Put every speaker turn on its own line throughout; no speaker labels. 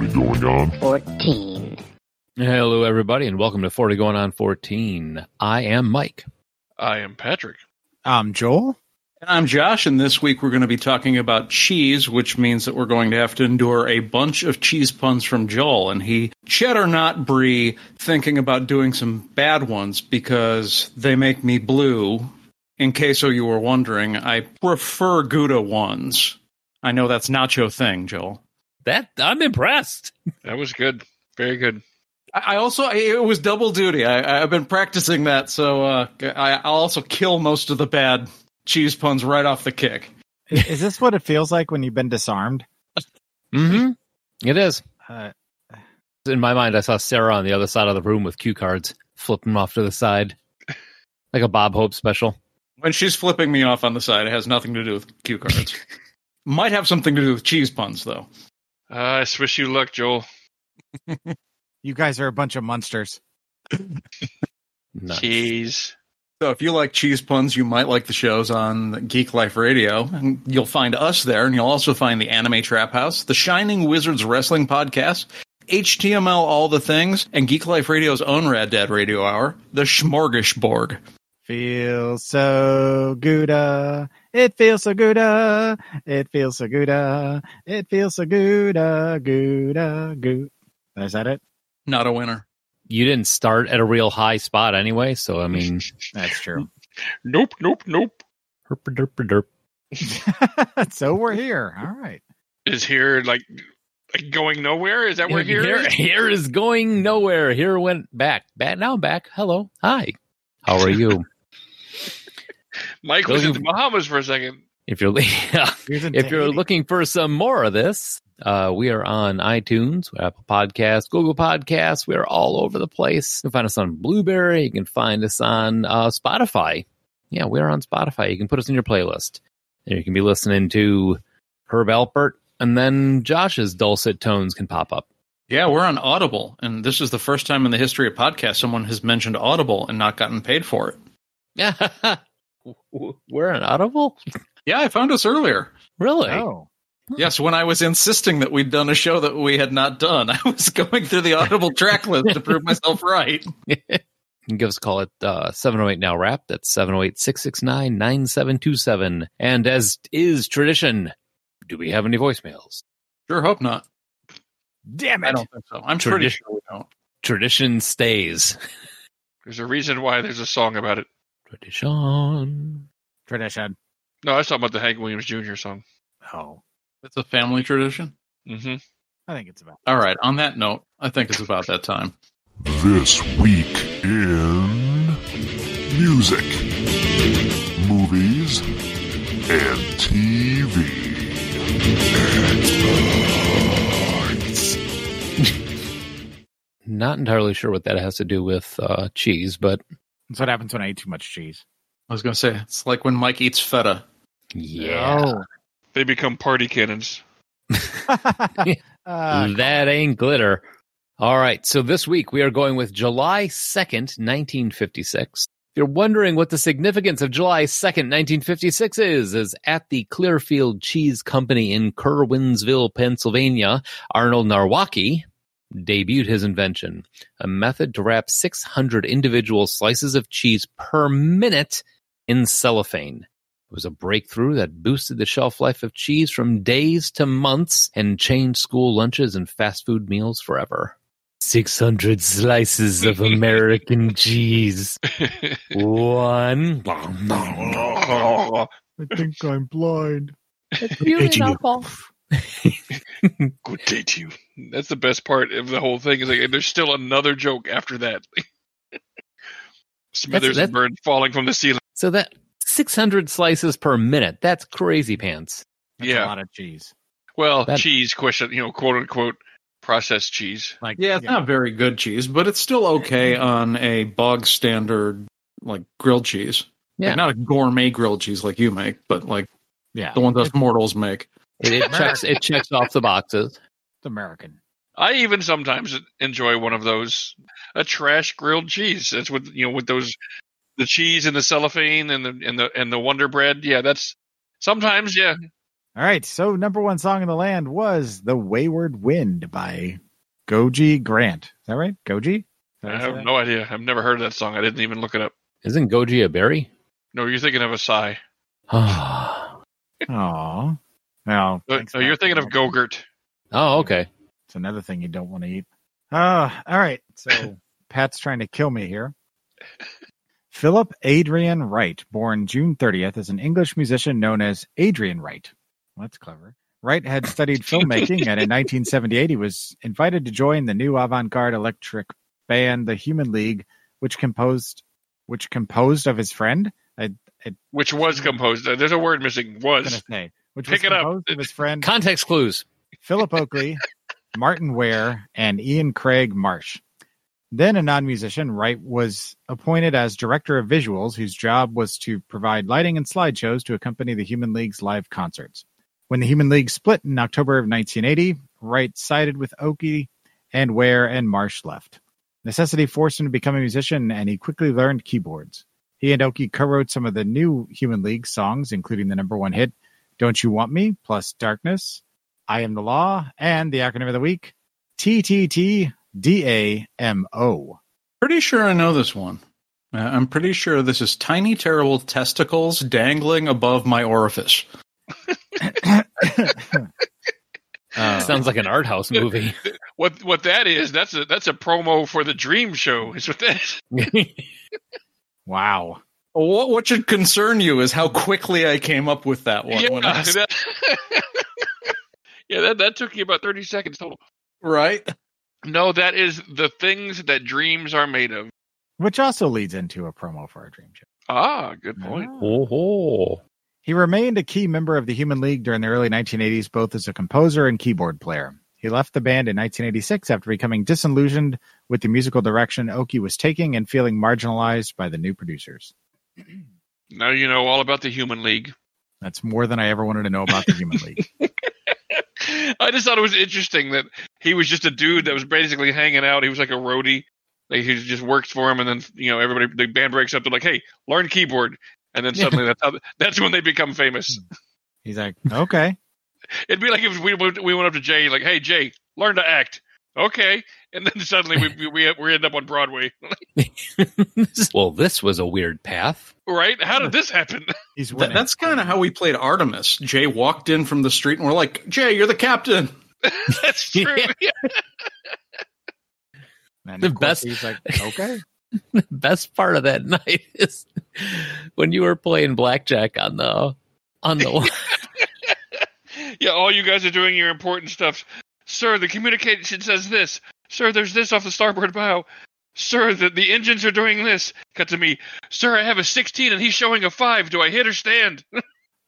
on.
14.
Hello, everybody, and welcome to 40 Going On 14. I am Mike.
I am Patrick.
I'm Um, Joel.
And I'm Josh, and this week we're going to be talking about cheese, which means that we're going to have to endure a bunch of cheese puns from Joel. And he, cheddar not brie, thinking about doing some bad ones because they make me blue. In case oh, you were wondering, I prefer Gouda ones. I know that's not your thing, Joel.
That I'm impressed.
That was good. Very good.
I I also I- it was double duty. I, I've been practicing that, so uh, I, I'll also kill most of the bad cheese puns right off the kick.
Is is this what it feels like when you've been disarmed?
Mm-hmm. It is.
Uh,
In my mind, I saw Sarah on the other side of the room with cue cards, flipping them off to the side, like a Bob Hope special.
When she's flipping me off on the side, it has nothing to do with cue cards. Might have something to do with cheese puns, though.
Uh, I wish you luck, Joel.
you guys are a bunch of monsters.
Nice.
Cheese.
So if you like cheese puns, you might like the shows on Geek Life Radio, and you'll find us there, and you'll also find the Anime Trap House, the Shining Wizards Wrestling Podcast, HTML All the Things, and Geek Life Radio's own Rad Dad Radio Hour, the Smorgasbord.
Feels so Gouda. It feels so Gouda. It feels so Gouda. It feels so Gouda. Gouda. Gouda. Is that it?
Not a winner.
You didn't start at a real high spot anyway, so I mean,
That's true.
Nope, nope, nope.
herp derp derp.
so we're here. All right.
Is here like like going nowhere? Is that where here?
here,
is?
here is going nowhere. Here went back. Back now I'm back. Hello. Hi. How are you?
Mike was
Those
in the Bahamas for a second.
if you're yeah,
Here's a
if you're
date.
looking for some more of this, uh, we are on iTunes, Apple Podcasts, Google Podcasts. We are all over the place. You can find us on Blueberry. You can find us on uh, Spotify. Yeah, we are on Spotify. You can put us in your playlist. And you can be listening to Herb Alpert, and then Josh's dulcet tones can pop up.
Yeah, we're on Audible, and this is the first time in the history of podcasts someone has mentioned Audible and not gotten paid for it.
We're on Audible?
Yeah, I found us earlier.
Really?
Oh,
Yes, when I was insisting that we'd done a show that we had not done, I was going through the Audible track list to prove myself right.
You can give us a call at uh, 708 Now Rap. That's 708 669 9727. And as is tradition, do we have any voicemails?
Sure, hope not.
damn
I
it.
don't think so. I'm pretty
Tradition.
sure we don't.
Tradition stays.
There's a reason why there's a song about it.
Tradition.
Tradition.
No, I was talking about the Hank Williams Jr. song.
Oh,
It's a family tradition.
Mm-hmm.
I think it's about
All right. On that note, I think it's about that time.
This week in music, movies, and TV.
Not entirely sure what that has to do with uh, cheese, but
That's what happens when I eat too much cheese.
I was going to say it's like when Mike eats feta.
yeah.
They become party cannons.
Oh. uh,
that ain't glitter. All right. So this week we are going with July 2nd, 1956. If you're wondering what the significance of July 2nd, 1956 is, is at the Clearfield Cheese Company in Kerwinsville, Pennsylvania, Arnold Narwaki debuted his invention, a method to wrap 600 individual slices of cheese per minute in cellophane. It was a breakthrough that boosted the shelf life of cheese from days to months and changed school lunches and fast food meals forever. 600 slices of American cheese. One.
I think I'm blind.
Good day to you. That's the best part of the whole thing. Is like there's still another joke after that. Smithers
that-
and Bird falling from the ceiling.
So that 600 slices per minute. That's crazy pants.
That's
Yeah.
a lot of cheese.
Well,
That-
cheese question, you know, quote unquote processed cheese.
Like
Yeah, it's not very good cheese, but it's still okay on a bog standard like grilled cheese.
Yeah.
Like, not a gourmet grilled cheese like you make, but like
yeah,
the ones us mortals make.
It, it checks it checks off the boxes.
it's American.
I even sometimes enjoy one of those a trash grilled cheese. That's what you know with those the cheese and the cellophane and the and the and the Wonder Bread. Yeah, that's sometimes yeah.
All right, so number one song in the land was "The Wayward Wind" by Goji Grant. Is that right? Goji? Did
I
say
have
that?
no idea. I've never heard of that song. I didn't even look it up.
Isn't Goji a berry?
No, you're thinking of Asai.
oh,
Aw. No.
No,
thanks,
no, Uh, you're
Matt.
thinking of Gogurt.
Oh, okay.
It's another thing you don't want to eat. Ah, all right. So Pat's trying to kill me here. Philip Adrian Wright, born June 30th, is an English musician known as Adrian Wright. Well, that's clever. Wright had studied filmmaking, and in 1978, he was invited to join the new avant-garde electric band, the Human League, which composed, which composed of his friend. I
Which was composed. uh, There's a word missing.
was Mm-hmm. gonna
Was.
say, which
Pick
was
it up.
composed of his friend
Context clues.
Philip Oakley, Martin Ware, and Ian Craig Marsh. Then a non musician, Wright was appointed as director of visuals, whose job was to provide lighting and slideshows to accompany the Human League's live concerts. When the Human League split in October of 1980, Wright sided with Oakley and Ware, and Marsh left. Necessity forced him to become a musician, and he quickly learned keyboards. He and Oakley co wrote some of the new Human League songs, including the number one hit, Don't You Want Me, plus Darkness, I am the law, and the acronym of the week, TTTDAMO.
Pretty sure I know this one. Uh, I'm pretty sure this is tiny, terrible testicles dangling above my orifice.
Uh,
Sounds like an art house movie.
What what that is? That's a that's a promo for the Dream Show. Is what that is.
wow.
What, what should concern you is how quickly I came up with that one.
yeah,
when I-
that, yeah. That that took you about thirty seconds total.
right?
No, that is the things that dreams are made of.
Which also leads into a promo for our dream show.
Ah, good point.
oh, ho.
He remained a key member of the Human League during the early 1980s, both as a composer and keyboard player. He left the band in 1986 after becoming disillusioned with the musical direction Oki was taking and feeling marginalized by the new producers.
Now you know all about the Human League.
That's more than I ever wanted to know about the Human League.
I just thought it was interesting that he was just a dude that was basically hanging out. He was like a roadie. Like he just works for him, and then you know everybody the band breaks up. They're like, "Hey, learn keyboard," and then suddenly that's how, that's when they become famous.
He's like, okay.
It'd be like if we went, we went up to Jay, like, "Hey, Jay, learn to act." Okay, and then suddenly we we we end up on Broadway,
well, this was a weird path.
right? How did this happen?
He's
Th-
winning.
that's kind of how we played Artemis. Jay walked in from the street and we're like, Jay, you're the captain.
That's true.
Yeah.
Yeah.
And
the
of
best-
course He's like, okay.
The best part of that night is when you were playing blackjack on the on the
Yeah, all you guys are doing your important stuff. Sir, the communication says this. Sir, there's this off the starboard bow. Sir, the, the engines are doing this. Cut to me. Sir, I have a 16 and he's showing a 5. Do I hit or stand?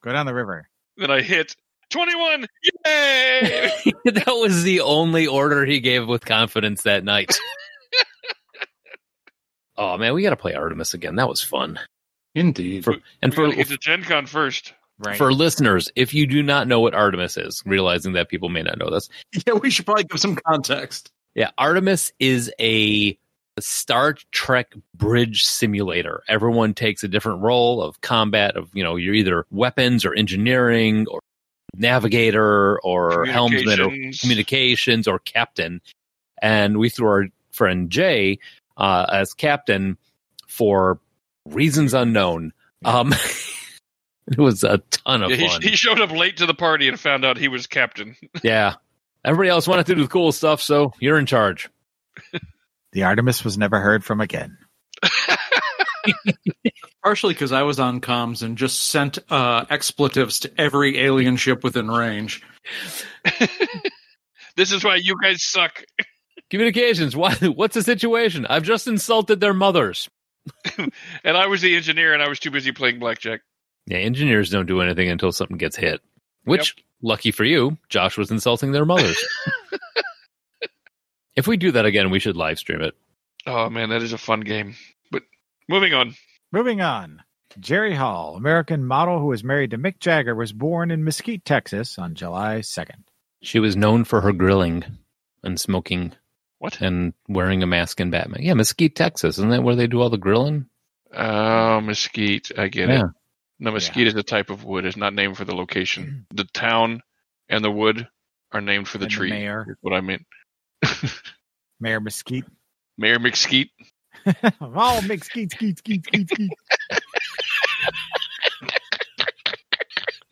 Go down the river.
then I hit 21. Yay!
that was the only order he gave with confidence that night. oh man, we got to play Artemis again. That was fun.
Indeed.
For- and
we
for
gotta get to Gen Con first.
Right.
for listeners, if you do not know what Artemis is, realizing that people may not know this,
yeah, we should probably give some context.
yeah, Artemis is a Star Trek bridge simulator. Everyone takes a different role of combat of, you know, you're either weapons or engineering or navigator or helmsman or
Communications.
communications or captain. And we threw our friend Jay uh, as captain for reasons unknown. Um, it was a ton of
Yeah,
fun.
he, he showed up late to the party and found out he was captain.
yeah. Everybody else wanted to do the cool stuff, so you're in charge.
the Artemis was never heard from again.
Partially because I was on comms and just sent uh, expletives to every alien ship within range.
This is why you guys suck.
Communications, why, what's the situation? I've just insulted their mothers.
And I was the engineer and I was too busy playing blackjack.
Yeah, engineers don't do anything until something gets hit, which, lucky for you, Josh was insulting their mothers. if we do that again, we should live stream it.
Oh man, that is a fun game. But moving on.
Moving on. Jerry Hall, American model who was married to Mick Jagger, was born in Mesquite, Texas on July 2nd.
She was known for her grilling and smoking
What?
and wearing a mask in Batman. Yeah, Mesquite, Texas. Isn't that where they do all the grilling?
Oh, mesquite. I get
Yeah.
it. No, mesquite is a type of wood. It's not named for the location. The town and the wood are named for the
And
tree.
mayor.
is what I meant.
Mayor Mesquite.
Mayor McSkeet.
oh, Mesquite, skeet, skeet, skeet, skeet.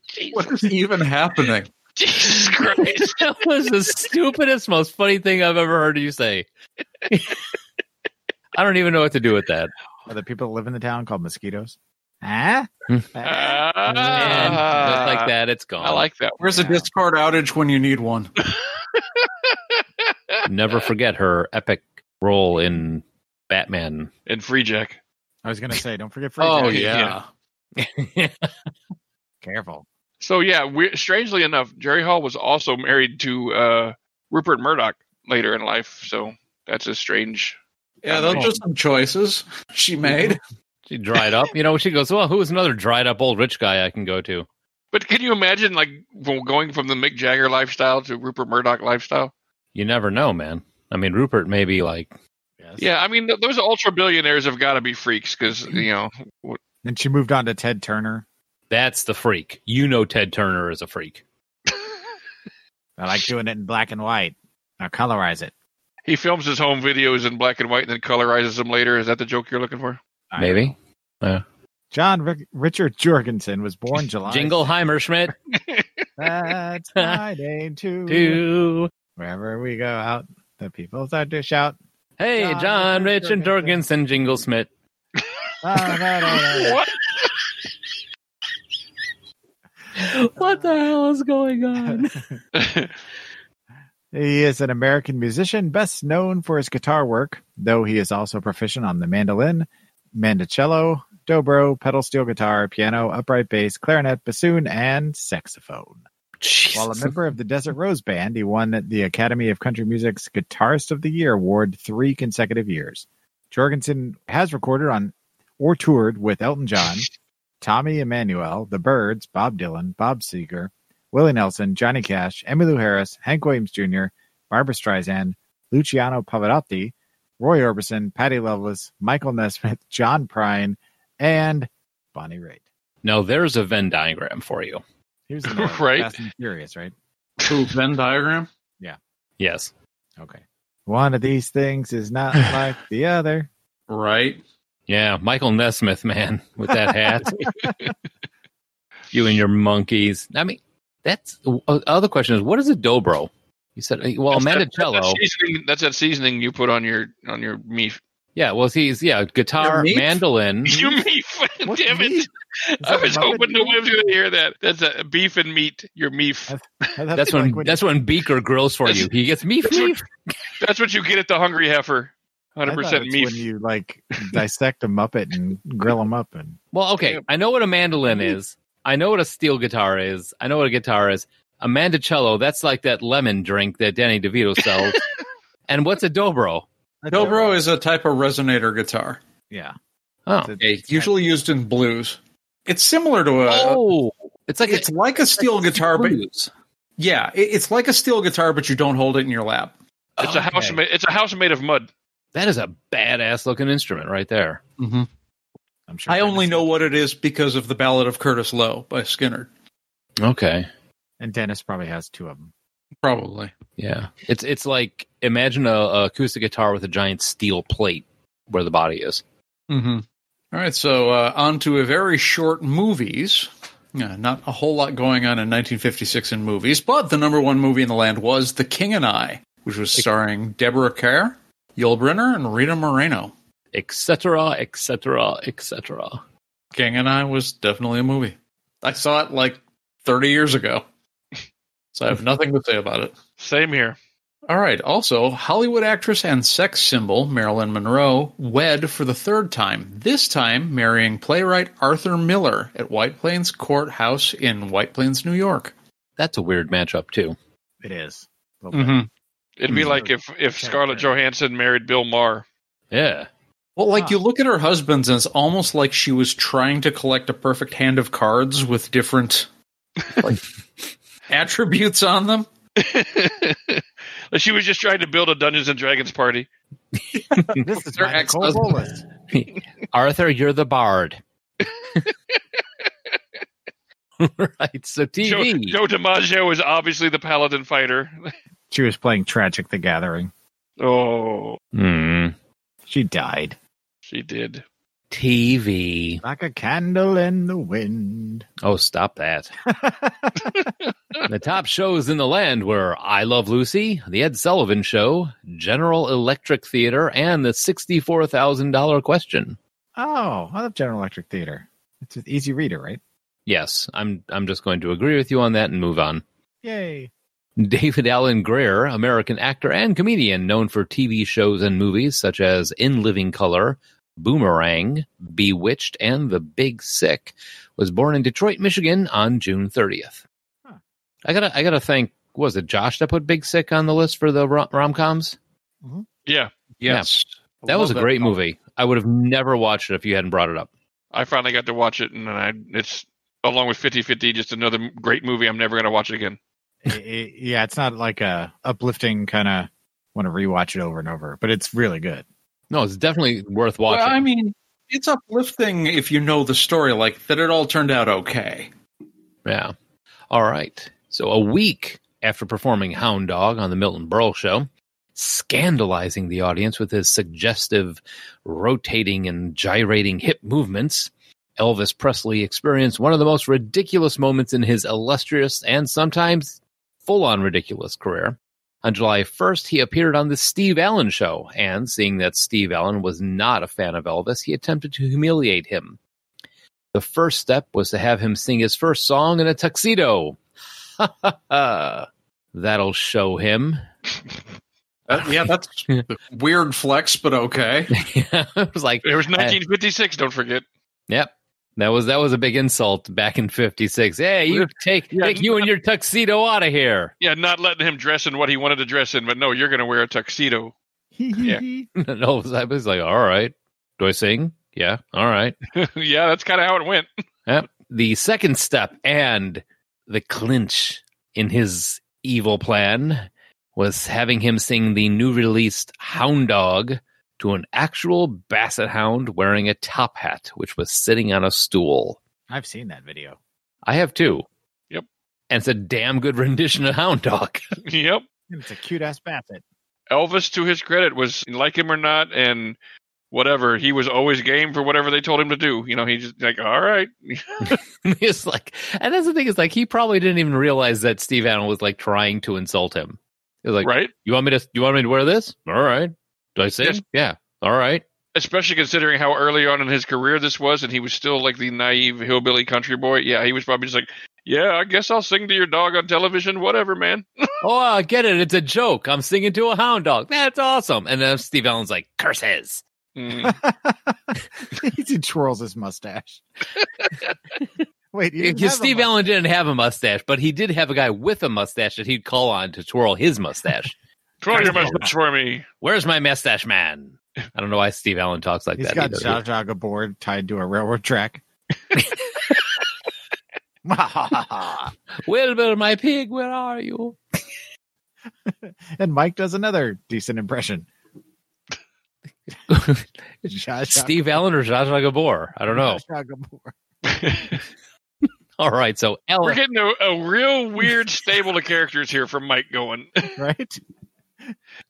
Jesus,
What is even happening?
Jesus Christ.
that was the stupidest, most funny thing I've ever heard you say. I don't even know what to do with that.
Are the people that live in the town called mosquitoes? Huh?
And just like
Ah,
that, it's gone.
I like that.
Where's a Discord outage when you need one?
Never forget her epic role in Batman.
And Free Jack.
I was gonna say, don't forget free.
Oh
Jack.
yeah.
Careful.
So yeah, we, strangely enough, Jerry Hall was also married to uh, Rupert Murdoch later in life. So that's a strange.
Yeah, those are some choices she made.
She dried up. You know, she goes, Well, who's another dried up old rich guy I can go to?
But can you imagine like from going from the Mick Jagger lifestyle to Rupert Murdoch lifestyle?
You never know, man. I mean, Rupert may be like,
Yes.
Yeah, I mean th- those ultra billionaires have got to be freaks because you know
Then she moved on to Ted Turner.
That's the freak. You know, Ted Turner is a freak.
I like doing it in black and white. Now colorize it.
he films his home videos in black and white and then colorizes them later. Is that the joke you're looking for?
I don't know.
Maybe.
John Rick- Richard Jorgensen was born July.
Jingleheimer Schmidt,
That's my day too.
too.
Wherever we go out, the people start to shout.
Hey,
John
John, Rich and Jorgensen Jingle Schmidt.
"Ah, da, da, da."
What?
What the hell is going on?
He is an American musician, best known for his guitar work, though he is also proficient on the mandolin, mandocello, dobro, pedal steel guitar, piano, upright bass, clarinet, bassoon, and saxophone. While a
Jesus.
member of the Desert Rose Band, he won the Academy of Country Music's Guitarist of the Year award three consecutive years. Jorgensen has recorded on or toured with Elton John, Tommy Emmanuel, The Birds, Bob Dylan, Bob Seger, Willie Nelson, Johnny Cash, Emmylou Harris, Hank Williams Jr., Barbara Streisand, Luciano Pavarotti, Roy Orbison, Patti Loveless, Michael Nesmith, John Prine, and Bonnie Raitt.
Now there's a Venn diagram for you.
Here's another one,
Right.
Fast and Furious, right?
Ooh, Venn diagram.
Yes.
Okay. One of these things is not like the other.
Right.
Yeah, Michael Nesmith, man, with that hat. you and your monkeys. I mean, that's uh, other question is what is a dobro? You said uh, well,
That's that-
mandocello.
That's that, seasoning, that's that seasoning you put on your on your meat.
yeah, well, he's yeah, guitar,
Your meat?
mandolin.
You beef.
What
Damn
meat?
it.
Is that
I was
Muppet
hoping no
meat?
one was going to hear that. That's a beef and meat. Your meat.
I-
That's when,
like
that's when Beaker grills for
That's-
you. He gets me
that's what-
meat.
That's what you get at the Hungry Heifer.
I thought
100%
it's
meat.
When you like dissect a Muppet and grill them up, and
Well, okay.
Yeah.
I know what a mandolin is. I know what a steel guitar is. I know what a guitar is. A mandocello, that's like that lemon drink that Danny DeVito sells. and what's a dobro?
Dobro is a type of resonator guitar.
yeah.
Oh.
It's-
It's usually used in blues. It's similar to a.
oh. It's like
it's
a,
like a steel guitar, but
blues.
yeah, it, it's like a steel guitar, but you don't hold it in your lap.
It's a house.
Okay.
Ma- it's a house made of mud.
That is a badass looking instrument right there.
Mm-hmm.
I'm sure
I
Dennis-
only know what it is because of the Ballad of Curtis Lowe by Skinner.
Okay.
and Dennis probably has two of them.
Probably.
Yeah. It's it's like imagine a, a acoustic guitar with a giant steel plate where the body is.
Mm-hmm. All right, so uh, on to a very short movies. Yeah, not a whole lot going on in 1956 in movies, but the number one movie in the land was The King and I, which was starring Deborah Kerr, Yul Brynner, and Rita Moreno.
Etc. Etc. Etc.
King and I was definitely a movie. I saw it like 30 years ago, so I have nothing to say about it.
Same here.
All right. Also, Hollywood actress and sex symbol Marilyn Monroe wed for the third time, this time marrying playwright Arthur Miller at White Plains Courthouse in White Plains, New York.
That's a weird matchup too.
It is. A little bit.
Mm-hmm.
It'd be
Hmm.
like if if
Okay,
Scarlett
fair.
Johansson married Bill Maher.
Yeah.
Well, like
Huh.
you look at her husbands, and it's almost like she was trying to collect a perfect hand of cards with different like, attributes on them.
Like she was just trying to build a Dungeons and Dragons party.
This is
Their
my Nicole
ex-husband.
Bolas.
Arthur, you're the bard. right. So
Joe,
TV.
Joe DiMaggio is obviously the paladin fighter.
She was playing Tragic the Gathering.
Oh,
Hmm.
She died.
she did.
TV.
Like a candle in the wind.
Oh, stop that. the top shows in the land were I Love Lucy, The Ed Sullivan Show, General Electric Theater, and The $64,000 Question.
Oh, I love General Electric Theater. It's an easy reader, right?
Yes, I'm, I'm just going to agree with you on that and move on.
Yay.
David Allen Greer, American actor and comedian known for TV shows and movies such as In Living Color, Boomerang, Bewitched, and The Big Sick, was born in Detroit, Michigan on June 30th.
Huh.
I gotta, I gotta thank, what was it Josh that put Big Sick on the list for the rom coms?
Yeah,
Mm-hmm. Yes.
That was a
Love
great
film.
movie. I would have never watched it if you hadn't brought it up.
I finally got to watch it, and I it's along with 50-50, just another m- great movie. I'm never gonna watch it again.
I- I- yeah, it's not like a uplifting kind of want to rewatch it over and over, but it's really good.
No, it's definitely worth watching.
Well, I mean, it's uplifting if you know the story, like that it all turned out okay.
Yeah. All right. So a week after performing Hound Dog on the Milton Berle show, scandalizing the audience with his suggestive rotating and gyrating hip movements, Elvis Presley experienced one of the most ridiculous moments in his illustrious and sometimes full on ridiculous career. On July 1st, he appeared on The Steve Allen Show, and seeing that Steve Allen was not a fan of Elvis, he attempted to humiliate him. The first step was to have him sing his first song in a tuxedo. That'll show him.
Uh, yeah, that's a weird flex, but okay.
it was like,
It was 1956. Don't forget.
yep. That was that was a big insult back in '56. Hey, you take
Yeah.
take you and your tuxedo out of here.
Yeah, not letting him dress in what he wanted to dress in, but no, you're gonna wear a tuxedo.
Yeah.
and all of a sudden, I was like, all right, do I sing? Yeah, all right.
yeah, that's kind of how it went.
The second step and the clinch in his evil plan was having him sing the new released Hound Dog to an actual basset hound wearing a top hat, which was sitting on a stool.
I've seen that video.
I have two.
Yep.
And it's a damn good rendition of Hound Dog.
yep.
It's a cute ass basset.
Elvis, to his credit, was like him or not, and whatever he was always game for whatever they told him to do. You know, he just like, all right,
it's like, and that's the thing is like he probably didn't even realize that Steve Allen was like trying to insult him. It was like,
right.
you want me to, you want me to wear this? All right. Do I sing?
Yes.
Yeah. All right.
Especially considering how early on in his career this was, and he was still like the naive hillbilly country boy. Yeah, he was probably just like, yeah, I guess I'll sing to your dog on television, whatever, man.
Oh, I get it. It's a joke. I'm singing to a hound dog. That's awesome. And then Steve Allen's like, curses.
Mm.
he twirls his mustache. Wait, you didn't
Because
have a
Steve
mustache.
Allen didn't have a mustache, but he did have a guy with a mustache that he'd call on to twirl his mustache.
Twirl your mustache for me.
Where's my mustache man? I don't know why Steve Allen talks like
He's
that.
got
either.
Zsa Zsa Gabor tied to a railroad track. and
Wilbur, my pig, where are you?
Mike does another decent impression. Zsa Zsa-
Steve Allen or Zsa Zsa Gabor? I don't know.
Zsa Zsa Gabor.
All right, so
We're
Ellen.
getting a, a real weird stable of characters here from Mike going.
Right?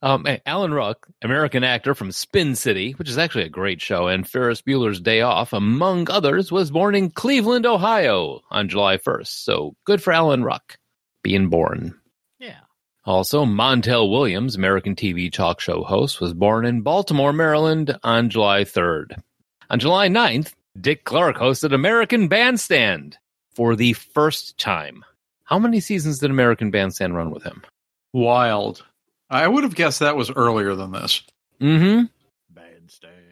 Um, Alan Ruck, American actor from Spin City, which is actually a great show, and Ferris Bueller's Day Off, among others, was born in Cleveland, Ohio on July 1st. So good for Alan Ruck being born.
Yeah.
Also, Montel Williams, American TV talk show host, was born in Baltimore, Maryland on July 3rd. On July 9th, Dick Clark hosted American Bandstand for the first time. How many seasons did American Bandstand run with him?
Wild. I would have guessed that was earlier than this.
Mm hmm.
Bandstand.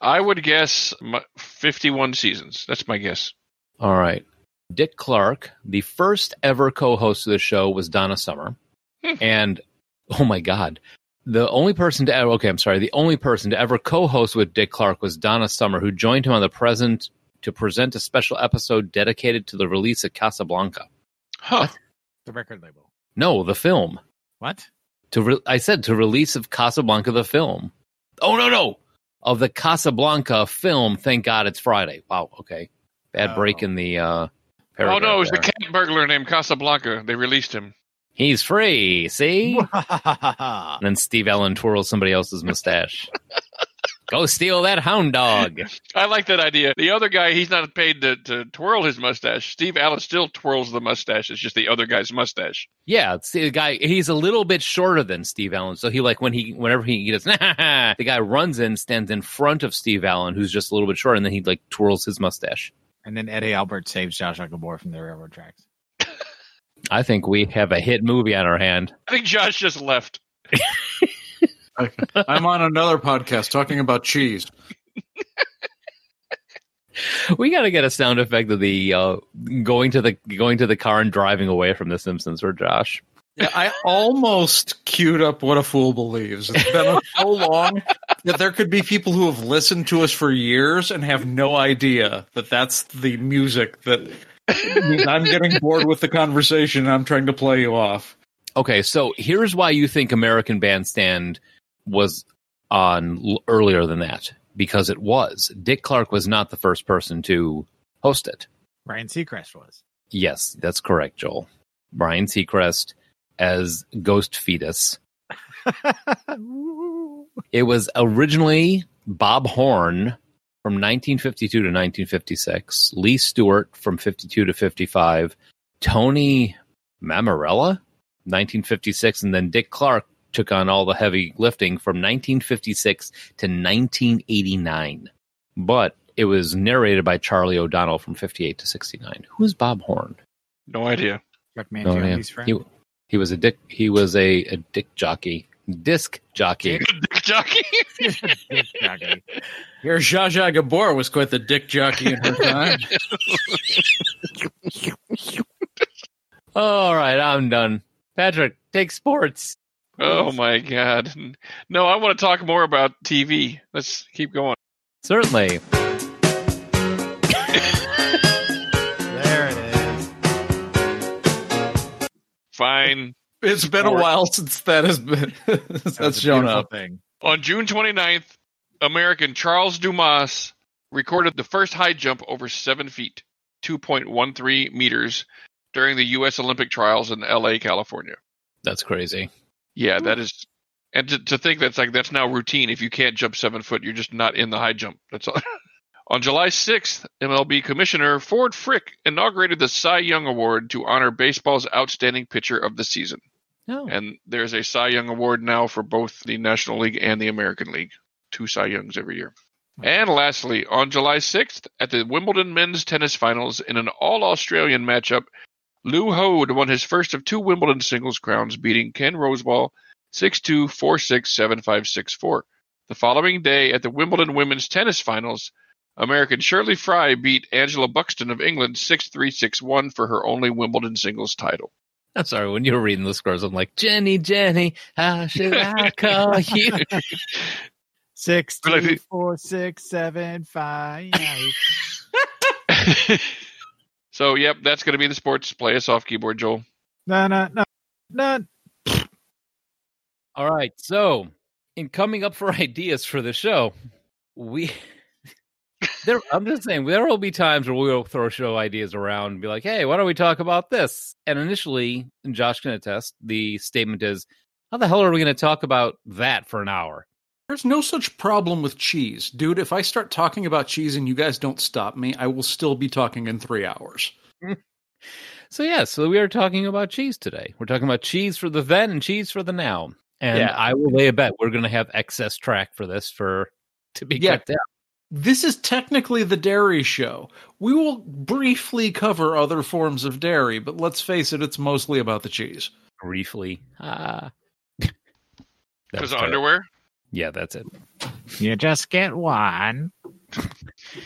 I would guess my, 51 seasons. That's my guess.
All right. Dick Clark, the first ever co host of the show was Donna Summer.
Hmm.
and oh my God. The only person to ever, okay, I'm sorry, the only person to ever co host with Dick Clark was Donna Summer, who joined him on the present to present a special episode dedicated to the release of Casablanca.
Huh.
The record label.
No, the film.
What?
To re- I said to release of Casablanca, the film. Oh, no, no. Of the Casablanca film. Thank God it's Friday. Wow. Okay. Bad break
Oh.
in the, uh,
Oh
paragraph
no, it was
there.
a cat burglar named Casablanca. They released him.
He's free. See? And
Mwahahaha.
then Steve Allen twirls somebody else's mustache. Go steal that hound dog.
I like that idea. The other guy, he's not paid to, to twirl his mustache. Steve Allen still twirls the mustache. It's just the other guy's mustache.
Yeah, see the guy. He's a little bit shorter than Steve Allen, so he like when he whenever he gets the guy runs in, stands in front of Steve Allen, who's just a little bit shorter, and then he like twirls his mustache.
and then Eddie Albert saves Josh Ucklebore from the railroad tracks.
I think we have a hit movie on our hand.
I think Josh just left.
I'm on another podcast talking about cheese.
We got to get a sound effect of the uh, going to the going to the car and driving away from The Simpsons or Josh.
Yeah, I almost queued up What a Fool Believes. It's been so long that there could be people who have listened to us for years and have no idea that that's the music that I'm getting bored with the conversation and I'm trying to play you off.
Okay, so here's why you think American Bandstand was on l- earlier than that because it was Dick Clark was not the first person to host it.
Ryan Seacrest was.
Yes, that's correct, Joel. Brian Seacrest as Ghost Fetus.
Woo.
It was originally Bob Horn from 1952 to 1956, Lee Stewart from 52 to 55, Tony Mamarella 1956, and then Dick Clark took on all the heavy lifting from 1956 to 1989. But it was narrated by Charlie O'Donnell from 58 to 69. Who's Bob Horn?
No idea.
Chuck
Oh, yeah.
Mangione's friend.
He, he was a dick. He was a, a dick jockey, disc jockey.
Dick jockey.
Exactly.
Your Zsa Zsa Gabor was quite the dick jockey in her time.
All right, I'm done. Patrick, take sports.
Oh my god. No, I want to talk more about TV. Let's keep going.
Certainly.
there it is.
Fine.
It's been a while since that has been since
That was
that's
a
shown
beautiful
up.
Thing.
On June 29th, American Charles Dumas recorded the first high jump over 7 feet, 2.13 meters during the US Olympic trials in LA, California.
That's crazy.
Yeah, that is and to, to think that's like that's now routine. If you can't jump seven foot, you're just not in the high jump. That's all. On July 6th, MLB Commissioner Ford Frick inaugurated the Cy Young Award to honor baseball's outstanding pitcher of the season.
No.
And there's a Cy Young Award now for both the National League and the American League. Two Cy Youngs every year. And lastly, on July 6th, at the Wimbledon men's tennis finals in an all Australian matchup, Lou Hode won his first of two Wimbledon singles crowns, beating Ken Rosewall 6 2, 4 6, 7 5, 6 4. The following day, at the Wimbledon women's tennis finals, American Shirley Fry beat Angela Buxton of England 6 3, 6 1 for her only Wimbledon singles title.
I'm sorry. When you were reading the scores, I'm like, Jenny, Jenny, how should I call you?
Six,
Like
two,
the-
four, six, seven, five.
so, yep, that's going to be the sports. Play us off keyboard, Joel.
no, no, no, no.
All right. So, in coming up for ideas for the show, we there. I'm just saying there will be times where we'll throw show ideas around and be like, "Hey, why don't we talk about this?" And initially, and Josh can attest, the statement is, "How the hell are we going to talk about that for an hour?"
There's no such problem with cheese. Dude, if I start talking about cheese and you guys don't stop me, I will still be talking in three hours.
So yeah, so we are talking about cheese today. We're talking about cheese for the then and cheese for the now. And
Yeah.
I will lay a bet we're going to have excess track for this for to be
Yeah.
cut down.
This is technically the dairy show. We will briefly cover other forms of dairy, but let's face it, it's mostly about the cheese.
briefly. Ah, That was
Because
terrible.
underwear?
Yeah, that's it.
You just get one.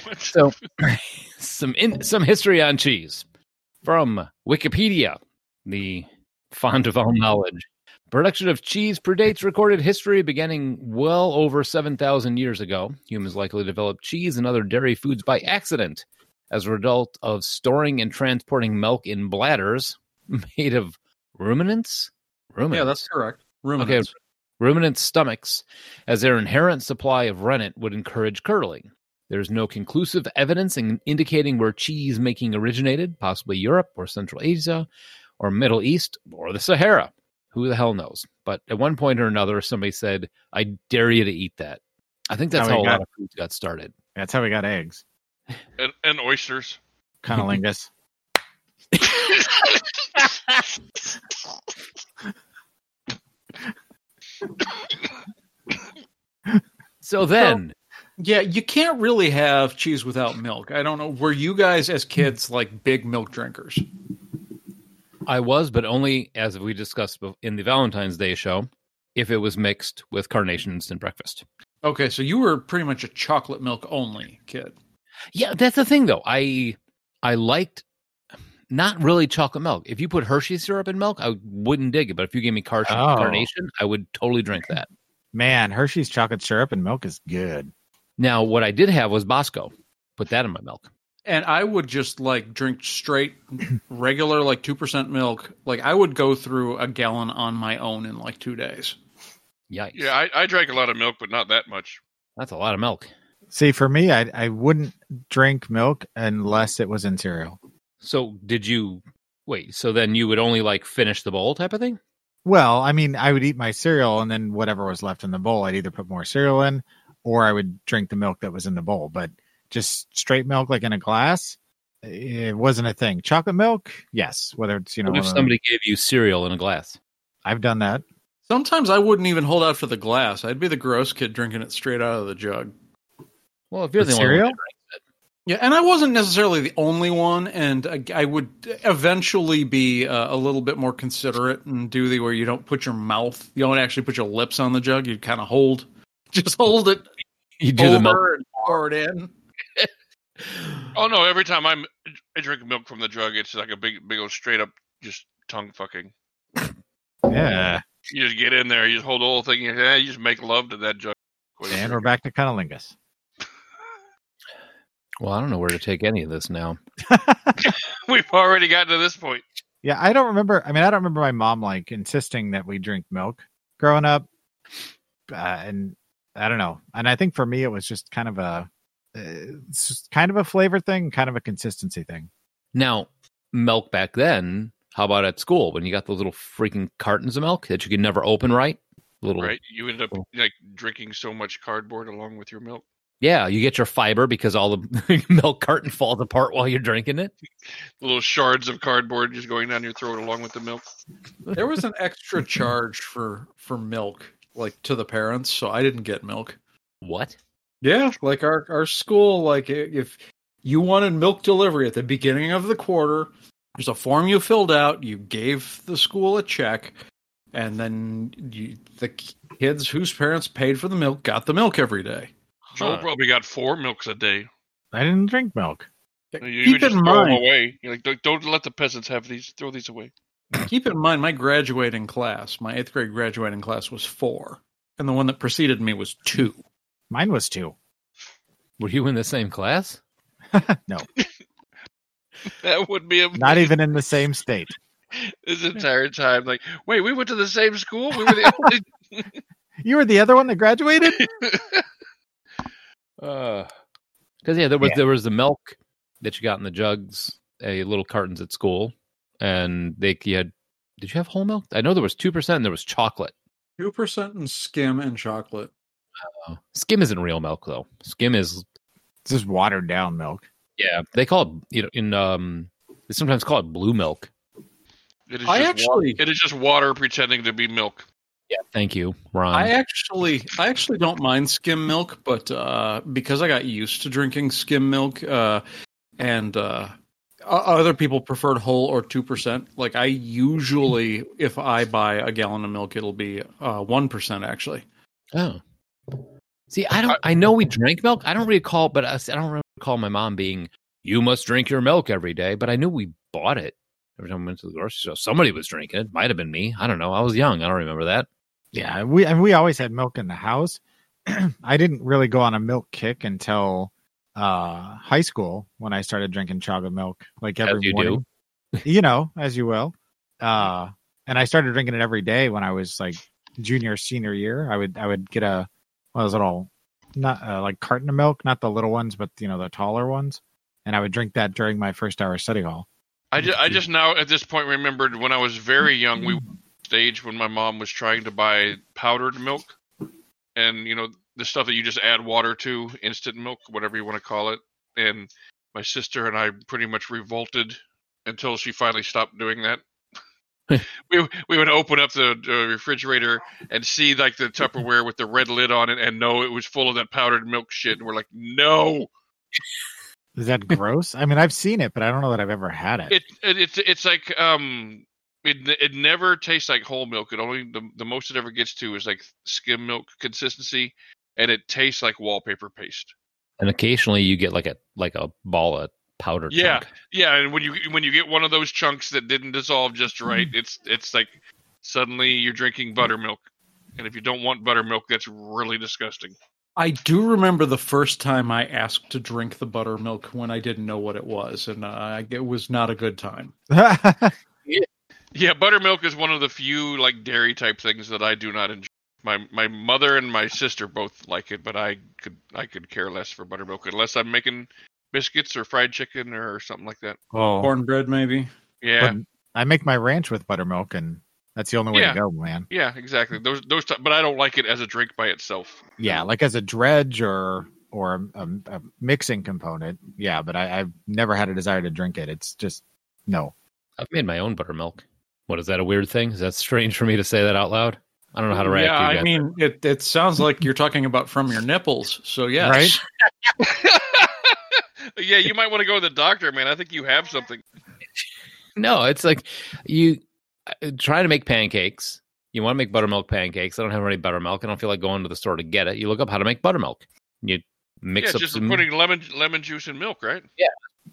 What?
So some in, some history on cheese from Wikipedia, the font of all knowledge. Production of cheese predates recorded history, beginning well over seven thousand years ago. Humans likely developed cheese and other dairy foods by accident, as a result of storing and transporting milk in bladders made of ruminants. Ruminants.
Yeah, that's correct.
Ruminants.
Ruminants.
Ruminant stomachs, as their inherent supply of rennet would encourage curdling. There is no conclusive evidence in indicating where cheese making originated, possibly Europe or Central Asia, or Middle East or the Sahara. Who the hell knows? But at one point or another, somebody said, I dare you to eat that. I think that's
Now we
how a
got-
lot of foods got started.
That's how we got eggs.
and, and oysters.
Conolingus.
So then,
Yeah, you can't really have cheese without milk. I don't know. Were you guys as kids like big milk drinkers?
I was, but only as we discussed bef- in the Valentine's Day show, if it was mixed with carnation instant breakfast.
Okay, so you were pretty much a chocolate milk only kid.
Yeah, that's the thing though. I I liked not really chocolate milk. If you put Hershey syrup in milk, I wouldn't dig it. But if you gave me car-
Oh.
carnation, I would totally drink that.
Man, Hershey's chocolate syrup and milk is good.
Now, what I did have was Bosco. Put that in my milk.
And I would just like drink straight, regular, like 2% milk. Like I would go through a gallon on my own in like two days.
Yikes!
Yeah, I, I drank a lot of milk, but not that much.
that's a lot of milk.
See, for me, I I wouldn't drink milk unless it was in cereal.
So, did you wait? So then you would only like finish the bowl type of thing?
Well, I mean, I would eat my cereal and then whatever was left in the bowl, I'd either put more cereal in or I would drink the milk that was in the bowl. But just straight milk, like in a glass, it wasn't a thing. Chocolate milk, yes. Whether it's, you know,
what if
one of them-
somebody gave you cereal in a glass?
I've done that.
Sometimes I wouldn't even hold out for the glass. I'd be the gross kid drinking it straight out of the jug.
Well, if you're
With
the only
cereal?
one,
Yeah, and I wasn't necessarily the only one, and I, I would eventually be uh, a little bit more considerate and do the where you don't put your mouth, you don't actually put your lips on the jug. You kind of hold, just hold it
you do
over
the milk.
and pour it in.
Oh no! Every time I'm, I drink milk from the jug, it's like a big, big old straight up just tongue fucking.
Yeah.
You just get in there, you just hold the whole thing, in your hand, you just make love to that jug.
And we're back to Conolingus.
Well, I don't know where to take any of this now.
We've already gotten to this point.
Yeah, I don't remember. I mean, I don't remember my mom like insisting that we drink milk growing up, uh, and I don't know. And I think for me, it was just kind of a, uh, it's just kind of a flavor thing, kind of a consistency thing.
Now, milk back then, how about at school when you got those little freaking cartons of milk that you could never open right? Little
Right? You end up like drinking so much cardboard along with your milk.
Yeah, you get your fiber because all the milk carton falls apart while you're drinking it.
Little shards of cardboard just going down your throat along with the milk.
There was an extra charge for for milk, like to the parents, so I didn't get milk.
What?
Yeah, like our our school, like i- if you wanted milk delivery at the beginning of the quarter, there's a form you filled out. You gave the school a check, and then you, the kids whose parents paid for the milk got the milk every day.
Joel
Huh.
probably got four milks a day.
I didn't drink milk.
You,
keep
you just
in
throw them
mind,
away. You're like, don't, don't let the peasants have these. Throw these away.
keep in mind, my graduating class, my eighth grade graduating class was four, and the one that preceded me was two.
Mine was two.
Were you in the same class?
That would be a
Not even in the same state.
this entire time. Like, wait, we went to the same school. We were the only.
You were the other one that graduated.
Uh, because yeah, there was
Yeah.
there was the milk that you got in the jugs, a little cartons at school, and they you had. Did you have whole milk? I know there was two percent. and There was chocolate.
Two percent in skim and chocolate.
Oh. Skim isn't real milk though. Skim is
It's just watered down milk.
Yeah, they call it you know in um they sometimes call it blue milk.
It is
I
just wa-
actually-
it is just water pretending to be milk.
Yeah, thank you, Ron.
I actually, I actually don't mind skim milk, but uh, because I got used to drinking skim milk, uh, and uh, o- other people preferred whole or two percent. Like I usually, if I buy a gallon of milk, it'll be uh, one Actually,
oh, see, I don't. I, know we drank milk. I don't recall, but I, s- I don't really recall my mom being you must drink your milk every day. But I knew we bought it every time we went to the grocery store. Somebody was drinking it. Might have been me. I don't know. I was young. I don't remember that.
Yeah, we and we always had milk in the house. I didn't really go on a milk kick until uh high school when I started drinking chocolate milk like
As
every
you do.
morning. you know, as you will. Uh and I started drinking it every day when I was like junior senior year. I would I would get a one of those little not uh, like carton of milk, not the little ones, but you know the taller ones, and I would drink that during my first hour of study hall.
I just, I just now at this point remembered when I was very young, we were on stage when my mom was trying to buy powdered milk, and you know the stuff that you just add water to, instant milk, whatever you want to call it. And my sister and I pretty much revolted until she finally stopped doing that. we we would open up the uh, refrigerator and see like the Tupperware with the red lid on it, and no, it was full of that powdered milk shit. And we're like, no,
Is that gross? I mean, I've seen it, but I don't know that I've ever had it.
it, it it's it's like um it it never tastes like whole milk. It only the the most it ever gets to is like skim milk consistency, and it tastes like wallpaper paste.
And occasionally you get like a like a ball of powder.
Yeah.
chunk.
Yeah, and when you when you get one of those chunks that didn't dissolve just right, it's it's like suddenly you're drinking buttermilk. And if you don't want buttermilk, that's really disgusting.
I do remember the first time I asked to drink the buttermilk when I didn't know what it was, and uh, it was not a good time.
Yeah, buttermilk is one of the few like dairy type things that I do not enjoy. My my mother and my sister both like it, but I could I could care less for buttermilk unless I'm making biscuits or fried chicken or something like that.
oh,
Cornbread, maybe.
Yeah,
But- I make my ranch with buttermilk, and that's the only way
Yeah.
to go, man.
yeah, exactly. Those those, t- but I don't like it as a drink by itself.
Yeah, like as a dredge or or a, a, a mixing component. Yeah, but I, I've never had a desire to drink it. It's just no.
I've made my own buttermilk. What is that a weird thing? Is that strange for me to say that out loud? I don't know how to react.
Yeah,
to you
I
guys.
mean, it, it sounds like you're talking about from your nipples. So yes,
Right?
yeah, you might want to go to the doctor, man. I think you have something.
No, it's like you uh, try to make pancakes. You want to make buttermilk pancakes. I don't have any buttermilk. I don't feel like going to the store to get it. You look up how to make buttermilk. You mix
yeah,
up
just
some
putting lemon lemon juice and milk, right?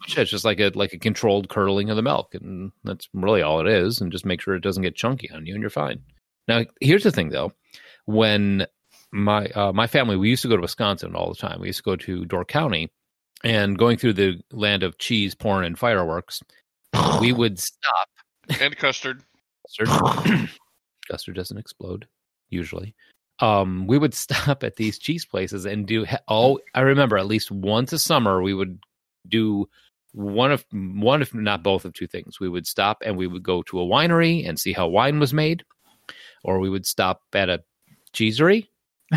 shit. It's just like a like a controlled curling of the milk, and that's really all it is. And just make sure it doesn't get chunky on you, and you're fine. Now, here's the thing, though. When my uh, my family, we used to go to Wisconsin all the time. We used to go to Door County, and going through the land of cheese, porn, and fireworks, we would stop
And custard.
custard. custard doesn't explode usually. Um, we would stop at these cheese places and do. Oh, I remember at least once a summer we would do one of one if not both of two things. We would stop and we would go to a winery and see how wine was made, or we would stop at a cheesery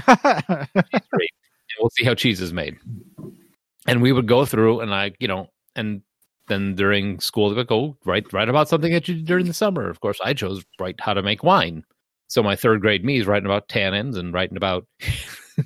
and we'll see how cheese is made. And we would go through and I, you know, and then during school, they'd go write write about something that you did during the summer. Of course, I chose write how to make wine. So my third grade me is writing about tannins and writing about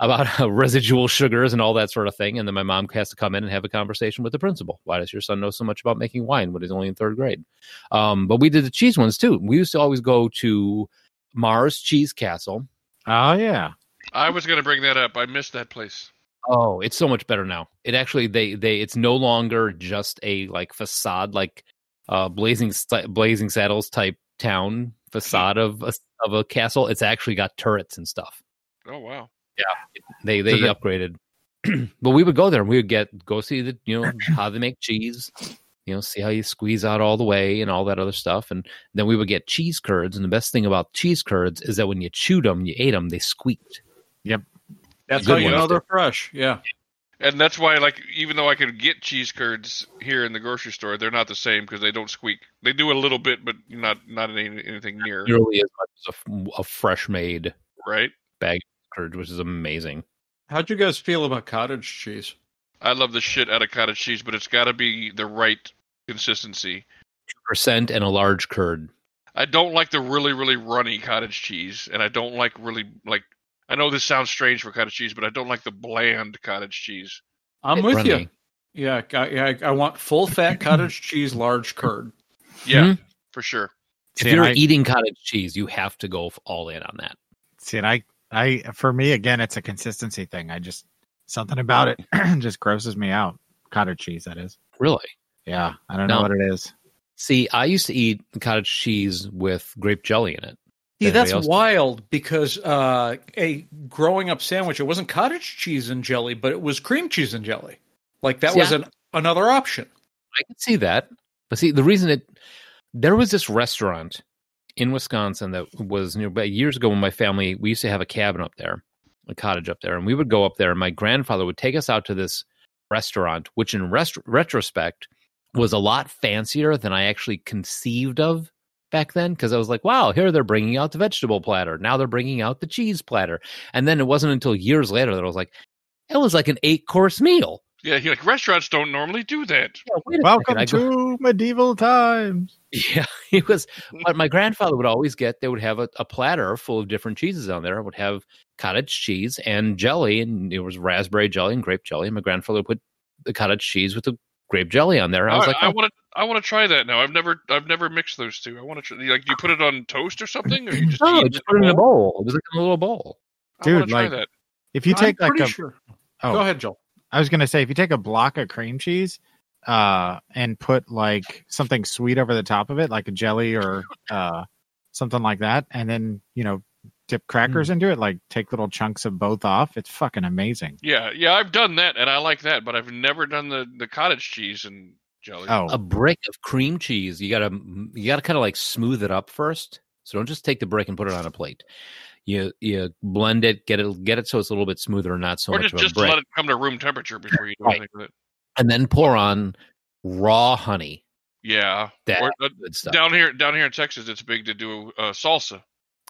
about how residual sugars and all that sort of thing. And then my mom has to come in and have a conversation with the principal. Why does your son know so much about making wine when he's only in third grade? Um, but we did the cheese ones too. We used to always go to Mars Cheese Castle
oh yeah.
I was gonna bring that up. I missed that place.
Oh, it's so much better now. It actually they they it's no longer just a like facade like uh blazing Sti- blazing saddles type town facade of a, of a castle. It's actually got turrets and stuff.
Oh wow.
They they
they-
upgraded. but we would go there and we would get go see the you know how they make cheese, you know, see how you squeeze out all the way and all that other stuff and then we would get cheese curds and the best thing about cheese curds is that when you chewed them, you ate them, they squeaked.
that's
Good
how you
one.
know they're fresh. Yeah,
And that's why, like, even though I could get cheese curds here in the grocery store, they're not the same because they don't squeak. They do a little bit, but not not any, anything near
Nearly as much as a, a fresh made
right.
curd, which is amazing.
how'd you guys feel about cottage cheese?
I love the shit out of cottage cheese, but it's got to be the right consistency.
percent and a large curd.
I don't like the really really runny cottage cheese, and I don't like really like. I know this sounds strange for cottage cheese, but I don't like the bland cottage cheese.
I'm with
Runny.
you. Yeah, I, I, I want full fat cottage cheese, large curd.
Yeah, for sure.
If
See,
you're
I-
eating cottage cheese, you have to go f- all in on that.
See, and I, I, for me again, it's a consistency thing. I just something about it just grosses me out. Cottage cheese, that is.
Really?
Yeah, I don't
No.
know what it is.
See, I used to eat cottage cheese with grape jelly in it.
See,
Anybody
that's
else?
wild because uh, a growing up sandwich, it wasn't cottage cheese and jelly, but it was cream cheese and jelly. Like that
See,
was
I-
an, another option.
I could see that. But see, the reason it there was this restaurant in Wisconsin that was nearby years ago when my family we used to have a cabin up there, a cottage up there, and we would go up there and my grandfather would take us out to this restaurant, which in rest- retrospect was a lot fancier than I actually conceived of back then because I was like, wow, here they're bringing out the vegetable platter. Now they're bringing out the cheese platter. And then it wasn't until years later that I was like, it was like an eight course meal.
Yeah, he like restaurants don't normally do that.
Yeah, wait a
Welcome
second, I
to
go-
medieval times.
Yeah, it was.
Mm-hmm.
But my grandfather would always get. They would have a, a platter full of different cheeses on there. It would have cottage cheese and jelly, and it was raspberry jelly and grape jelly. And my grandfather would put the cottage cheese with the grape jelly on there. And I was
I,
like,
I
oh,
want to, I want to try that now. I've never, I've never mixed those two. I want to try. Like, do you put it on toast or something, or you just,
no,
eat
just put it in a bowl. It was like in a little bowl.
I wanna
Dude,
try
like-
that.
If you take
I'm
like
pretty
a,
sure.
oh,
Go ahead, Joel.
I was gonna say if you take a block of cream cheese, uh, and put like something sweet over the top of it, like a jelly or uh something like that, and then you know dip crackers
Mm.
into it, like take little chunks of both off. It's fucking amazing.
Yeah, yeah, I've done that, and I like that, but I've never done the the cottage cheese and jelly.
Oh,
A brick of cream cheese. You gotta, you gotta kind of like smooth it up first. So don't just take the brick and put it on a plate. You you blend it, get it, get it so it's a little bit smoother, and not so
or
much
just
of a
just
brick.
let it come to room temperature before you do
Right.
anything with it.
and then pour on raw honey.
Yeah,
That
Or, uh,
good stuff.
down here, down here in Texas, it's big to do uh, salsa.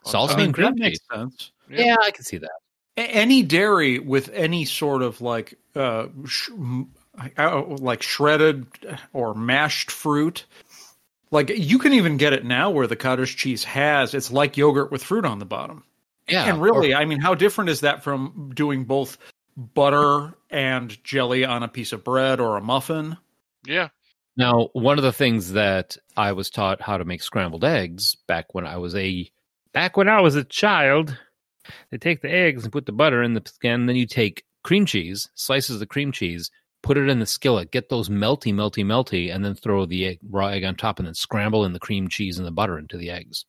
on
Salsa
top.
mean, and- cream
that makes sense.
Yeah.
yeah. I can see that.
A- any dairy with any sort of like uh, sh- m- I- I- like shredded or mashed fruit like you can even get it now where the cottage cheese has it's like yogurt with fruit on the bottom
Yeah,
and really i mean how different is that from doing both butter and jelly on a piece of bread or a muffin
yeah,
Now, one of the things that I was taught how to make scrambled eggs back when I was a back when I was a child, they take the eggs and put the butter in the skin, then you take cream cheese, slices of cream cheese, put it in the skillet, get those melty, melty, melty, and then throw the egg, raw egg on top, and then scramble in the cream cheese and the butter into the eggs.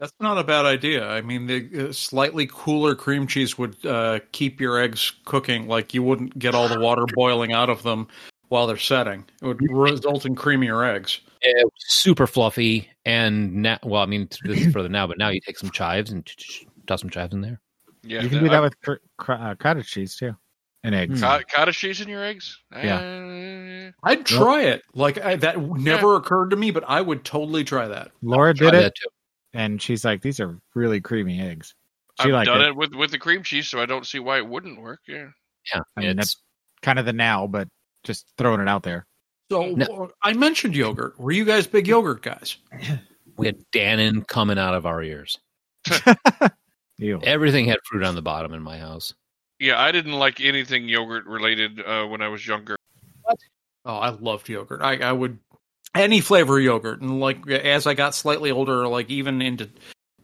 that's not a bad idea i mean the uh, slightly cooler cream cheese would uh, keep your eggs cooking like you wouldn't get all the water boiling out of them while they're setting it would result in creamier eggs
It was super fluffy, and now, well, I mean, this is further now, but now you take some chives and ch- ch- toss some chives in there.
yeah.
you can do that with cr- cr- uh, cottage cheese too, and eggs.
Mm.
cot- cottage cheese in your eggs.
Yeah.
Uh,
i'd try it like I, that never occurred to me but i would totally try that
Laura
Try
did it,
that too.
and she's like, "These are really creamy eggs." She
I've
liked
done
it.
it. with with the cream cheese, so I don't see why it wouldn't work. Yeah,
Yeah,
I mean,
it's-
that's kind of the now, but just throwing it out there.
so uh,
No.
i mentioned yogurt were you guys big yogurt guys
we had Dannon coming out of our ears.
Ew.
Everything had fruit on the bottom in my house.
yeah. I didn't like anything yogurt related uh, when I was younger.
Oh, I loved yogurt. I, I would any flavor of yogurt, and like as I got slightly older, like even into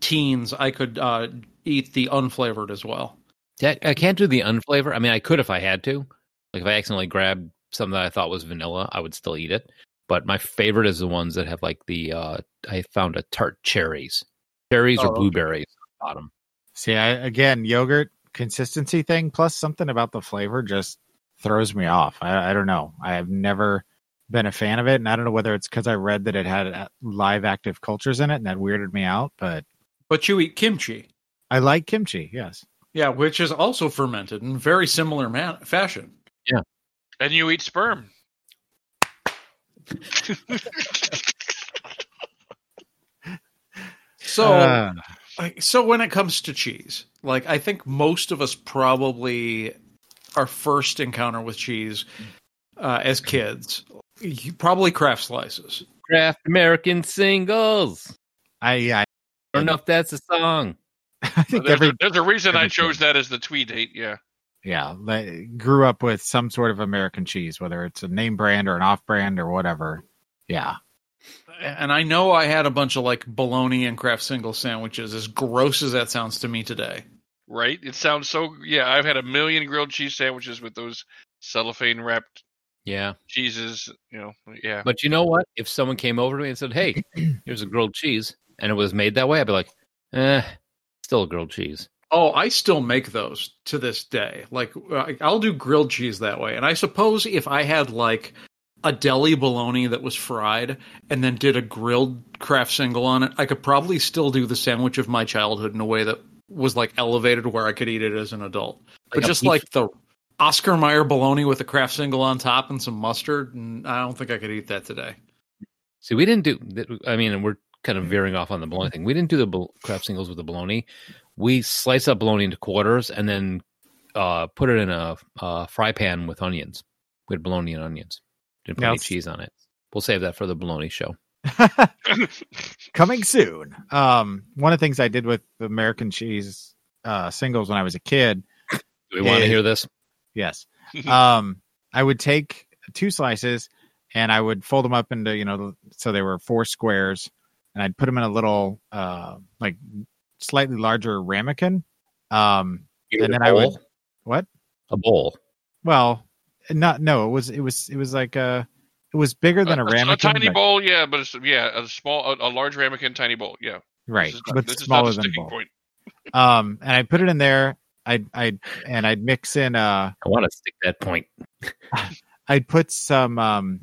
teens, I could uh, eat the unflavored as well.
Yeah, I can't do the unflavor. I mean, I could if I had to. Like if I accidentally grabbed something that I thought was vanilla, I would still eat it. But my favorite is the ones that have like the uh I found a tart cherries, cherries
Oh,
or
okay.
blueberries on the bottom.
See, I, again, yogurt consistency thing plus something about the flavor just throws me off. I, I don't know. I have never been a fan of it, and I don't know whether it's because I read that it had uh, live active cultures in it, and that weirded me out. But
But you eat kimchi,
I like kimchi. Yes,
yeah, which is also fermented in very similar man- fashion.
And you eat sperm.
So,
Uh,
like, so when it comes to cheese, like I think most of us probably our first encounter with cheese uh, as kids, you probably craft slices.
Craft American singles.
I yeah,
I don't know if that's a song.
I think
There's,
every
a, there's a reason I
every
chose that as the tweet date. Yeah.
yeah li- grew up with some sort of American cheese, whether it's a name brand or an off brand or whatever. Yeah,
and I know I had a bunch of like bologna and Kraft single sandwiches, as gross as that sounds to me today.
Right? It sounds so. Yeah, I've had a million grilled cheese sandwiches with those cellophane wrapped
Yeah.
cheeses. You know, yeah.
But you know what? If someone came over to me and said, "Hey, here's a grilled cheese," and it was made that way, I'd be like, "Eh, still a grilled cheese."
Oh, I still make those to this day. Like, I- I'll do grilled cheese that way. And I suppose if I had like a deli bologna that was fried and then did a grilled Kraft single on it, I could probably still do the sandwich of my childhood in a way that was like elevated where I could eat it as an adult. But
Like a
just
beef-
like the Oscar Mayer bologna with a Kraft single on top and some mustard, and I don't think I could eat that today.
See, we didn't do. th- I mean, and we're kind of
Mm.
veering off on the bologna thing. We didn't do the bol- crap singles with the bologna. We slice up bologna into quarters and then uh, put it in a uh, fry pan with onions. We had bologna and onions. Didn't put
Now
any
it's-
cheese on it. We'll save that for the bologna show.
coming soon. Um, one of the things I did with American cheese uh, singles when I was a kid,
Do we want
Yeah.
to hear this?
yes, um, I would take two slices and I would fold them up into you know so they were four squares, and I'd put them in a little uh, like slightly larger ramekin. Um, And then I would- what?
A bowl.
well, not no, it was it was it was like a it was bigger than a, ramekin,
a tiny
but-
bowl, yeah, but it's, yeah, a small, a, a large ramekin, tiny bowl, yeah.
right?
This is not-
But
this is not
smaller
a
than a
sticking
bowl.
point.
Um, and I put it in there. I I and I'd mix in uh
I want to stick that point.
I'd put some um,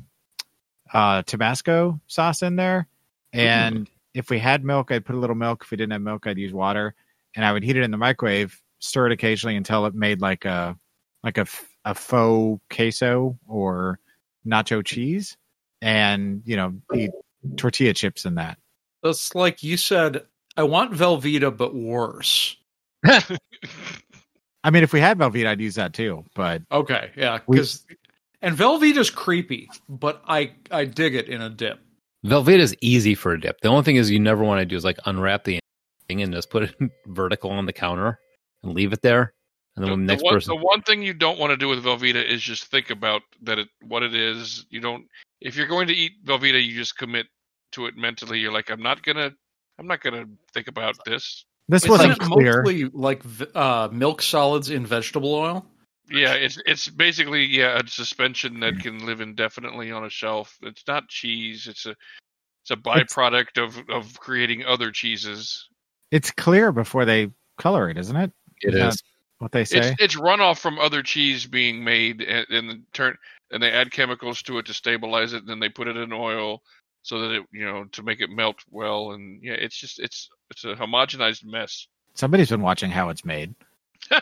uh, Tabasco sauce in there, and if we had milk, I'd put a little milk. If we didn't have milk, I'd use water, and I would heat it in the microwave, stir it occasionally until it made like a like a, f- a faux queso or nacho cheese, and you know, eat tortilla chips in that.
That's like you said. I want Velveeta, but worse.
I mean, if we had Velveeta, I'd use that too. But
Okay, yeah,
We-
because and Velveeta's creepy, but I I dig it in a dip.
Velveeta is easy for a dip. The only thing is you never want to do is like unwrap the thing and just put it vertical on the counter and leave it there. And then
The, the
when the next
one,
person
the one thing you don't want to do with Velveeta is just think about that it what it is. You don't. If you're going to eat Velveeta, you just commit to it mentally. You're like, I'm not gonna, I'm not gonna think about this.
this
Isn't
wasn't
it
clear.
mostly like v- uh, milk solids in vegetable oil.
Yeah, it's it's basically yeah a suspension that can live indefinitely on a shelf. It's not cheese. It's a it's a byproduct of of creating other cheeses.
it's clear before they color it, isn't it?
it
Yeah.
is
What they say.
It's it's runoff from other cheese being made and, and then turn and they add chemicals to it to stabilize it. And then they put it in oil so that it you know to make it melt well. And yeah, it's just it's it's a homogenized mess.
Somebody's been watching how it's made. uh,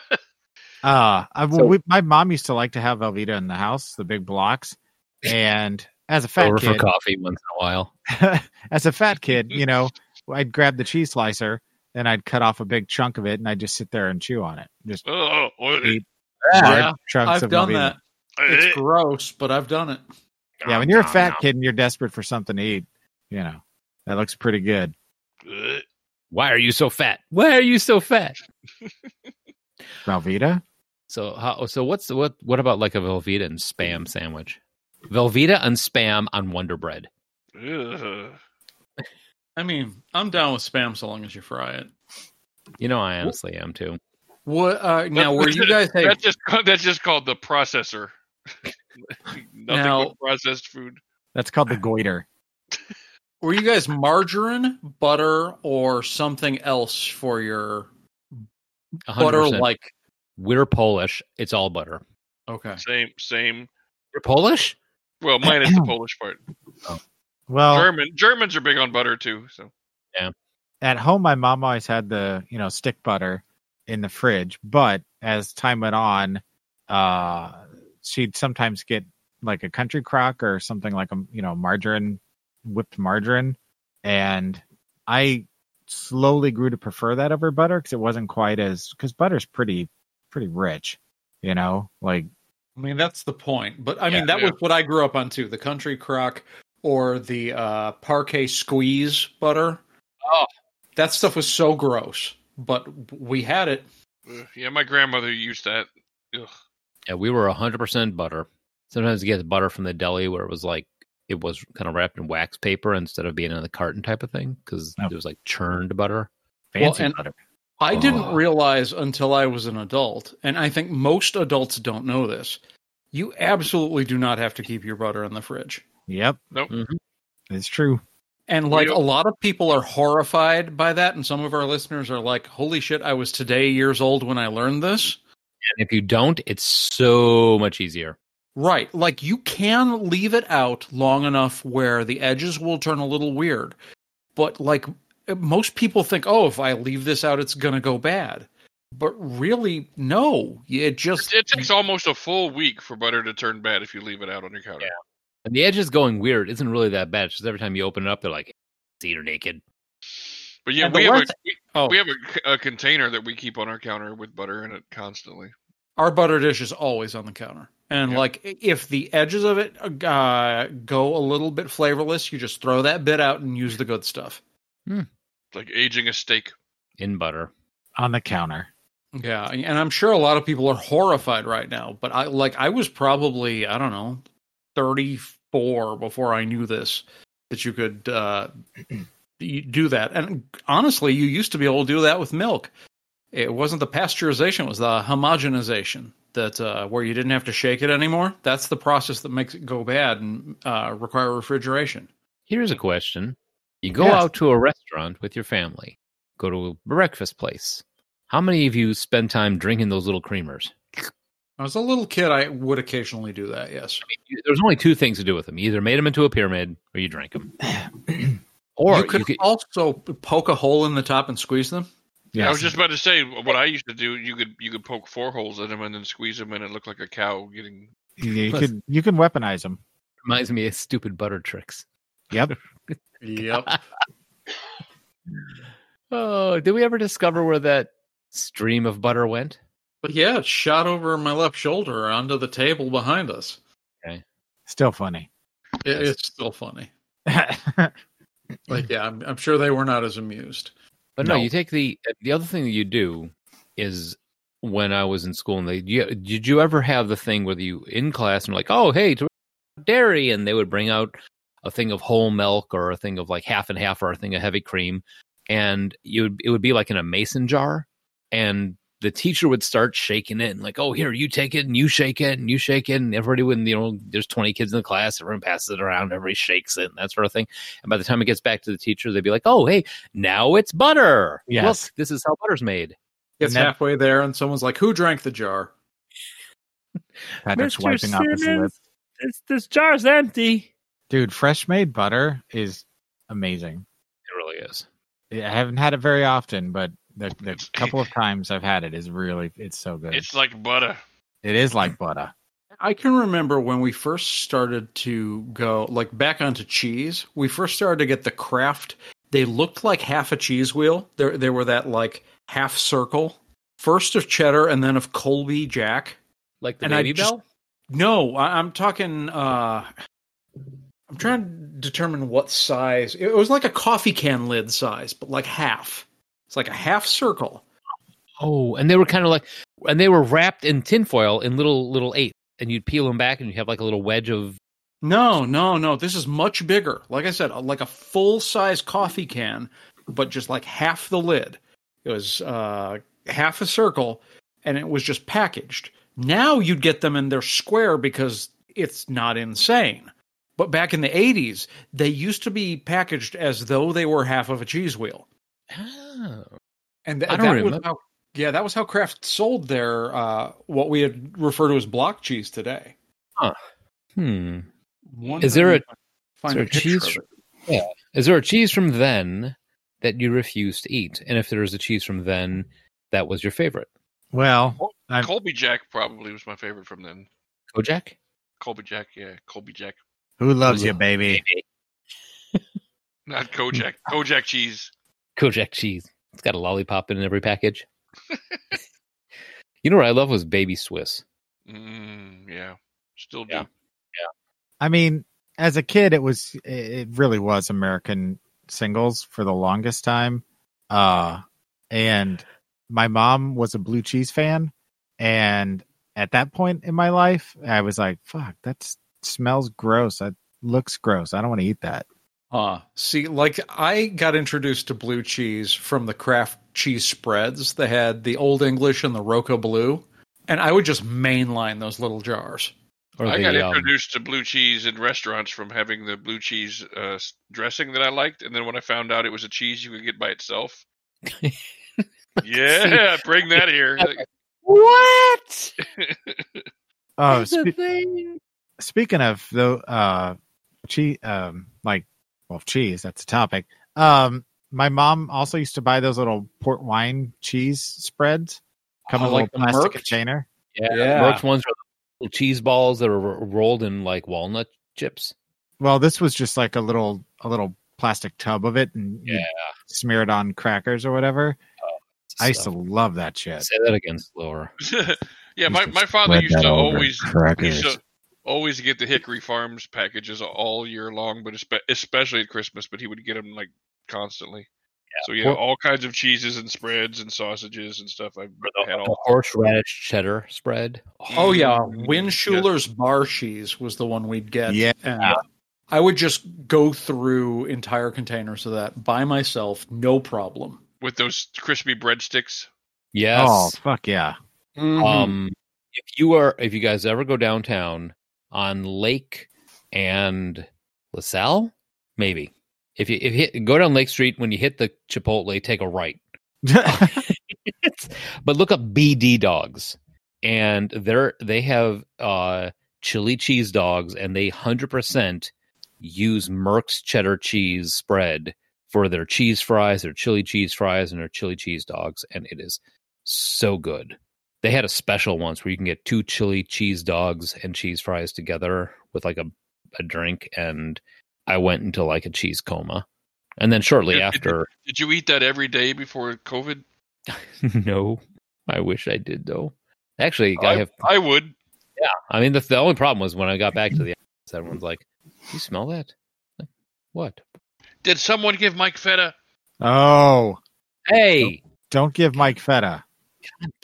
I, we, my mom used to like to have Velveeta in the house, the big blocks. And as a fat
over for
kid,
coffee once in a while.
as a fat kid, you know, I'd grab the cheese slicer and I'd cut off a big chunk of it and I'd just sit there and chew on it. Just
Oh,
Eat
Yeah,
large chunks
I've
of
done
Velveeta.
that. It's gross, but I've done it.
Yeah, when you're a fat kid and you're desperate for something to eat, you know, that looks pretty good.
Why are you so fat? Why are you so fat?
Velveeta?
So how so what's the what what about like a Velveeta and spam sandwich? Velveeta and spam on Wonder Bread.
I mean, I'm down with spam so long as you fry it.
You know I honestly am too.
What uh, now? Were you guys hey,
that's just that's just called the processor. Nothing
Now-
with processed food.
That's called the goiter.
were you guys margarine, butter, or something else for your
100%.
butter? Like
we're Polish. It's all butter.
okay,
Same, same.
You're Polish?
Well, minus the Polish part.
Well,
German Germans are big on butter too. So
at home my mom always had the you know stick butter in the fridge but as time went on uh she'd sometimes get like a country crock or something like a you know margarine whipped margarine and i slowly grew to prefer that over butter because it wasn't quite as because butter's pretty pretty rich you know like
I mean that's the point. But I mean
Yeah,
that
yeah.
was what I grew up on too: the country crock or the uh, parquet squeeze butter.
Oh.
that stuff was so gross, but we had it.
ugh, yeah, my grandmother used that. Ugh.
Yeah, we were 100% butter. Sometimes you get the butter from the deli where it was like, it was kind of wrapped in wax paper instead of being in the carton type of thing because
Oh.
it was like churned butter.
Well,
fancy
and-
butter
I didn't
Oh.
realize until I was an adult, and I think most adults don't know this. You absolutely do not have to keep your butter in the fridge.
yep
Nope.
Mhm.
it's true
And like
We-
a lot of people are horrified by that, and some of our listeners are like, "Holy shit, I was today years old when I learned this."
And if you don't, it's so much easier.
Right. Like you can leave it out long enough where the edges will turn a little weird. But like most people think, "Oh, if I leave this out, it's going to go bad." But really, no. It just
It takes almost a full week for butter to turn bad if you leave it out on your counter.
And the edges going weird isn't really that bad. It's Just every time you open it up, they're like, see you're naked.
But yeah,
And the
we have, a,
worst-
we,
oh,
we have a c- a, container that we keep on our counter with butter in it constantly.
our butter dish is always on the counter. And
Yeah.
like if the edges of it uh, go a little bit flavorless, you just throw that bit out and use the good stuff.
It's like aging a steak.
In butter.
on the counter.
Yeah, and I'm sure a lot of people are horrified right now, but I like I was probably, I don't know, 34 before I knew this that you could uh you do that. And honestly, you used to be able to do that with milk. It wasn't the pasteurization, it was the homogenization that uh where you didn't have to shake it anymore. That's the process that makes it go bad and uh require refrigeration.
Here's a question. You go
Yes.
out to a restaurant with your family, go to a breakfast place. How many of you spend time drinking those little creamers?
As a little kid, I would occasionally do that, yes.
You- There's only two things to do with them. You either made them into a pyramid or you drank them. Or
you could
you could-
also poke a hole in the top and squeeze them.
I was just about to say what I used to do. You could you could poke four holes in them and then squeeze them, and it looked like a cow getting.
Yeah, you could you can weaponize them.
reminds me of stupid butter tricks.
Yep.
Oh, did we ever discover where that stream of butter went?
But yeah, it shot over my left shoulder onto the table behind us.
Still funny.
It,
Yes.
It's still funny. Like, yeah, I'm, I'm sure they were not as amused.
But no,
No.
you take the the other thing that you do is when I was in school and they you, did you ever have the thing where you in class and like oh hey to dairy and they would bring out a thing of whole milk or a thing of like half and half or a thing of heavy cream and you would it would be like in a mason jar and the teacher would start shaking it and like oh here you take it and you shake it and you shake it and everybody would you know there's 20 kids in the class everyone passes it around everybody shakes it and that sort of thing and by the time it gets back to the teacher they'd be like oh hey now it's butter.
Yes.
Look, this is how butter's made.
It's
Never-
halfway there, and someone's like, "Who drank the jar?"
Patrick's wiping off his lip.
This, this jar's empty.
Dude, fresh made butter is amazing.
It really is.
I haven't had it very often, but the, the couple of times I've had it is really it's so good.
It's like butter.
It is like butter.
I can remember when we first started to go like back onto cheese. We first started to get the craft. They looked like half a cheese wheel. There, they were that like half circle. First of cheddar, and then of Colby Jack.
Like the
And I
baby
just-
bell?
No, I, I'm talking. uh I'm trying to determine what size. It was like a coffee can lid size, but like half. It's like a half circle.
Oh, and they were kind of like, and they were wrapped in tinfoil in little, little eight. And you'd peel them back and you'd have like a little wedge of,
No, no, no. This is much bigger. Like I said, like a full size coffee can, but just like half the lid. It was uh, half a circle, and it was just packaged. Now you'd get them in their square because it's not insane. But back in the 80s, they used to be packaged as though they were half of a cheese wheel.
oh,
And th-
I don't
that was
remember.
how, yeah, that was how Kraft sold their uh, what we had referred to as block cheese today.
hmm.
One
Is there a-
find
is there a
picture
cheese
of
sh-
it.
Is there a cheese from then that you refuse to eat? And if there is a cheese from then, that was your favorite.
Well, I've-
Colby Jack probably was my favorite from then.
Kojak?
Colby Jack, yeah, Colby Jack,
who loves you, baby?
not Kojak. Kojak cheese.
Kojak cheese. It's got a lollipop in every package. you know what I love was Baby Swiss.
Mm, yeah, still do.
Yeah.
I mean, as a kid, it was it really was American singles for the longest time. Uh, and my mom was a blue cheese fan, and at that point in my life, I was like, "Fuck, that smells gross. That looks gross. I don't want to eat that."
Huh. See, like I got introduced to blue cheese from the Kraft cheese spreads. They had the Old English and the Roca Blue, and I would just mainline those little jars.
Or
I
the,
got
um,
introduced to blue cheese in restaurants from having the blue cheese uh, s- dressing that I liked, and then when I found out it was a cheese you could get by itself, yeah, bring that here.
what?
Oh,
It's a
spe-
thing.
speaking of though, uh, cheese, um, like, well, cheese. That's a topic. Um, my mom also used to buy those little port wine cheese spreads, Come
Oh,
in a little
like the
plastic
Merc?
container.
Yeah.
Yeah.
Merch ones are little cheese balls that are ro- rolled in like walnut chips.
Well, this was just like a little a little plastic tub of it, and you
Yeah.
smear it on crackers or whatever. I used to
So-
love that shit.
say that again slower.
yeah, my, my father used to always used to always get the Hickory Farms packages all year long, but espe- especially at Christmas. But he would get them like constantly. So yeah,
Well-
all kinds of cheeses and spreads and sausages and stuff. I've had
The
all.
horseradish cheddar spread.
Oh yeah,
Mm,
Winschuler's bar cheese was the one we'd get.
Yeah.
And I would just go through entire containers of that by myself, no problem.
with those crispy breadsticks.
Yes.
Oh fuck yeah!
Mm-hmm.
Um, if you are, if you guys ever go downtown on Lake and LaSalle, maybe if you if you hit, go down Lake Street when you hit the Chipotle, take a right. but look up BD dogs, and they're they have uh chili cheese dogs, and they hundred percent use Merck's cheddar cheese spread for their cheese fries, their chili cheese fries, and their chili cheese dogs, and it is so good. They had a special once where you can get two chili cheese dogs and cheese fries together with like a a drink, and I went into like a cheese coma, and then shortly after,
Did you eat that every day before COVID?
no, I wish I did though. Actually, I
I,
have.
I would.
I mean, the, the only problem was when I got back to the office, everyone's like, "You smell that? Like, what?
Did someone give Mike Feta?
oh,
Hey,
don't give Mike feta.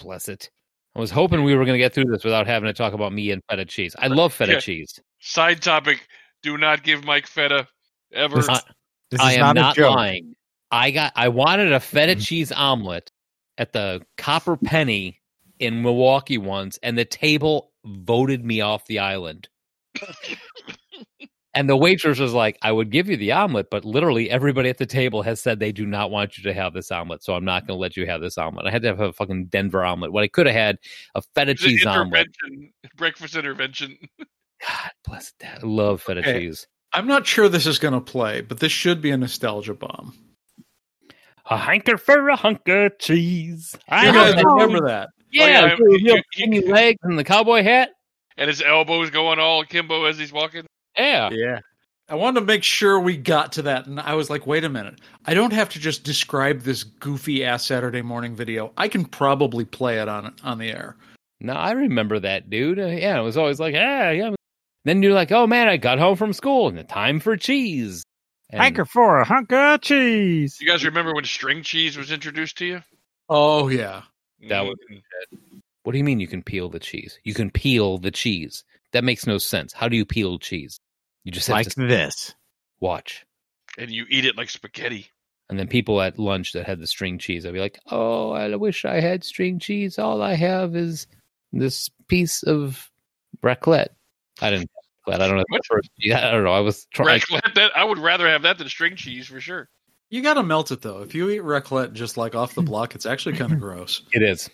bless it." I was hoping we were going to get through this without having to talk about me and feta cheese. I love feta
Yeah.
cheese.
Side topic: Do not give Mike Feta ever.
I-
This is
I am
not, a
not
joke. Mm-hmm.
lying. I got. I wanted a feta cheese omelet at the Copper Penny in Milwaukee once, and the table voted me off the island. and the waitress was like, "I would give you the omelet, but literally everybody at the table has said they do not want you to have this omelet, so I'm not going to let you have this omelet." I had to have a fucking Denver omelet. What I could have had a feta
It's an
cheese omelet.
intervention, breakfast intervention.
God bless that. I love feta
Okay.
cheese.
I'm not sure this is going to play, but this should be a nostalgia bomb.
A hanker for a hunker cheese. I
You guys
know.
remember that?
yeah,
Yeah,
I-
dude, with
you-
your skinny legs and the cowboy hat.
and his elbows going all akimbo as he's walking.
Yeah.
Yeah. I wanted to make sure we got to that, and I was like, wait a minute. I don't have to just describe this goofy ass Saturday morning video. I can probably play it on on the air.
No, I remember that, dude. Uh, yeah, it was always like, yeah, yeah. Then you're like, oh man, I got home from school and the time for cheese. And
Hanker for a hunk of cheese.
You guys remember when string cheese was introduced to you? Mm.
Oh yeah.
That was- What do you mean you can peel the cheese? You can peel the cheese. That makes no sense. How do you peel cheese? You just have
Like
to
this.
watch.
and you eat it like spaghetti.
And then people at lunch that had the string cheese, I'd be like, oh, I wish I had string cheese. All I have is this piece of raclette. I didn't. I don't know.
What?
Yeah, I don't know. I was trying.
Raclette, that, I would rather have that than string cheese for sure.
You gotta melt it though. If you eat raclette just like off the block, it's actually kind of gross.
It is.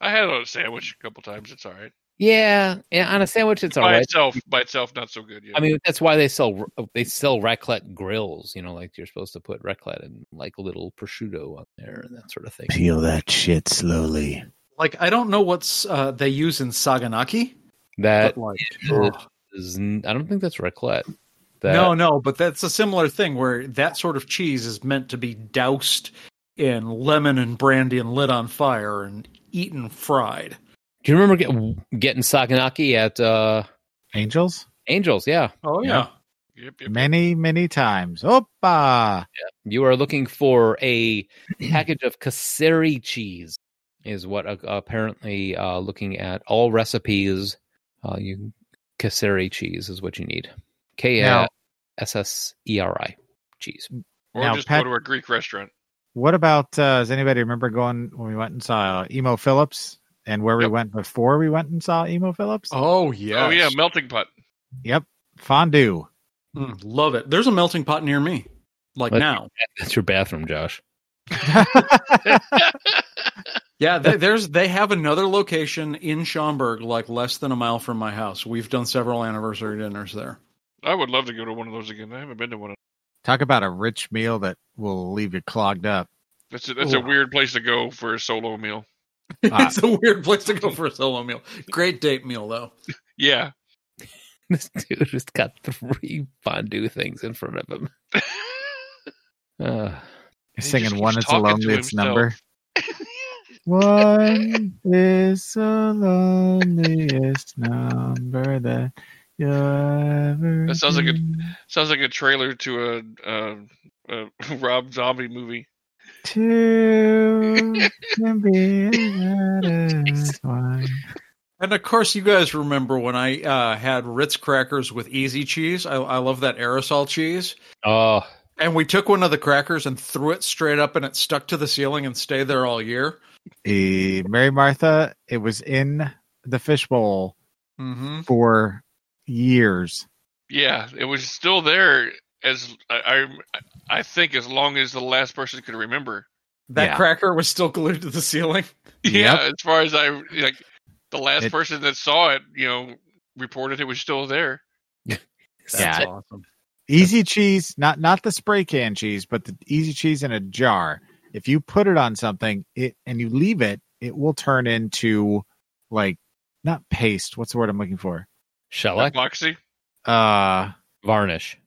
I had it on a sandwich a couple times. It's all right.
Yeah, yeah. On a sandwich, it's all
by
right.
itself, by itself, not so good. Yeah.
I mean, that's why they sell oh, they sell raclette grills. You know, like you're supposed to put raclette and like little prosciutto on there and that sort of thing.
Peel that shit slowly.
Like I don't know what's uh, they use in Saganaki,
That
but like
is- is, n- I don't think that's raclette. That,
no, no, but that's a similar thing where that sort of cheese is meant to be doused in lemon and brandy and lit on fire and eaten fried.
do you remember get, getting saganaki at uh
Angels?
Angels? Yeah,
Oh
yeah.
yep, yep.
Many, many times. Opa!
you are looking for a package of caseri cheese, is what uh, apparently uh, looking at all recipes. Uh, you caseri cheese is what you need. K
Now-
S S E R I cheese.
or
Now,
just
Pat-
go to a Greek restaurant.
What about, uh, does anybody remember going when we went and saw Emo Phillips and where we
Yep.
went before we went and saw Emo Phillips?
Oh yeah.
Oh yeah, melting pot.
Yep. Fondue.
Mm, love it. There's a melting pot near me. Like
What?
now.
That's your bathroom, Josh.
Yeah, they, there's they have another location in Schaumburg, like less than a mile from my house. We've done several anniversary dinners there.
I would love to go to one of those again. I haven't been to one. of
Talk about a rich meal that will leave you clogged up.
That's a, that's a
Ooh.
weird place to go for a solo meal.
Ah.
it's a weird place to go for a solo meal. Great date meal though.
Yeah.
This dude has got three fondue things in front of him. Uh,
He
singing
just
one
keeps
is alone
talking to
its
himself.
number. One is the loneliest number that you ever.
That sounds like a-
been.
Sounds like a trailer to a, uh a Rob Zombie movie.
Two can be as one.
And of course, you guys remember when I uh, had Ritz crackers with easy cheese. I, I love that aerosol cheese.
oh,
And we took one of the crackers and threw it straight up, and it stuck to the ceiling and stayed there all year.
Eh, Mary Martha, it was in the fishbowl
Mm-hmm.
for years.
Yeah, it was still there as I, I I think as long as the last person could remember.
That
Yeah.
cracker was still glued to the ceiling.
Yeah, as far as I like, the last
It-
person that saw it, you know, reported it was still there.
Yeah.
That's awesome.
Easy cheese, not not the spray can cheese, but the easy cheese in a jar. If you put it on something, it and you leave it, it will turn into like not paste. What's the word I'm looking for?
shellac,
Moxie
Uh
varnish.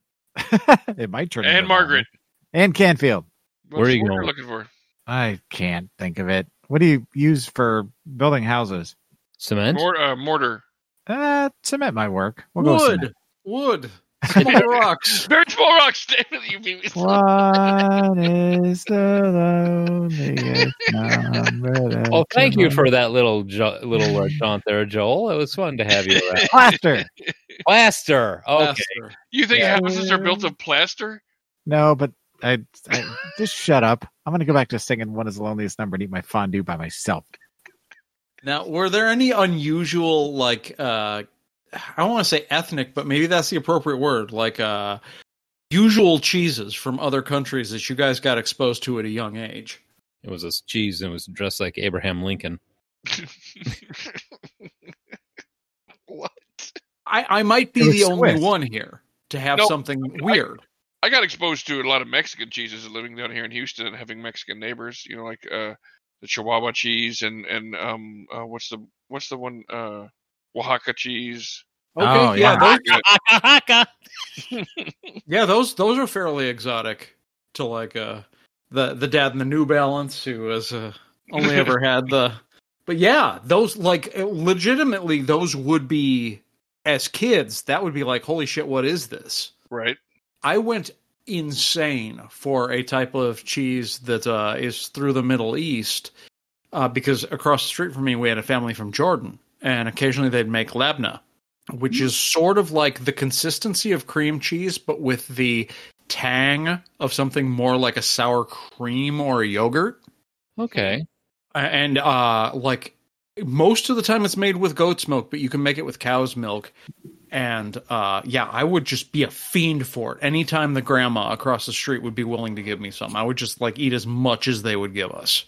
it might turn into
and Margaret.
and Canfield.
What's
Where are
the
you
word
going
you're
with-
looking for?
I can't think of it. What do you use for building houses?
Cement?
Mor- uh, mortar.
Uh, cement might work. We'll go with
Wood,
cement.
wood, small rocks.
Very small rocks. damn it, you mean-
One is the loneliest number. that
Oh, thank you
know.
for that little jo- little uh, jaunt there, Joel. It was fun to have you around.
plaster.
Plaster. Okay.
Faster.
You think
Yeah.
houses are built of plaster?
No, but I, I just shut up. I'm gonna go back to singing "One Is the Loneliest Number" and eat my fondue by myself.
Now, were there any unusual, like, uh, I don't want to say ethnic, but maybe that's the appropriate word, like, uh, usual cheeses from other countries that you guys got exposed to at a young age?
It was a cheese and it was dressed like Abraham Lincoln.
what?
I, I might be
It was
the only
Swiss.
one here to have
Nope.
something weird.
I got exposed to a lot of Mexican cheeses living down here in Houston and having Mexican neighbors. You know, like uh, the Chihuahua cheese and and um, uh, what's the what's the one uh, Oaxaca cheese?
Okay,
Oh,
yeah,
yeah.
those,
Haka
yeah, those those are fairly exotic to like uh the the dad in the New Balance who has uh, only ever had the. But yeah, those like uh, legitimately, those would be as kids. That would be like, holy shit, what is this?
Right.
I went insane for a type of cheese that uh, is through the Middle East uh, because across the street from me, we had a family from Jordan, and occasionally they'd make labna, which is sort of like the consistency of cream cheese, but with the tang of something more like a sour cream or a yogurt.
Okay.
Uh, And uh, like most of the time, it's made with goat's milk, but you can make it with cow's milk. And uh, yeah, I would just be a fiend for it. Anytime the grandma across the street would be willing to give me some, I would just like eat as much as they would give us.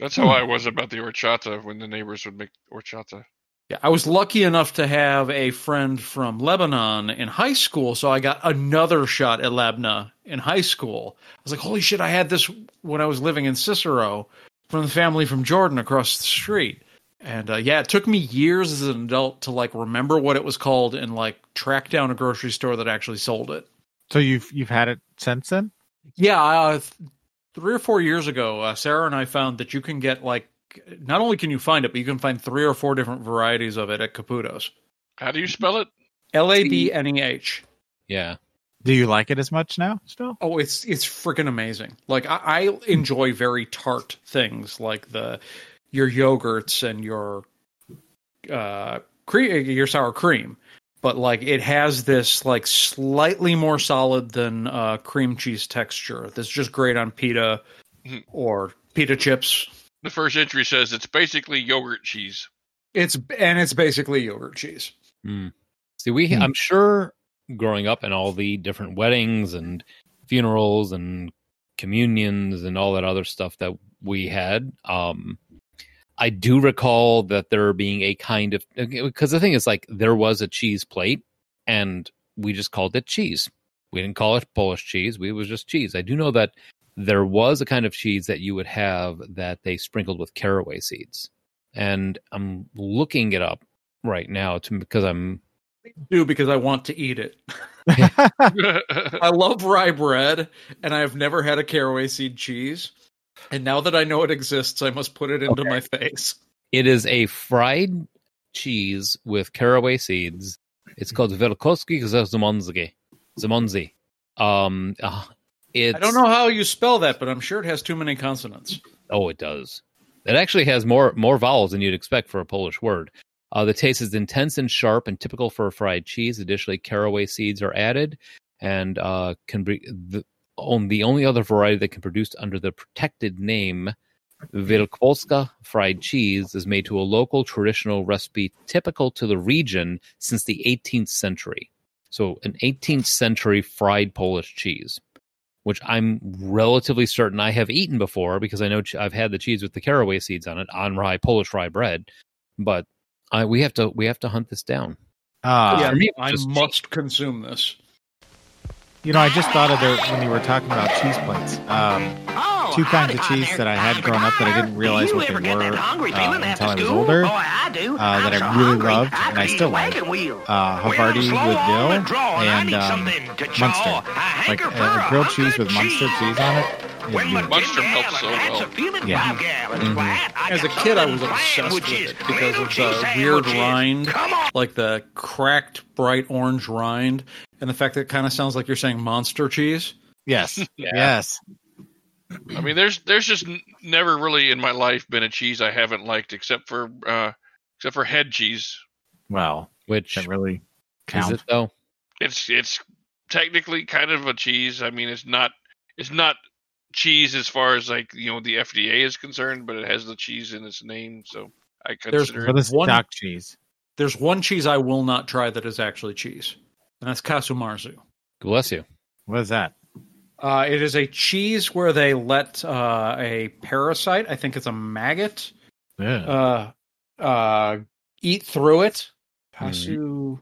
That's how I was about the horchata when the neighbors would make horchata.
Yeah, I was lucky enough to have a friend from Lebanon in high school, so I got another shot at labna in high school. I was like, holy shit, I had this when I was living in Cicero from the family from Jordan across the street. And uh, yeah, it took me years as an adult to like remember what it was called and like track down a grocery store that actually sold it.
So you've you've had it since then?
Yeah, uh, th- three or four years ago, uh, Sarah and I found that you can get like not only can you find it, but you can find three or four different varieties of it at Caputo's.
How do you spell it?
L A B N E H.
Yeah.
Do you like it as much now? Still?
Oh, it's it's freaking amazing. Like I, I enjoy very tart things, like the your yogurts and your uh cream, your sour cream. But like it has this like slightly more solid than uh, cream cheese texture. That's just great on pita Mm-hmm.
Mhm.
or pita chips.
The first entry says it's basically yogurt cheese.
It's and it's basically yogurt cheese.
Hmm. See, we
Hmm.
I'm sure growing up in all the different weddings and funerals and communions and all that other stuff that we had, um, I do recall that there being a kind of because the thing is like there was a cheese plate and we just called it cheese. We didn't call it Polish cheese. We it was just cheese. I do know that there was a kind of cheese that you would have that they sprinkled with caraway seeds. and I'm looking it up right now to, because I'm
do because I want to eat it. I love rye bread, and I have never had a caraway seed cheese. And now that I know it exists, I must put it into my face.
It is a fried cheese with caraway seeds.
Mm-hmm.
It's called Velkoski Zamonzi. Zamonzi. Um, uh, it's,
I don't know how you spell that, but I'm sure it has too many consonants.
Oh, it does. It actually has more more vowels than you'd expect for a Polish word. Uh, the taste is intense and sharp, and typical for a fried cheese. Additionally, caraway seeds are added, and uh, can be the, on the only other variety that can produce under the protected name Wielkopolska fried cheese is made to a local traditional recipe typical to the region since the 18th century. So, an 18th century fried Polish cheese, which I'm relatively certain I have eaten before because I know ch- I've had the cheese with the caraway seeds on it on rye Polish rye bread. But I, we have to we have to hunt this down.
Uh,
yeah,
for me,
I
it's just
must consume this.
You know, I just thought of it when you were talking about cheese plates. Um,
Two kinds of cheese that I had growing up that I didn't realize what they were uh, until I was older. Uh, that I really loved and I still like.
uh, Havarti with dill and um, Munster, like uh, grilled cheese with Munster cheese on it. is good.
Munster helps so well.
Yeah.
Mm-hmm.
As a kid, I was obsessed with it because of the weird rind, like the cracked bright orange rind, and the fact that it kind of sounds like you're saying monster cheese.
Yes, yes.
I mean, there's there's just n- never really in my life been a cheese I haven't liked, except for uh, except for head cheese.
Well,
Which
that really
is
counts.
it though?
It's it's technically kind of a cheese. I mean, it's not it's not cheese as far as like you know the FDA is concerned, but it has the cheese in its name, so I
There's-
consider
For
it.
this
One-
stock cheese.
There's one cheese I will not try that is actually cheese, and that's kasumarzu.
Bless you.
What is that?
Uh, it is a cheese where they let uh, a parasite, I think it's a maggot,
Yeah.
uh, uh, eat through it. Kasu,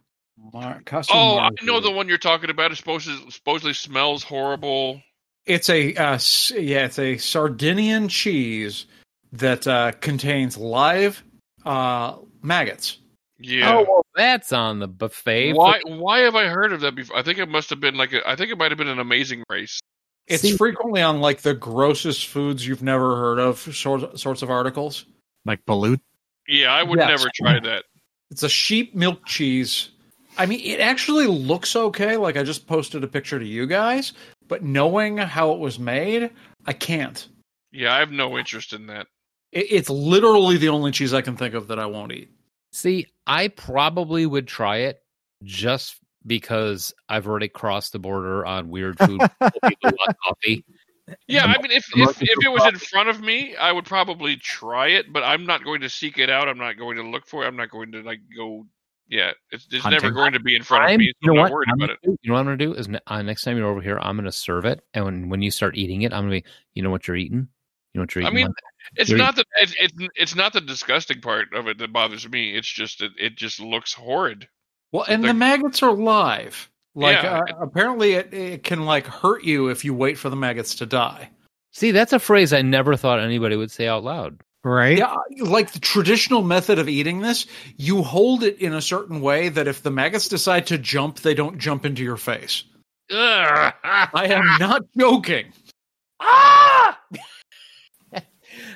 mar- Kasu
Oh, I know the one you're talking about. It supposedly, supposedly smells horrible.
It's a uh, s- yeah, it's a Sardinian cheese that uh, contains live uh, maggots.
Yeah.
Oh, well, that's on the buffet. for-
why why have I heard of that before? I think it must have been like a, I think it might have been an amazing race.
It's
See-
frequently on like the grossest foods you've never heard of sort, sorts of articles.
Like balut.
Yeah, I would
Yes.
never try that.
It's a sheep milk cheese. I mean, it actually looks okay. Like I just posted a picture to you guys, but knowing how it was made, I can't.
Yeah, I have no interest in that.
It, it's literally the only cheese I can think of that I won't eat.
See, I probably would try it just because I've already crossed the border on weird food. people want coffee.
Yeah, I mean, if if, if it was in front of me, I would probably try it, but I'm not going to seek it out. I'm not going to look for it. I'm not going to like go. Yeah, it's, it's never
Hunting.
going to be in front of me. So
you know
I'm
what?
not worried
I'm
about it.
gonna do- you know what I'm going to do is ne- uh, next time you're over here, I'm going to serve it, and when, when you start eating it, I'm going to be, you know what you're eating. You know what you're
I
eating.
mean, It's
You're-
not the it's, it's it's not the disgusting part of it that bothers me. It's just it, it just looks horrid.
Well, and the,
The-
maggots are live. Like
Yeah.
uh, apparently, it, it can like hurt you if you wait for the maggots to die.
see, that's a phrase I never thought anybody would say out loud.
Right?
Yeah, like the traditional method of eating this, you hold it in a certain way that if the maggots decide to jump, they don't jump into your face.
Ugh.
I am not joking.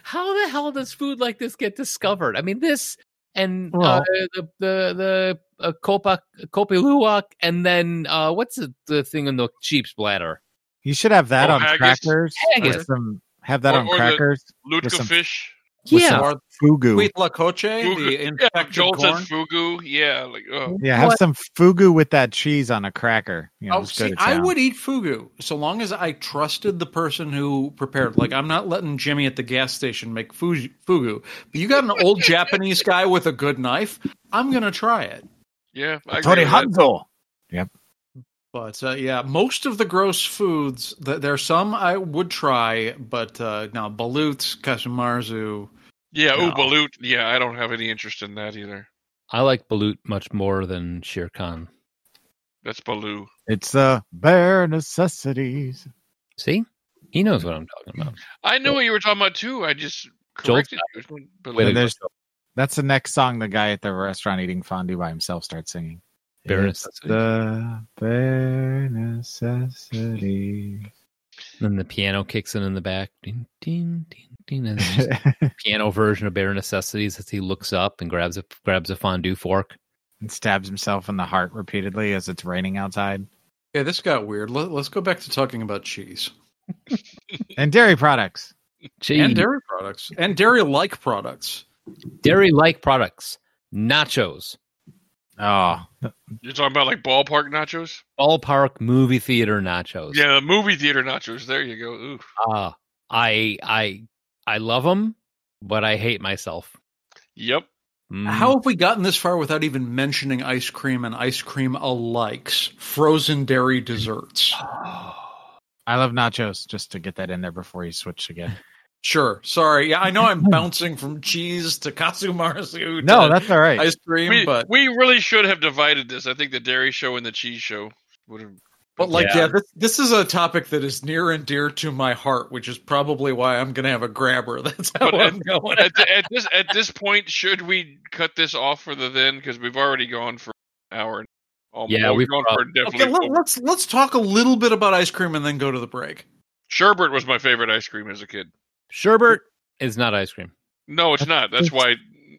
How the hell does food like this get discovered? I mean, this and uh,
Well-
the the the uh, Copa Kopi Luwak, and then uh, what's the, the thing in the sheep's bladder?
You should have that
Oh,
on
haggis?
crackers. or
Haggis.
some- have that
Or-
on
or the-
crackers.
Lutka
some-
fish.
with
Yeah.
some fugu.
Sweet lacoche,
Fugu.
the
Yeah,
infected
Joel
corn.
says fugu. Yeah, like oh.
Yeah, have
What?
some fugu with that cheese on a cracker. You know,
Oh,
just go
see,
to
I
town.
would eat fugu so long as I trusted the person who prepared. Like, I'm not letting Jimmy at the gas station make fu- fugu. But you got an old Japanese guy with a good knife. I'm gonna try it.
yeah. I agree
Tori
with that.
Hanzo.
But uh, yeah, most of the gross foods. Th- there are some I would try, but uh, now balut, kasumarzu.
Yeah, ooh,
No.
balut. Yeah, I don't have any interest in that either.
I like balut much more than Shere Khan.
That's Baloo.
It's the bare necessities.
See, he knows what I'm talking about.
I knew what you were talking about too. I just
Joel-
corrected you. It was
Wait,
Baloo.
And there's That's the next song the guy at the restaurant eating fondue by himself starts singing.
Bare
It's
necessities.
The bare necessities.
Then the piano kicks in in the back. Ding, ding, ding, ding. And there's just a piano version of Bare Necessities as he looks up and grabs a grabs a fondue fork.
and stabs himself in the heart repeatedly as it's raining outside.
Yeah, this got weird. Let, let's go back to talking about cheese
And dairy products.
and
dairy
dairy products and dairy like products.
like products, nachos,
Oh,
You're talking about like ballpark nachos?
ballpark movie theater nachos.
Yeah, movie theater nachos. There you go. Ooh.
Uh, I I I love them, but I hate myself.
Yep.
Mm.
How have we gotten this far without even mentioning ice cream and ice cream alikes, frozen dairy desserts?
I love nachos. Just to get that in there before you switch again.
Sure. Sorry. Yeah, I know I'm bouncing from cheese to katsumaru.
No,
to
that's all right.
ice cream,
We,
but
we really should have divided this. I think the dairy show and the cheese show would have.
but like
Yeah.
yeah, this this is a topic that is near and dear to my heart, which is probably why I'm gonna have a grabber. That's how
But-
I'm going.
At, th- at this at this point, should we cut this off for the then? Because we've already gone for an hour. Almost.
Yeah, we've
gone for definitely.
Okay, let,
over.
let's let's talk a little bit about ice cream and then go to the break.
Sherbet was my favorite ice cream as a kid.
sherbet is not ice cream.
No, it's not. That's why.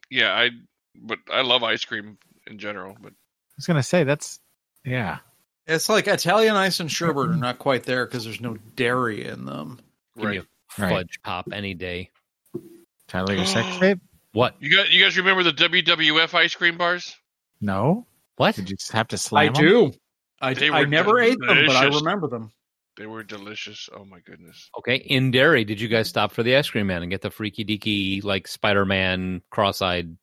Yeah, I. But I love ice cream in general. But
I was gonna say that's yeah.
It's like Italian ice and sherbet are not quite there because there's no dairy in them.
Give me
right.
a
Right.
fudge pop any day.
Tyler, your sex tape?
What?
You guys, you guys remember the WWF ice cream bars?
No,
What?
did you just have to slam? 'em?
I,
They
do.
were
I never ate them, but I
delicious.
remember them.
They were delicious. Oh my goodness.
Okay, in Derry, did you guys stop for the ice cream man and get the freaky deaky like Spider Man cross eyed?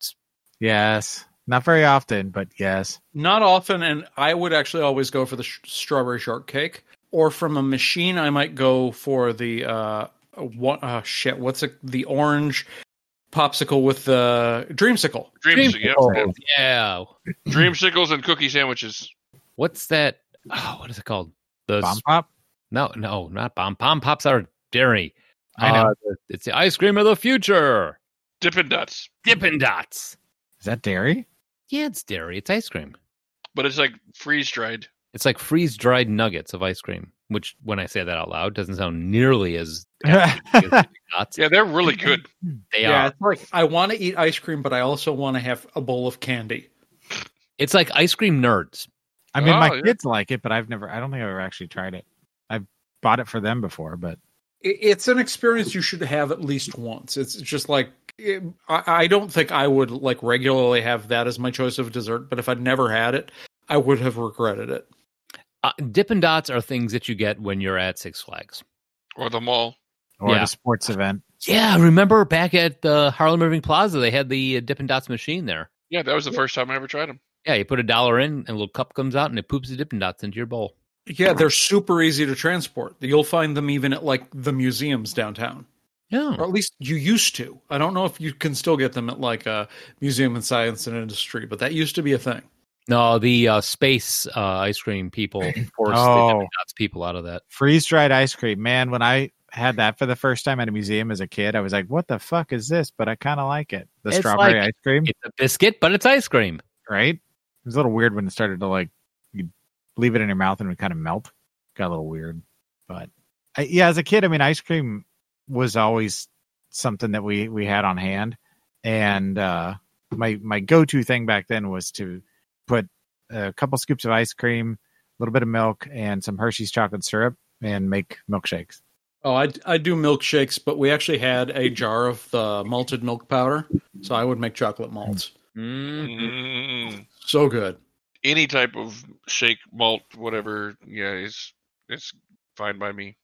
Yes, not very often, but yes.
Not often, and I would actually always go for the sh- strawberry shortcake, or from a machine, I might go for the uh, what? Uh, shit, what's it? The orange popsicle with the dreamsicle.
Dreams, yeah, yeah.
Yeah.
dreamsicles and cookie sandwiches.
What's that? Oh, what is it called? The
Bomb pop.
no, no, not bomb. Pom pops are Derry.
I know.
Uh, it's the ice cream of the future.
Dippin' Dots,
Dippin' Dots.
Is that dairy?
Yeah, it's dairy. It's ice cream.
but it's like freeze dried.
It's like freeze dried nuggets of ice cream, which when I say that out loud doesn't sound nearly as as
yeah,
nuts.
Yeah, they're really good.
They are.
Yeah, it's like I want to eat ice cream, but I also want to have a bowl of candy.
It's like ice cream nerds.
I mean, my
Oh, yeah.
kids like it, but I've never. I don't think I've ever actually tried it. I've bought it for them before, but
I- It's an experience you should have at least once. It's just like it- I I don't think I would like regularly have that as my choice of dessert, but if I'd never had it, I would have regretted it.
Uh, Dippin' Dots are things that you get when you're at Six Flags.
Or the mall.
or at
Yeah.
a sports event.
Yeah, remember back at the Harlem Irving Plaza, they had the uh, Dippin' Dots machine there.
Yeah, that was the first time I ever tried them.
Yeah, you put a dollar in, and a little cup comes out, and it poops the Dippin' Dots into your bowl.
Yeah, they're super easy to transport. You'll find them even at like the museums downtown, or
No,
at least you used to. I don't know if you can still get them at like a museum in science and industry, but that used to be a thing.
no, the uh, space uh, ice cream people forced the Dippin'
Oh.
Dots people out of that.
Freeze dried ice cream, man. When I had that for the first time at a museum as a kid, I was like, "What the fuck is this?" But I kind of like it. The
It's
strawberry
like-
ice cream,
It's a biscuit, but it's ice cream.
right? It was a little weird when it started to like you leave it in your mouth and it would kind of melt. Got a little weird, but I, yeah, as a kid, I mean, ice cream was always something that we we had on hand, and uh, my my go to thing back then was to put a couple scoops of ice cream, a little bit of milk, and some Hershey's chocolate syrup, and make milkshakes.
Oh, I, I do milkshakes, but we actually had a jar of the malted milk powder, so I would make chocolate malts.
Mm-hmm.
Mm.
So good.
Any type of shake, malt, whatever. Yeah, it's it's fine by me.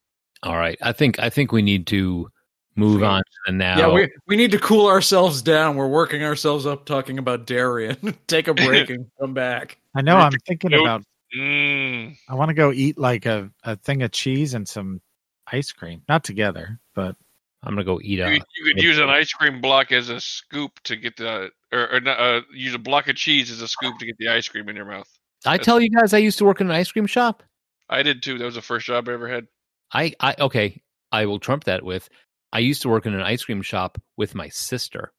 All right, I think I think we need to move on to the now.
Yeah, we we need to cool ourselves down. We're working ourselves up talking about dairy and take a break and come back.
I know I'm thinking
Nope.
about.
Mm.
I want to go eat like a, a thing of cheese and some ice cream, not together, but
I'm gonna go eat
You,
a.
could, you could use an ice cream block as a scoop to get the, or, or not, uh, use a block of cheese as a scoop to get the ice cream in your mouth.
I tell you guys, I used to work in an ice cream shop.
I did too. That was the first job I ever had.
I, I okay, I will trump that with I used to work in an ice cream shop with my sister.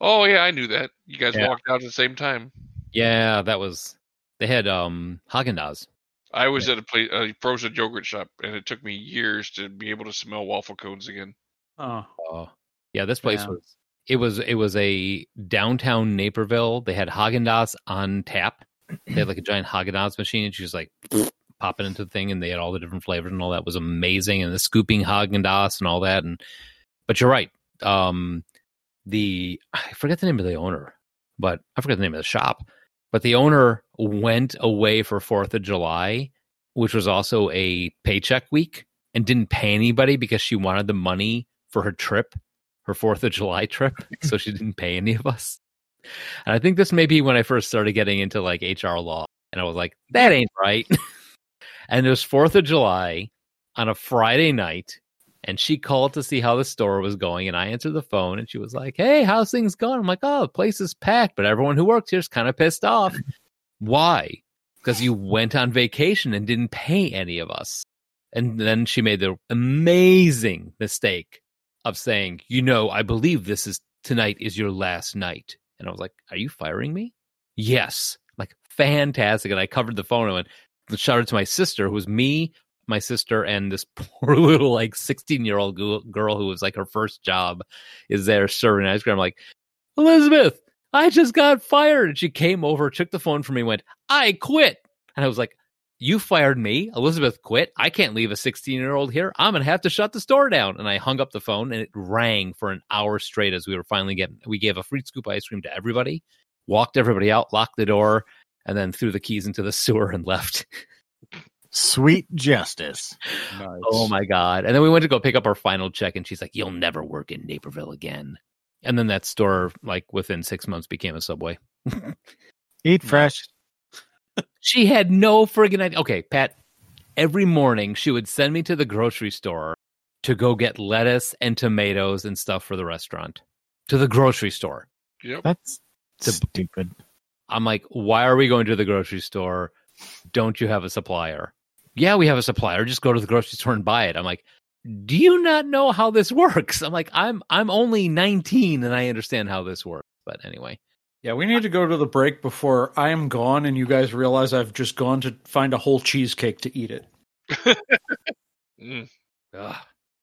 Oh yeah, I knew that. You guys walked out at the same time.
Yeah, that was they had um Haagen Dazs.
I was at a, place, a frozen yogurt shop, and it took me years to be able to smell waffle cones again.
Oh,
Oh, yeah, this place
Yeah.
was it was it was a downtown Naperville. They had Haagen Dazs on tap. They had like a giant Haagen Dazs machine, and she was like popping into the thing, and they had all the different flavors and all that was amazing, and the scooping Haagen Dazs and all that. And but you're right, um, the I forget the name of the owner, but I forget the name of the shop. But the owner went away for Fourth of July, which was also a paycheck week, and didn't pay anybody because she wanted the money for her trip, her Fourth of July trip. so she didn't pay any of us. And I think this may be when I first started getting into like HR law, and I was like, that ain't right. and it was Fourth of July on a Friday night, and she called to see how the store was going, and I answered the phone, and she was like, "Hey, how's things going?" I'm like, "Oh, the place is packed, but everyone who works here's kind of pissed off. Why? Because you went on vacation and didn't pay any of us." And then she made the amazing mistake of saying, "You know, I believe this is tonight is your last night." And I was like, "Are you firing me?" Yes. Like fantastic. And I covered the phone and went, shouted to my sister, who was me, my sister, and this poor little like sixteen year old girl who was like her first job is there serving ice cream. I'm like, Elizabeth, I just got fired. And she came over, took the phone from me, and went, I quit. And I was like, You fired me. Elizabeth quit. I can't leave a 16 year old here. I'm going to have to shut the store down. And I hung up the phone and it rang for an hour straight as we were finally getting, we gave a free scoop of ice cream to everybody, walked everybody out, locked the door, and then threw the keys into the sewer and left.
Sweet justice.
nice.
Oh my god! And then we went to go pick up our final check, and she's like, "You'll never work in Naperville again." And then that store, like within six months, became a Subway.
Eat fresh.
She had no friggin' idea. Okay, Pat. Every morning, she would send me to the grocery store to go get lettuce and tomatoes and stuff for the restaurant. To the grocery store.
Yep.
That's
It's a-
stupid.
I'm like, why are we going to the grocery store? Don't you have a supplier? Yeah, we have a supplier. Just go to the grocery store and buy it. I'm like, do you not know how this works? I'm like, I'm I'm only 19 and I understand how this works. But anyway,
Yeah, we need to go to the break before I am gone and you guys realize I've just gone to find a whole cheesecake to eat it.
Mm.
ugh,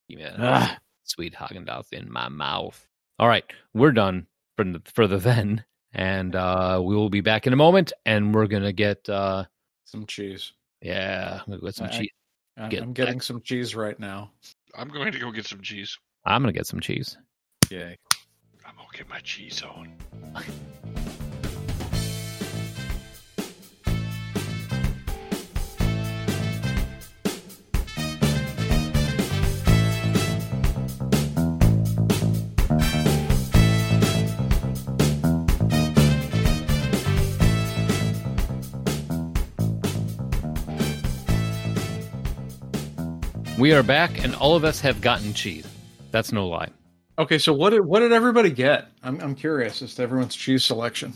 yeah,
Ugh.
sweet Haagen Dazs in my mouth. All right, we're done for the, for the then, and uh, we will be back in a moment, and we're gonna get uh,
Some cheese.
yeah, we'll get some
I-
cheese.
I'm,
Get
I'm getting some cheese right now.
I'm going to go get some cheese.
I'm gonna get some cheese.
Yeah.
I'm gonna get my cheese on.
We are back, and all of us have gotten cheese. That's no lie.
Okay, so what did what did everybody get? I'm I'm curious as to everyone's cheese selection.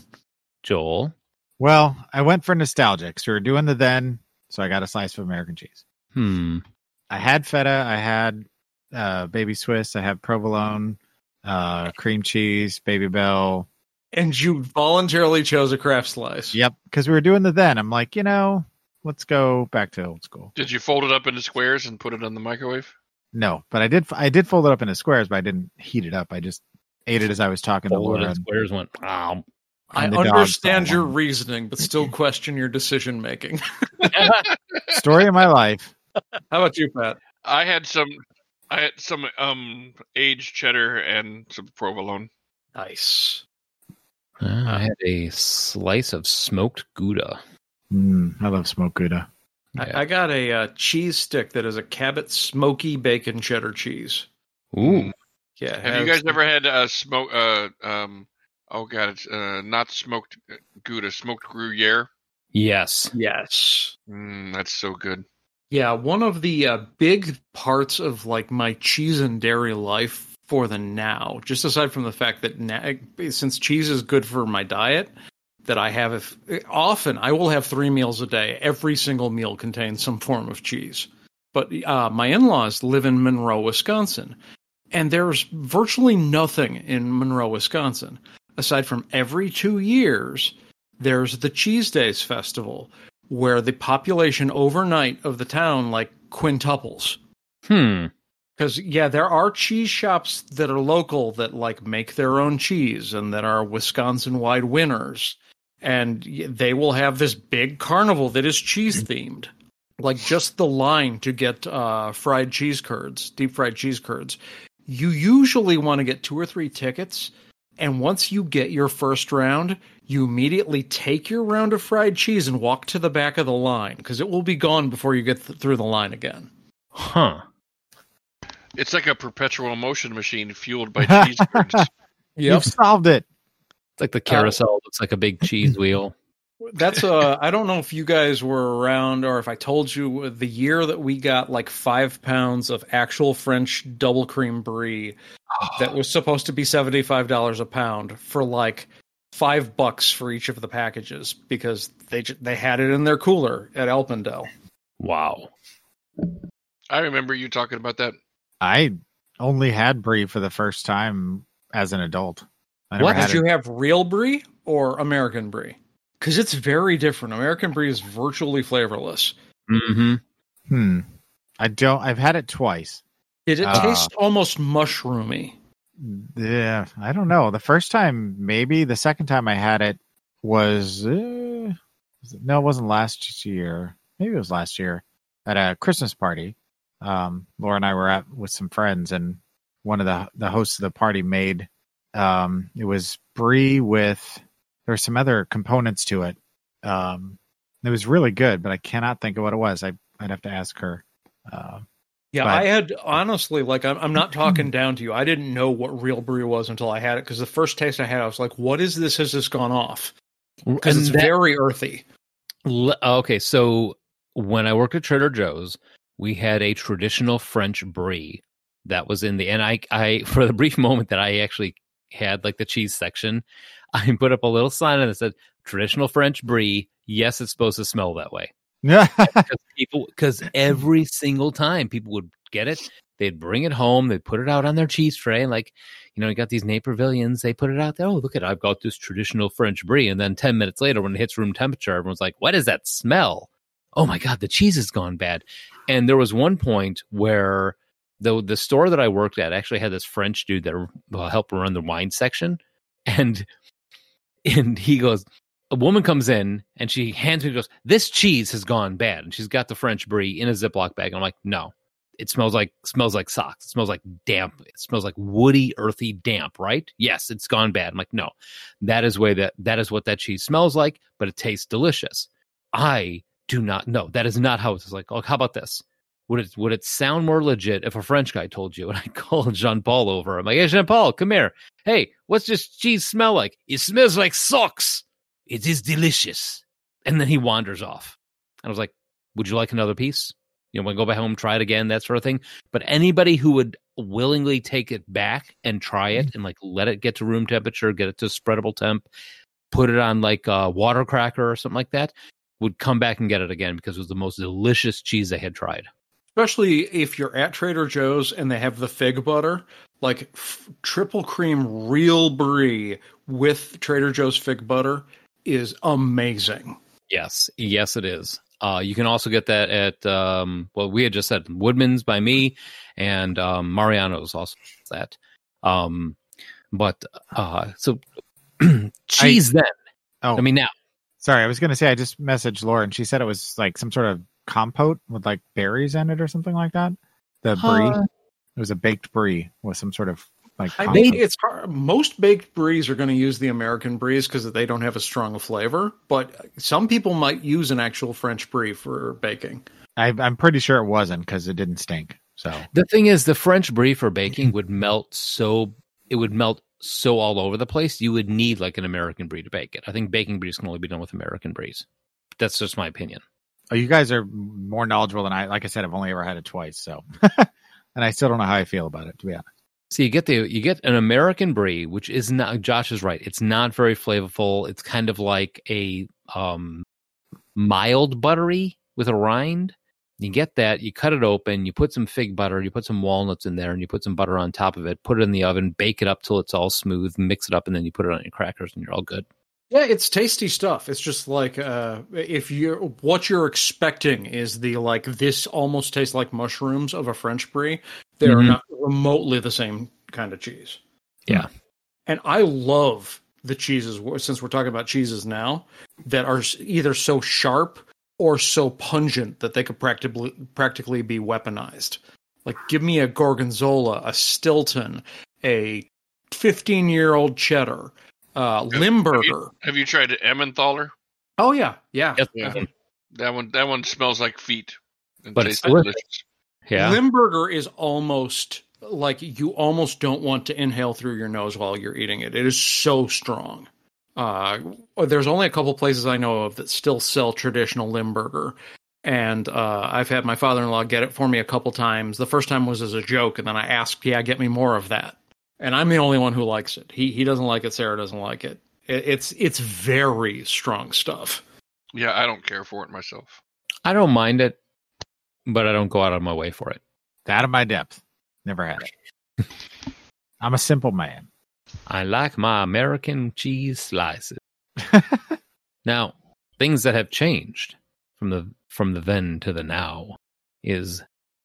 Joel,
Well, I went for nostalgic. So we were doing the then, so I got a slice of American cheese.
hmm,
I had feta, I had uh, baby Swiss, I had provolone, uh, cream cheese, baby bell.
And you voluntarily chose a craft slice.
Yep, because we were doing the then. I'm like, you know, let's go back to old school.
Did you fold it up into squares and put it on the microwave?
No, but I did. I did fold it up into squares, but I didn't heat it up. I just ate it as I was talking to
forward
Laura.
and
and-
squares went. "Ow."
I
and the dog
understand
saw
your
one.
reasoning, but still question your decision making.
story of my life.
How about you, Pat?
I had some. I had some um aged cheddar and some provolone.
Nice.
Uh, I had a slice of smoked gouda.
Mm, I love smoked gouda.
Yeah.
I, I got a uh, cheese stick that is a Cabot smoky bacon cheddar cheese.
Ooh,
Yeah. it
Have you
has-
guys ever had uh smoke? Uh, um, oh god, it's uh not smoked uh, gouda, smoked Gruyere.
yes.
Yes.
Mm, that's so good.
Yeah, one of the uh, big parts of like my cheese and dairy life for the now, just aside from the fact that now, since cheese is good for my diet, that I have if, often I will have three meals a day. Every single meal contains some form of cheese. But uh, my in laws live in Monroe, Wisconsin, and there's virtually nothing in Monroe, Wisconsin, aside from every two years, there's the Cheese Days Festival, where the population overnight of the town like quintuples.
Hmm.
Because yeah, there are cheese shops that are local that like make their own cheese and that are Wisconsin wide winners, and y- they will have this big carnival that is cheese themed. Like just the line to get uh, fried cheese curds, deep fried cheese curds, you usually want to get two or three tickets. And once you get your first round, you immediately take your round of fried cheese and walk to the back of the line because it will be gone before you get th- through the line again.
Huh.
It's like a perpetual motion machine fueled by cheese curds.
You've solved it.
It's like the carousel looks like a big cheese wheel.
That's uh I don't know if you guys were around or if I told you the year that we got like five pounds of actual French double cream brie that was supposed to be seventy five dollars a pound for like five bucks for each of the packages because they ju- they had it in their cooler at Alpendale.
Wow.
I remember you talking about that.
I only had brie for the first time as an adult. I never
What
had
did
it.
you have real brie or American brie? Because it's very different. American brie is virtually flavorless.
Mm-hmm.
Hmm. I don't. I've had it twice.
It, it
Ah.
tastes almost mushroomy.
Yeah, I don't know. The first time, maybe. The second time I had it was, uh, was it- no, it wasn't last year. Maybe it was last year at a Christmas party. Um, Laura and I were at with some friends, and one of the the hosts of the party made um, it was brie with there were some other components to it. Um, it was really good, but I cannot think of what it was. I I'd have to ask her. Uh,
Yeah,
But-
I had honestly, like, I'm, I'm not talking down to you. I didn't know what real brie was until I had it because the first taste I had, I was like, what is this? Has this gone off? Because it's very earthy.
Le- oh, okay, so when I worked at Trader Joe's, we had a traditional French brie that was in the and I I for the brief moment that I actually had like the cheese section, I put up a little sign and it said traditional French brie. Yes, it's supposed to smell that way. Because people because every single time people would get it, they'd bring it home, they'd put it out on their cheese tray, and like you know, you got these Napervillians, they put it out there. Oh, look at I've got this traditional French brie. And then 10 minutes later, when it hits room temperature, everyone's like, what is that smell? Oh my God, the cheese has gone bad. And there was one point where the, the store that I worked at actually had this French dude that uh, helped run the wine section. And, and he goes, a woman comes in and she hands me, goes, this cheese has gone bad. And she's got the French brie in a Ziploc bag. And I'm like, no, it smells like smells like socks. It smells like damp. It smells like woody, earthy, damp. Right? Yes, it's gone bad. I'm like, no, that is way that that is what that cheese smells like, but it tastes delicious. I do not know. That is not how it's like. Oh, how about this? Would it would it sound more legit if a French guy told you? And I called Jean Paul over. I'm like, hey, Jean Paul, come here. Hey, what's this cheese smell like? It smells like socks. It is delicious. And then he wanders off. And I was like, would you like another piece? you know, when go back home, try it again, that sort of thing. But anybody who would willingly take it back and try it and like let it get to room temperature, get it to spreadable temp, put it on like a water cracker or something like that, would come back and get it again because it was the most delicious cheese they had tried.
Especially if you're at Trader Joe's and they have the fig butter, like f- triple cream real brie with Trader Joe's fig butter is amazing.
Yes, yes, it is. Uh, you can also get that at um, well, we had just said Woodman's by me, and um, Mariano's also has that. Um, but uh, so cheese then.
oh,
I mean, now.
Sorry, I was going to say I just messaged Laura and she said it was like some sort of compote with like berries in it or something like that. The brie. It was a baked brie with some sort of like.
I
compote.
think it's hard. most baked bries are going to use the American bries because they don't have as strong a flavor. But some people might use an actual French brie for baking.
I, I'm pretty sure it wasn't because it didn't stink. So
The thing is, the French brie for baking would melt so it would melt so all over the place. You would need like an American brie to bake it. I think baking bries can only be done with American brie. That's just my opinion.
oh, you guys are more knowledgeable than I. Like I said, I've only ever had it twice. So, and I still don't know how I feel about it. To be honest,
So you get the you get an American brie, which is not. Josh is right. It's not very flavorful. It's kind of like a um mild buttery with a rind, You get that, you cut it open, you put some fig butter, you put some walnuts in there, and you put some butter on top of it, put it in the oven, bake it up till it's all smooth, mix it up, and then you put it on your crackers and you're all good.
Yeah, it's tasty stuff. It's just like uh, if you're what you're expecting is the like this almost tastes like mushrooms of a French brie. They are
Mhm.
not remotely the same kind of cheese.
Yeah.
and I love the cheeses since we're talking about cheeses now that are either so sharp or so pungent that they could practically practically be weaponized. Like, give me a gorgonzola, a Stilton, a fifteen-year-old cheddar, uh, Limburger.
Have you tried Emmentaler?
Oh yeah, yeah.
Yes,
Yeah. That one. That one smells like feet. and
But it's
tastes
worth
delicious.
yeah.
Limburger is almost like you almost don't want to inhale through your nose while you're eating it. It is so strong. Uh, there's only a couple places I know of that still sell traditional Limburger. And uh, I've had my father in law get it for me a couple times. The first time was as a joke, and then I asked, "Yeah, get me more of that." And I'm the only one who likes it. He he doesn't like it. Sarah doesn't like it. it it's it's very strong stuff.
Yeah, I don't care for it myself.
I don't mind it, but I don't go out of my way for it.
Out of my depth. Never had it. I'm a simple man.
I like my American cheese slices. now, things that have changed from the from the then to the now is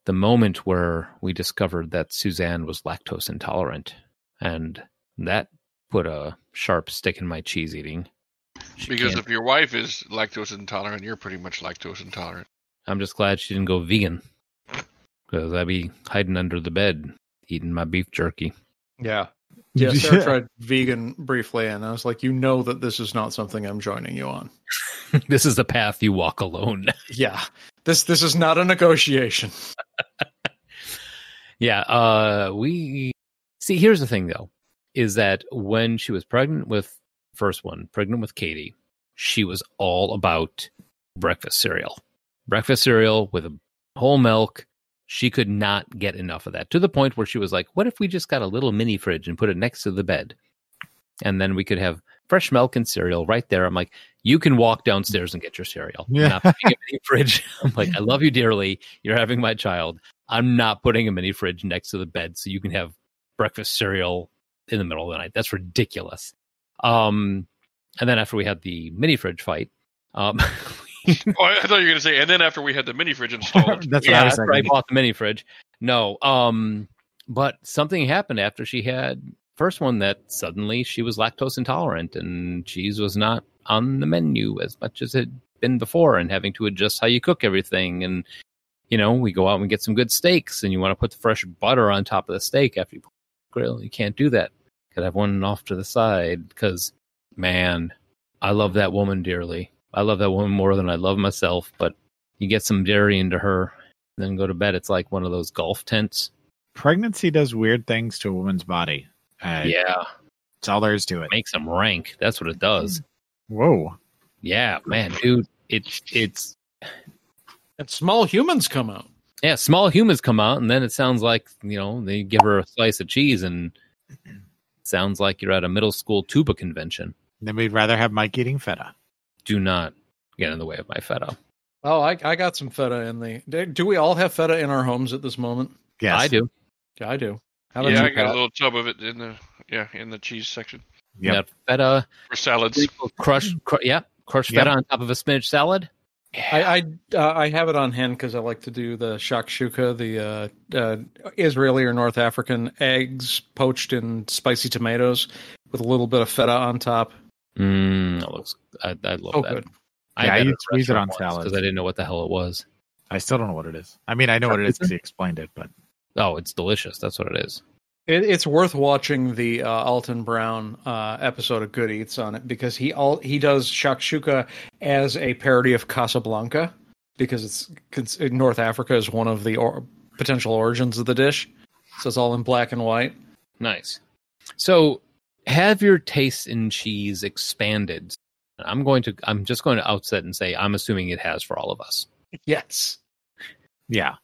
the moment where we discovered that Suzanne was lactose intolerant, and that put a sharp stick in my cheese eating. She
Because
can't-
if your wife is lactose intolerant, you're pretty much lactose intolerant.
I'm just glad she didn't go vegan, because I'd be hiding under the bed eating my beef jerky.
Yeah. Yeah, Sarah tried vegan briefly, and I was like, "You know that this is not something I'm joining you on."
this is the path you walk alone.
Yeah, this this is not a negotiation.
Yeah, uh we see here's the thing though, is that when she was pregnant with first one, pregnant with Katie, she was all about breakfast cereal. Breakfast cereal with a whole milk. She could not get enough of that to the point where she was like, What if we just got a little mini fridge and put it next to the bed? And then we could have fresh milk and cereal right there. I'm like, You can walk downstairs and get your cereal. I'm
Yeah.
not putting a mini fridge. I'm like, I love you dearly. You're having my child. I'm not putting a mini fridge next to the bed so you can have breakfast cereal in the middle of the night. That's ridiculous. Um, and then after we had the mini fridge fight, um,
Oh, I I thought you were going to say, and then after we had the mini fridge installed,
That's
yeah,
what I was
after I
thinking.
bought the mini fridge. No, um, but something happened after she had first one that suddenly she was lactose intolerant and cheese was not on the menu as much as it had been before, and having to adjust how you cook everything. And you know, we go out and get some good steaks, and you want to put the fresh butter on top of the steak after you grill. You can't do that. Could have one off to the side because, man, I love that woman dearly. I love that woman more than I love myself, but you get some dairy into her, then go to bed. It's like one of those golf tents.
Pregnancy does weird things to a woman's body. Uh,
Yeah.
That's all there is to it.
Makes them rank. That's what it
Hmm.
does.
Whoa.
Yeah, man, dude. It's it's
And small humans come out.
yeah, small humans come out and then it sounds like, you know, they give her a slice of cheese and sounds like you're at a middle school tuba convention.
Then we'd rather have Mike eating feta.
Do not get in the way of my feta.
Oh, I I got some feta in the. do- Do we all have feta in our homes at this moment?
Yes.
I do.
Yeah, I do. How about
yeah, I
you,
got a
Pat?
little tub of it in the yeah in the cheese section
Yep.
Got feta
for salads.
crushed
Hmm.
cr- yeah, crushed
Yep.
feta on top of a spinach salad.
I I, uh, I have it on hand because I like to do the shakshuka, the uh, uh, Israeli or North African eggs poached in spicy tomatoes with a little bit of feta on top.
Mm, that looks I, I love
Oh,
that.
good.
Yeah, you'd squeeze it on salad.
because I didn't know what the hell it was.
I still don't know what it is. I mean, I know what it is because he explained it, but
Oh, it's delicious. That's what it is.
It, it's worth watching the uh, Alton Brown uh, episode of Good Eats on it because he all he does shakshuka as a parody of Casablanca because it's cons- North Africa is one of the or- potential origins of the dish, so it's all in black and white.
Nice. So, have your tastes in cheese expanded? I'm going to. I'm just going to outset and say I'm assuming it has for all of us.
Yes,
yeah,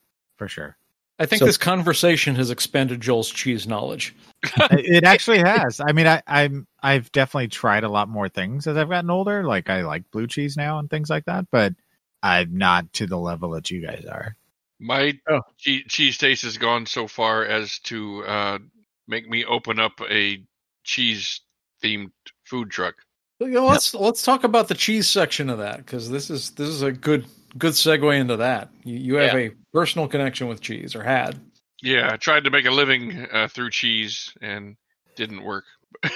for sure.
I think
So-
this conversation has expanded Joel's cheese knowledge.
it actually has. I mean, I, I'm I've definitely tried a lot more things as I've gotten older. Like I like blue cheese now and things like that, but I'm not to the level that you guys are.
My
Oh.
che- cheese taste has gone so far as to uh, make me open up a cheese themed food truck.
Well, you know, let's let's talk about the cheese section of that because this is this is a good good segue into that. You, you have a personal connection with cheese or had.
Yeah, I tried to make a living uh, through cheese and didn't work.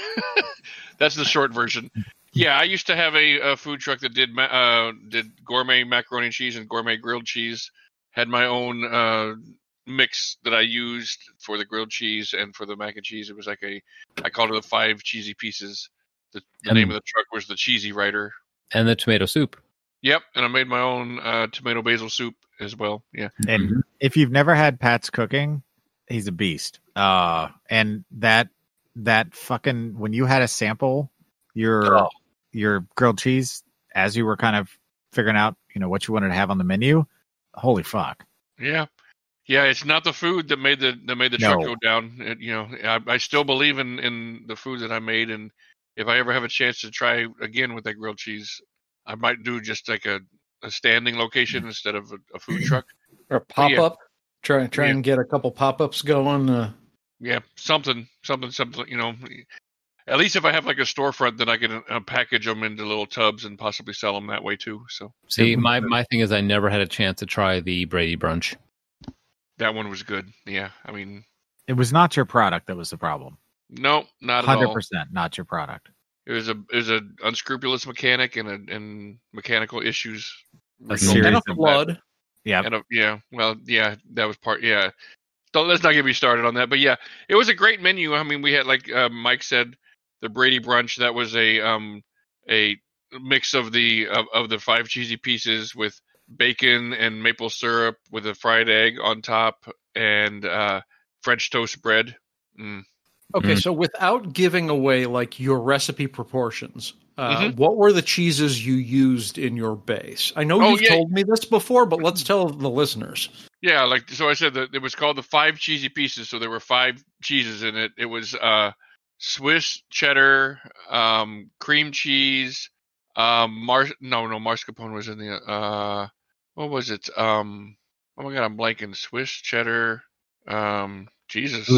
That's the short version. Yeah, I used to have a, a food truck that did ma- uh, did gourmet macaroni and cheese and gourmet grilled cheese. Had my own uh, mix that I used for the grilled cheese and for the mac and cheese. It was like a I called it the five cheesy pieces. The, the
Um,
name of the truck was the Cheesy Writer.
and the tomato soup.
Yep, and I made my own uh, tomato basil soup as well. Yeah,
And if you've never had Pat's cooking, he's a beast. Uh, and that that fucking when you had a sample your
Oh.
your grilled cheese as you were kind of figuring out you know what you wanted to have on the menu, holy fuck!
yeah, yeah. It's not the food that made the that made the truck
No.
go down. It, you know, I, I still believe in in the food that I made, and if I ever have a chance to try again with that grilled cheese, I might do just like a a standing location
Mm.
instead of a, a food truck.
Or pop
yeah.
up. Try try and get a couple pop ups going. Uh,
Yeah, something, something, something. You know, at least if I have like a storefront, then I can uh, package them into little tubs and possibly sell them that way too. So
See, my, my thing is I never had a chance to try the Brady brunch.
that one was good. Yeah, I mean,
It was not your product that was the problem.
no, not at
Hundred
all.
percent, not your product.
It was a it was an unscrupulous mechanic and a, and mechanical issues.
A
resulting
series
and a
of-
from
flood.
Yeah,
that. And a, yeah, well, yeah, that was part. Yeah, don't let's not get me started on that. But yeah, it was a great menu. I mean, we had like uh, Mike said, the Brady brunch. That was a um a mix of the of, of the five cheesy pieces with bacon and maple syrup with a fried egg on top and uh, French toast bread. Mm.
Okay,
Mm-hmm.
Mm.
so without giving away like your recipe proportions, uh,
Mm-hmm.
what were the cheeses you used in your base? I know
Oh,
you've
yeah.
told me this before, but let's tell the listeners.
Yeah, like so I said that it was called the five cheesy pieces. So there were five cheeses in it. It was uh Swiss cheddar, um cream cheese, um mar no no mascarpone was in the uh what was it? Um oh my god, I'm blanking. Swiss cheddar, um Jesus.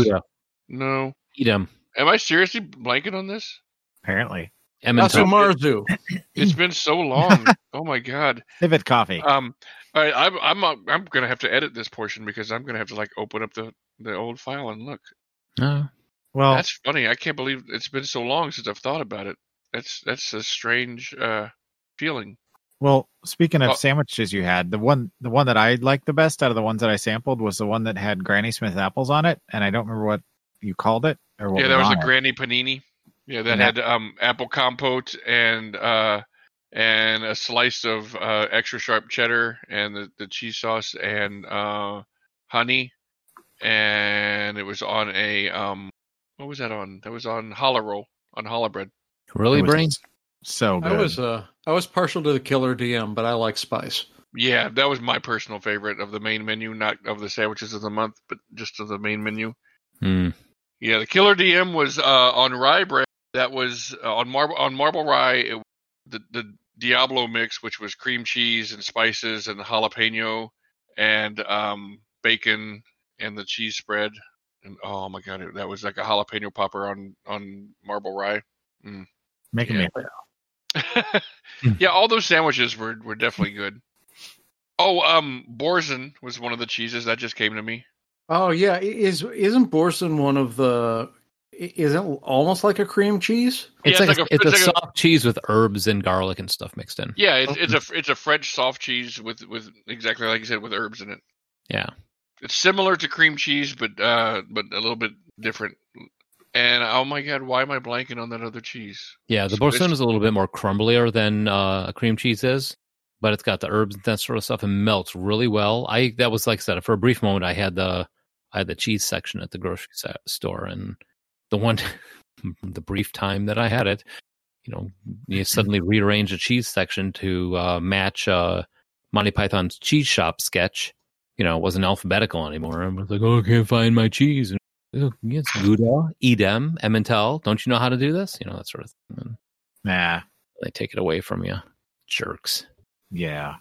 No.
Edam.
Am I seriously blanking on this?
apparently.
Emmental.
Masumarzu.
Oh,
It's been so long. oh my god.
Pivot coffee.
Um, all right, I'm I'm uh, I'm gonna have to edit this portion because I'm gonna have to like open up the the old file and look.
No.
well,
That's funny. I can't believe it's been so long since I've thought about it. That's that's a strange uh feeling.
Well, speaking of
Oh.
sandwiches you had, the one the one that I liked the best out of the ones that I sampled was the one that had Granny Smith apples on it, and I don't remember what you called it or what.
yeah, that was
on
a
it.
granny panini. Yeah, that
Yeah.
had um apple compote and uh and a slice of uh extra sharp cheddar and the, the cheese sauce and uh honey and it was on a um what was that on? That was on challah roll on challah bread.
It
Really,
was
brains?
So good.
I was uh, I was partial to the killer DM, but I like spice.
Yeah, that was my personal favorite of the main menu, not of the sandwiches of the month, but just of the main menu.
Mm.
Yeah, the killer DM was uh, on rye bread. That was uh, on marble on marble rye. It, was the the Diablo mix, which was cream cheese and spices and jalapeno and um, bacon and the cheese spread. And oh my god, it- that was like a jalapeno popper on on marble rye.
making
yeah.
me.
yeah, all those sandwiches were were definitely good. Oh, um, Borzen was one of the cheeses that just came to me.
Oh yeah, i- is isn't Borson one of the? i- Isn't almost like a cream cheese?
It's,
Yeah,
like a, it's a
like a-
soft cheese with herbs and garlic and stuff mixed in.
Yeah, it's, it's a it's a French soft cheese with with exactly like you said with herbs in it.
Yeah.
It's similar to cream cheese, but uh, but a little bit different. And oh my god, why am I blanking on that other cheese?
Yeah, the
So it's-
Borson is a little bit more crumblier than uh, a cream cheese is, but it's got the herbs and that sort of stuff and melts really well. I that was like I said for a brief moment I had the I had the cheese section at the grocery sa- store and the one the brief time that I had it, you know, you suddenly rearrange the cheese section to uh, match uh, Monty Python's cheese shop sketch. You know, it wasn't alphabetical anymore. I was like, oh, I can't find my cheese. And, oh, yes, Gouda, Edam, Emmental. Don't you know how to do this? You know, that sort of thing. And
Nah.
they take it away from you. Jerks.
Yeah.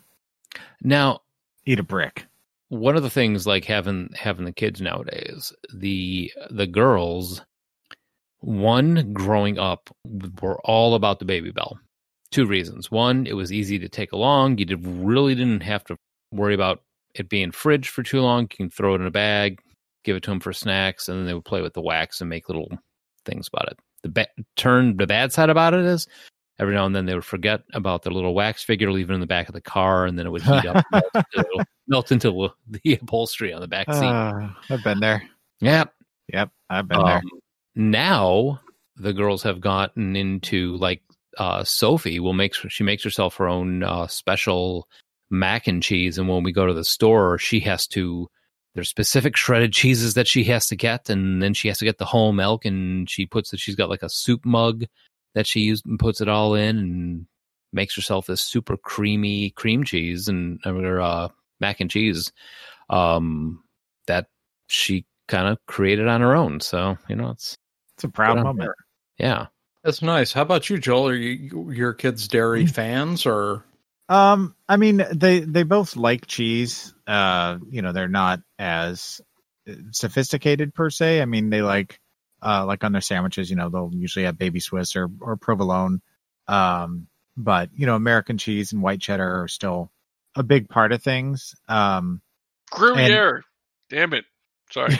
Now,
Eat a brick.
one of the things like having having the kids nowadays, the the girls, one growing up were all about the baby bell. Two reasons. One, it was easy to take along. You did, really didn't have to worry about it being fridged for too long. You can throw it in a bag, give it to them for snacks, and then they would play with the wax and make little things about it. The ba- turn the bad side about it is every now and then they would forget about their little wax figure, leave it in the back of the car, and then it would heat up, melt into, melt into the upholstery on the back seat.
Ah, I've been there.
yeah.
Yep, I've been
Um,
there.
Now the girls have gotten into like uh, Sophie will make she makes herself her own uh, special mac and cheese, and when we go to the store, she has to. There's specific shredded cheeses that she has to get, and then she has to get the whole milk, and she puts it. She's got like a soup mug that she used and puts it all in, and makes herself this super creamy cream cheese and or uh, mac and cheese um, that she kind of created on her own. So you know, it's
It's a proud
Good on
moment.
yeah.
That's nice. How about you, Joel? Are you your kids dairy fans or?
Um, I mean, they they both like cheese. Uh, you know, they're not as sophisticated per se. I mean, they like uh like on their sandwiches, you know, they'll usually have baby Swiss or or provolone. Um, but you know, American cheese and white cheddar are still a big part of things. Um,
Gruyere. Damn it. Sorry.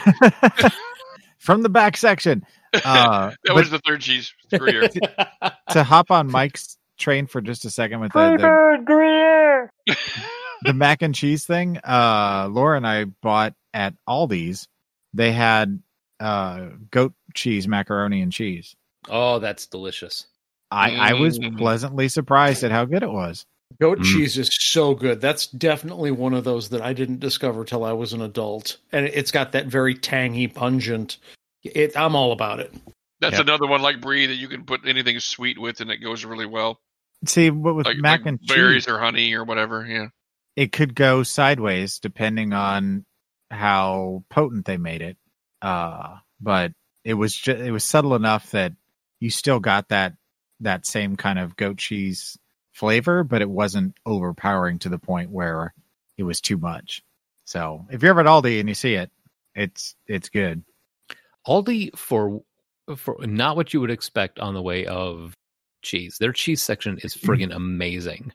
from the back section. Uh,
That was the third cheese. Gruyere.
to hop on Mike's train for just a second with the, the the mac and cheese thing, uh, Laura and I bought at Aldi's. They had uh, goat cheese macaroni and cheese.
Oh, that's delicious.
I, I was
Mm.
pleasantly surprised at how good it was.
Goat
Mm.
cheese is so good. That's definitely one of those that I didn't discover till I was an adult, and it's got that very tangy, pungent. It, I'm all about it.
That's
Yeah.
another one like brie that you can put anything sweet with and it goes really well.
See, but with
Like,
mac
like
and
berries
cheese,
or honey or whatever. Yeah.
it could go sideways depending on how potent they made it. Uh, but it was ju- it was subtle enough that you still got that that same kind of goat cheese flavor, but it wasn't overpowering to the point where it was too much. So if you're ever at Aldi and you see it, it's it's good.
Aldi for for not what you would expect on the way of cheese. Their cheese section is friggin' amazing.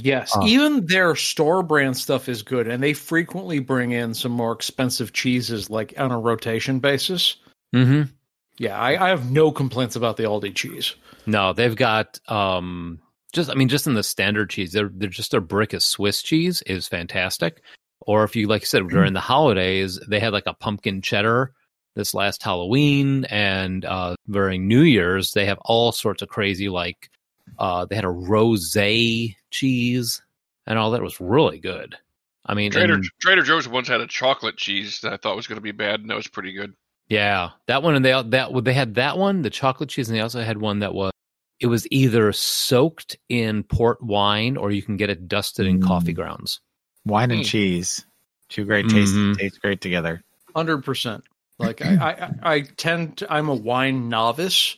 Yes,
Uh.
even their store brand stuff is good, and they frequently bring in some more expensive cheeses, like on a rotation basis.
Mm-hmm.
Yeah, I, I have no complaints about the Aldi cheese.
No, they've got um just I mean just in the standard cheese, they're they're just their brick of Swiss cheese is fantastic. Or if you like you said during the holidays, they had like a pumpkin cheddar this last Halloween and uh during New Year's they have all sorts of crazy like uh they had a rosé cheese and all that It was really good. I mean
Trader
and-
Trader Joe's once had a chocolate cheese that I thought was going to be bad, and that was pretty good.
Yeah, that one and they that well, they had that one, the chocolate cheese, and they also had one that was it was either soaked in port wine or you can get it dusted in
Mm.
coffee grounds.
Wine and
Mm.
cheese, two great tastes
Mhm.
taste great together.
Hundred percent. Like I, I, I- I tend. To, I'm a wine novice,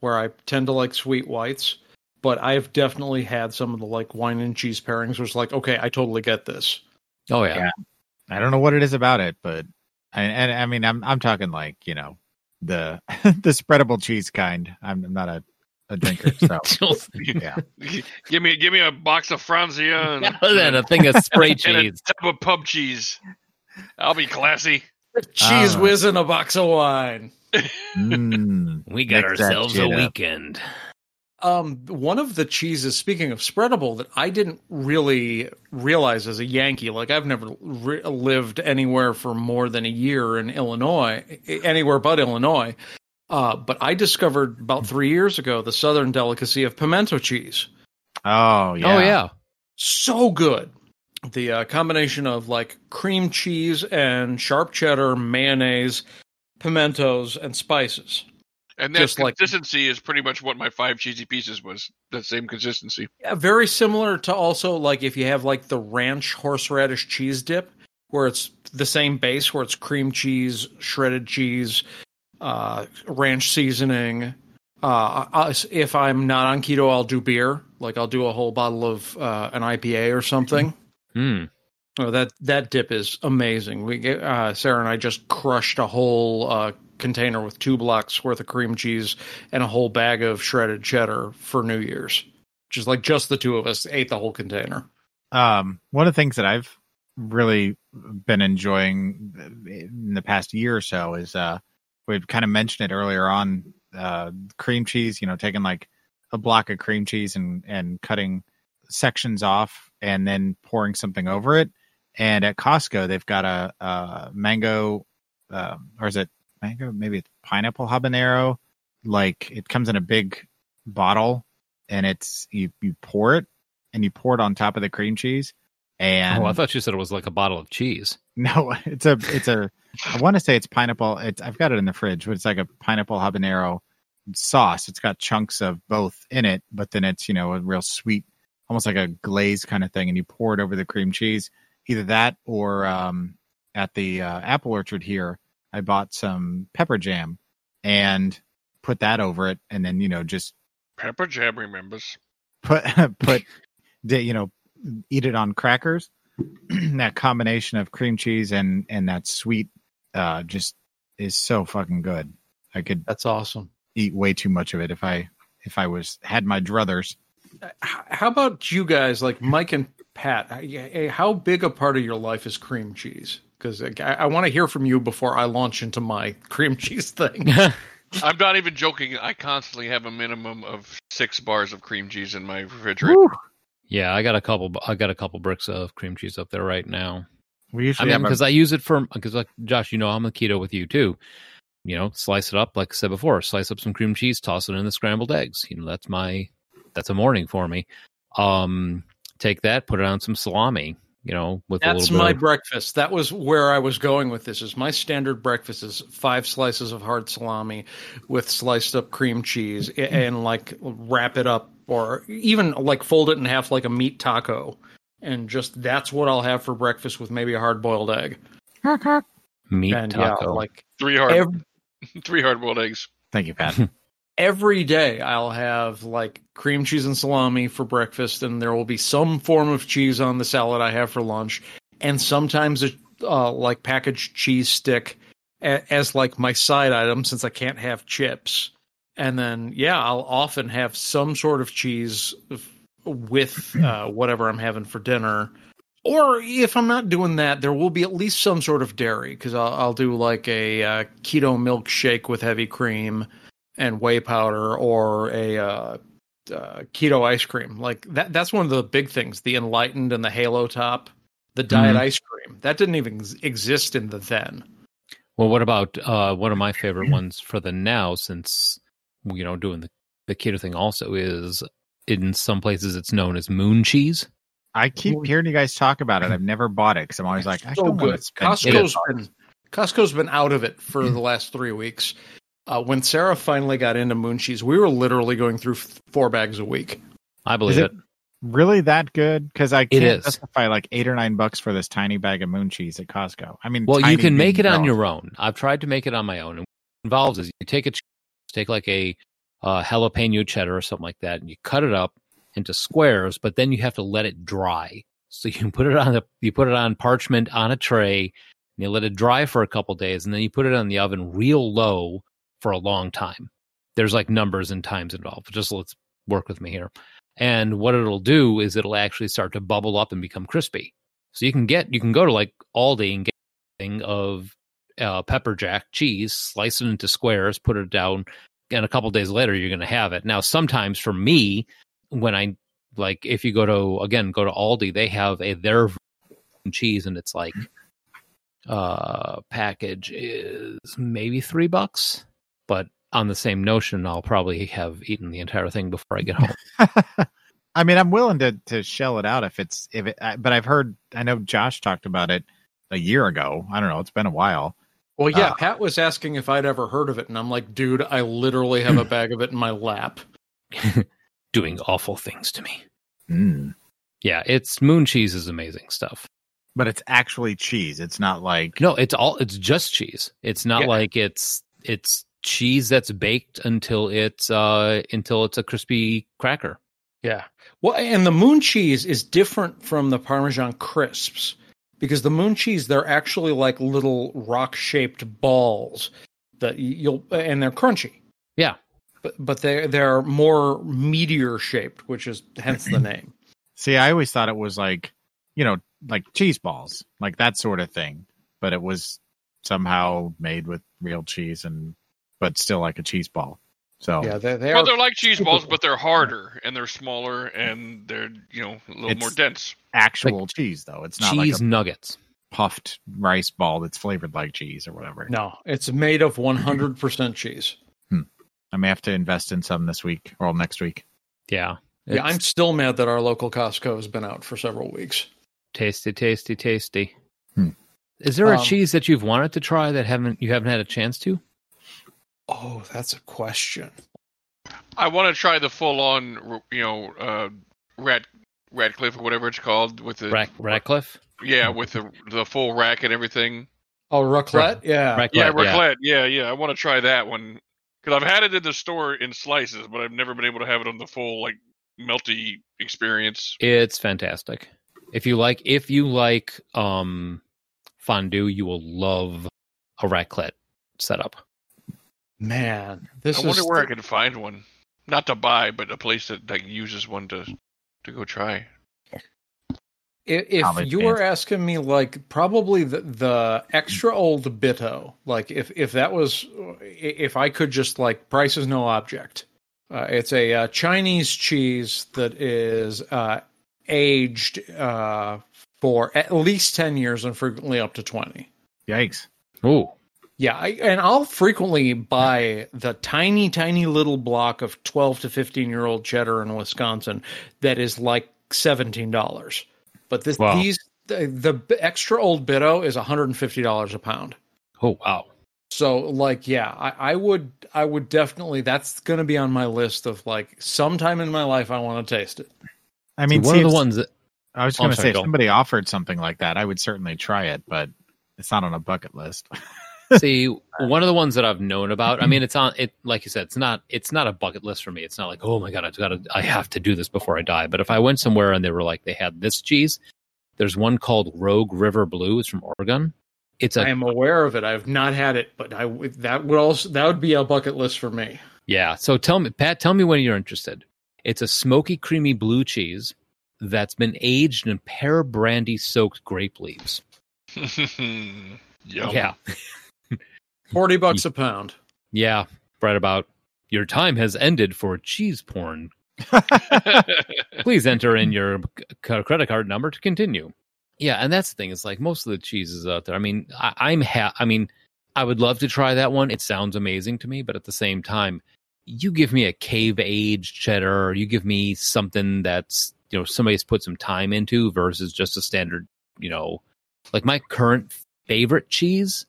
where I tend to like sweet whites, but I've definitely had some of the like wine and cheese pairings, where it's like, okay, I totally get this.
Oh yeah,
Yeah. I don't know what it is about it, but I, and I mean, I'm I'm talking like you know the the spreadable cheese kind. I'm, I'm not a a drinker, so yeah.
give me give me a box of Franzia and,
and a thing of spray
and a
cheese.
tub of pub cheese. I'll be classy.
Cheese
Ah.
whiz and a box of wine.
Mm.
We got
Mix that
ourselves a
shit up.
weekend.
Um, one of the cheeses, speaking of spreadable, that I didn't really realize as a Yankee, like I've never re- lived anywhere for more than a year in Illinois, i- anywhere but Illinois. Uh, but I discovered about three years ago the southern delicacy of pimento cheese.
Oh yeah.
Oh yeah,
So good. The uh, combination of like cream cheese and sharp cheddar, mayonnaise, pimentos, and spices.
And that
Just like-
consistency is pretty much what my five cheesy pieces was. That same consistency.
Yeah, very similar to also like if you have like the ranch horseradish cheese dip, where it's the same base, where it's cream cheese, shredded cheese, uh, ranch seasoning. Uh, I- if I'm not on keto, I'll do beer. Like I'll do a whole bottle of uh, an IPA or something.
Hmm.
Oh, that that dip is amazing. We get, uh, Sarah and I just crushed a whole uh, container with two blocks worth of cream cheese and a whole bag of shredded cheddar for New Year's. Just like just the two of us ate the whole container.
Um, one of the things that I've really been enjoying in the past year or so is uh, we've kind of mentioned it earlier on. Uh, cream cheese, you know, taking like a block of cream cheese and and cutting sections off and then pouring something over it. And at Costco, they've got a, a mango, uh, or is it mango? Maybe it's pineapple habanero. Like it comes in a big bottle, and it's you you pour it, and you pour it on top of the cream cheese. And
oh, I thought you said it was like a bottle of cheese.
no, it's a it's a. I want to say it's pineapple. It's I've got it in the fridge, but it's like a pineapple habanero sauce. It's got chunks of both in it, but then it's you know a real sweet, almost like a glaze kind of thing, and you pour it over the cream cheese. Either that or um, at the uh, apple orchard here, I bought some pepper jam and put that over it, and then you know just
Pepper Jam remembers.
put put di- you know eat it on crackers that combination of cream cheese and and that sweet uh just is so fucking good i could
That's awesome.
eat way too much of it if i if i was had my druthers
H- How about you guys, like Mike and Pat? h- How big a part of your life is cream cheese? Because I, I want to hear from you before I launch into my cream cheese thing.
I'm not even joking. I constantly have a minimum of six bars of cream cheese in my refrigerator.
yeah, I got a couple. I got a couple bricks of cream cheese up there right now.
we
I
usually
mean,
have a-
because I use it for because like Josh, you know, I'm a keto with you too. You know, slice it up like I said before. Slice up some cream cheese, toss it in the scrambled eggs. You know, that's my that's a morning for me. Um, take that, put it on some salami. You know, with a
That's
little bit
my
of-
breakfast. That was where I was going with this. Is my standard breakfast is five slices of hard salami with sliced up cream cheese a- and like wrap it up or even like fold it in half like a meat taco. And just that's what I'll have for breakfast with maybe a hard boiled egg.
meat
and
taco.
yeah, like
Three hard,
every,
three hard-boiled eggs.
thank you pat
every day I'll have like cream cheese and salami for breakfast, and there will be some form of cheese on the salad I have for lunch, and sometimes a uh, like packaged cheese stick a- as like my side item since I can't have chips. And then yeah, I'll often have some sort of cheese f- with uh, whatever I'm having for dinner. Or if I'm not doing that, there will be at least some sort of dairy because I'll, I'll do like a uh, keto milkshake with heavy cream and whey powder or a uh, uh, keto ice cream. Like that that's one of the big things, the enlightened and the halo top, the diet
Mhm.
ice cream. That didn't even ex- exist in the then.
Well, what about uh, one of my favorite ones for the now, since you know doing the the keto thing also is in some places it's known as moon cheese.
i keep hearing you guys talk about it i've never bought it because i'm always like i
so
don't want
good.
to spend
It
Costco's been Costco's been out of it for the last 3 weeks. Uh, when Sarah finally got into moon cheese, we were literally going through f- four bags a week.
I believe it.
it- really that good because I can't
is.
justify like eight or nine bucks for this tiny bag of moon cheese at Costco. I mean,
Well,
tiny
you can make it
being
on
relative.
your own. I've tried to make it on my own. And what it involves is you take a ch- take like a uh, jalapeno cheddar or something like that, and you cut it up into squares. But then you have to let it dry. So you put it on a you put it on parchment on a tray, and you let it dry for a couple days, and then you put it on the oven real low for a long time. There's like numbers and times involved. Just let's work with me here. And what it'll do is it'll actually start to bubble up and become crispy. So you can get you can go to like Aldi and get thing of uh, pepper jack cheese, slice it into squares, put it down, and a couple days later you're going to have it. Now, sometimes for me, when I like, if you go to again go to Aldi, they have a their version of cheese, and it's like uh package is maybe three bucks, but on the same notion, I'll probably have eaten the entire thing before I get home.
I mean, I'm willing to to shell it out if it's if it. I- But I've heard, I know Josh talked about it a year ago. I don't know. It's been a while.
Well, yeah,
Ah.
Pat was asking if I'd ever heard of it, and I'm like, dude, I literally have a bag of it in my lap.
Doing awful things to me. Hmm.
Mm.
Yeah, it's moon cheese is amazing stuff.
But it's actually cheese. It's not like
No, it's all it's just cheese. It's not
Yeah.
like it's it's cheese that's baked until it's uh until it's a crispy cracker.
Yeah. Well, and the moon cheese is different from the Parmesan crisps because the moon cheese, they're actually like little rock shaped balls that you'll, and they're crunchy,
Yeah.
but, but they're, they're more meteor shaped, which is hence the name.
See, I always thought it was like, you know, like cheese balls, like that sort of thing. But it was somehow made with real cheese and, but still like a cheese ball. So
Yeah.
Well,
They're, they're,
they're like cheese
super
balls,
cool.
but they're harder and they're smaller and they're you know a little
It's-
more dense.
actual cheese, though. It's not
Cheese
like
nuggets.
a puffed rice ball that's flavored like cheese or whatever.
no, it's made of 100% cheese.
I may have to invest in some this week or next week.
Yeah.
Yeah, I'm
It's
still mad that our local Costco has been out for several weeks.
tasty, tasty, tasty.
Hmm.
Is there a
Um,
cheese that you've wanted to try that haven't you haven't had a chance to?
Oh, that's a question.
I want to try the full on you know uh, rat Radcliffe or whatever it's called with the
Rack, Ratcliffe?
yeah with the the full rack and everything.
Oh, raclette? Yeah.
Ratcliffe,
Yeah, raclette. Yeah, yeah. I want to try that one because I've had it in the store in slices, but I've never been able to have it on the full like melty experience.
It's fantastic. If you like if you like um fondue, you will love a raclette setup.
Man, this
I
is.
wonder where I can find one, not to buy, but a place that like uses one to to go try.
I- If,
Probably
you were asking me, like, probably the, the extra old Bitto, like, if, if that was, if I could just, like, price is no object. Uh, it's a uh, Chinese cheese that is uh, aged uh, for at least 10 years and frequently up to 20.
Yikes.
Ooh.
Yeah, I, and I'll frequently buy the tiny, tiny little block of 12 to 15 year old cheddar in Wisconsin that is like $17. But this,
Wow.
these, the, the extra old Bitto is $150 a pound.
Oh wow.
So like, yeah, I, I would, I would definitely, that's going to be on my list of like sometime in my life, I want to taste it.
I mean,
one
see
of
if-
the ones that
I was
Oh, I'm
going to
sorry,
say, if
go on.
somebody offered something like that, I would certainly try it, but it's not on a bucket list.
See, one of the ones that I've known about. I mean, it's on it. Like you said, it's not. It's not a bucket list for me. It's not like, oh my god, I've got to. I have to do this before I die. But if I went somewhere and they were like, they had this cheese. There's one called Rogue River Blue. It's from Oregon. It's
I
a
am aware of it. I've not had it, but I, would- that would also, that would be a bucket list for me.
yeah. So tell me, Pat. Tell me when you're interested. It's a smoky, creamy blue cheese that's been aged in pear brandy soaked grape leaves.
Yum. Oh,
Yeah,
40 bucks a pound.
yeah. Right about. Your time has ended for cheese porn. Please enter in your c- c- credit card number to continue. Yeah, and that's the thing. It's like most of the cheeses out there. I mean, I, I'm ha- I mean, I would love to try that one. It sounds amazing to me, but at the same time, you give me a cave aged cheddar, or you give me something that's you know somebody's put some time into versus just a standard. You know, like my current favorite cheese,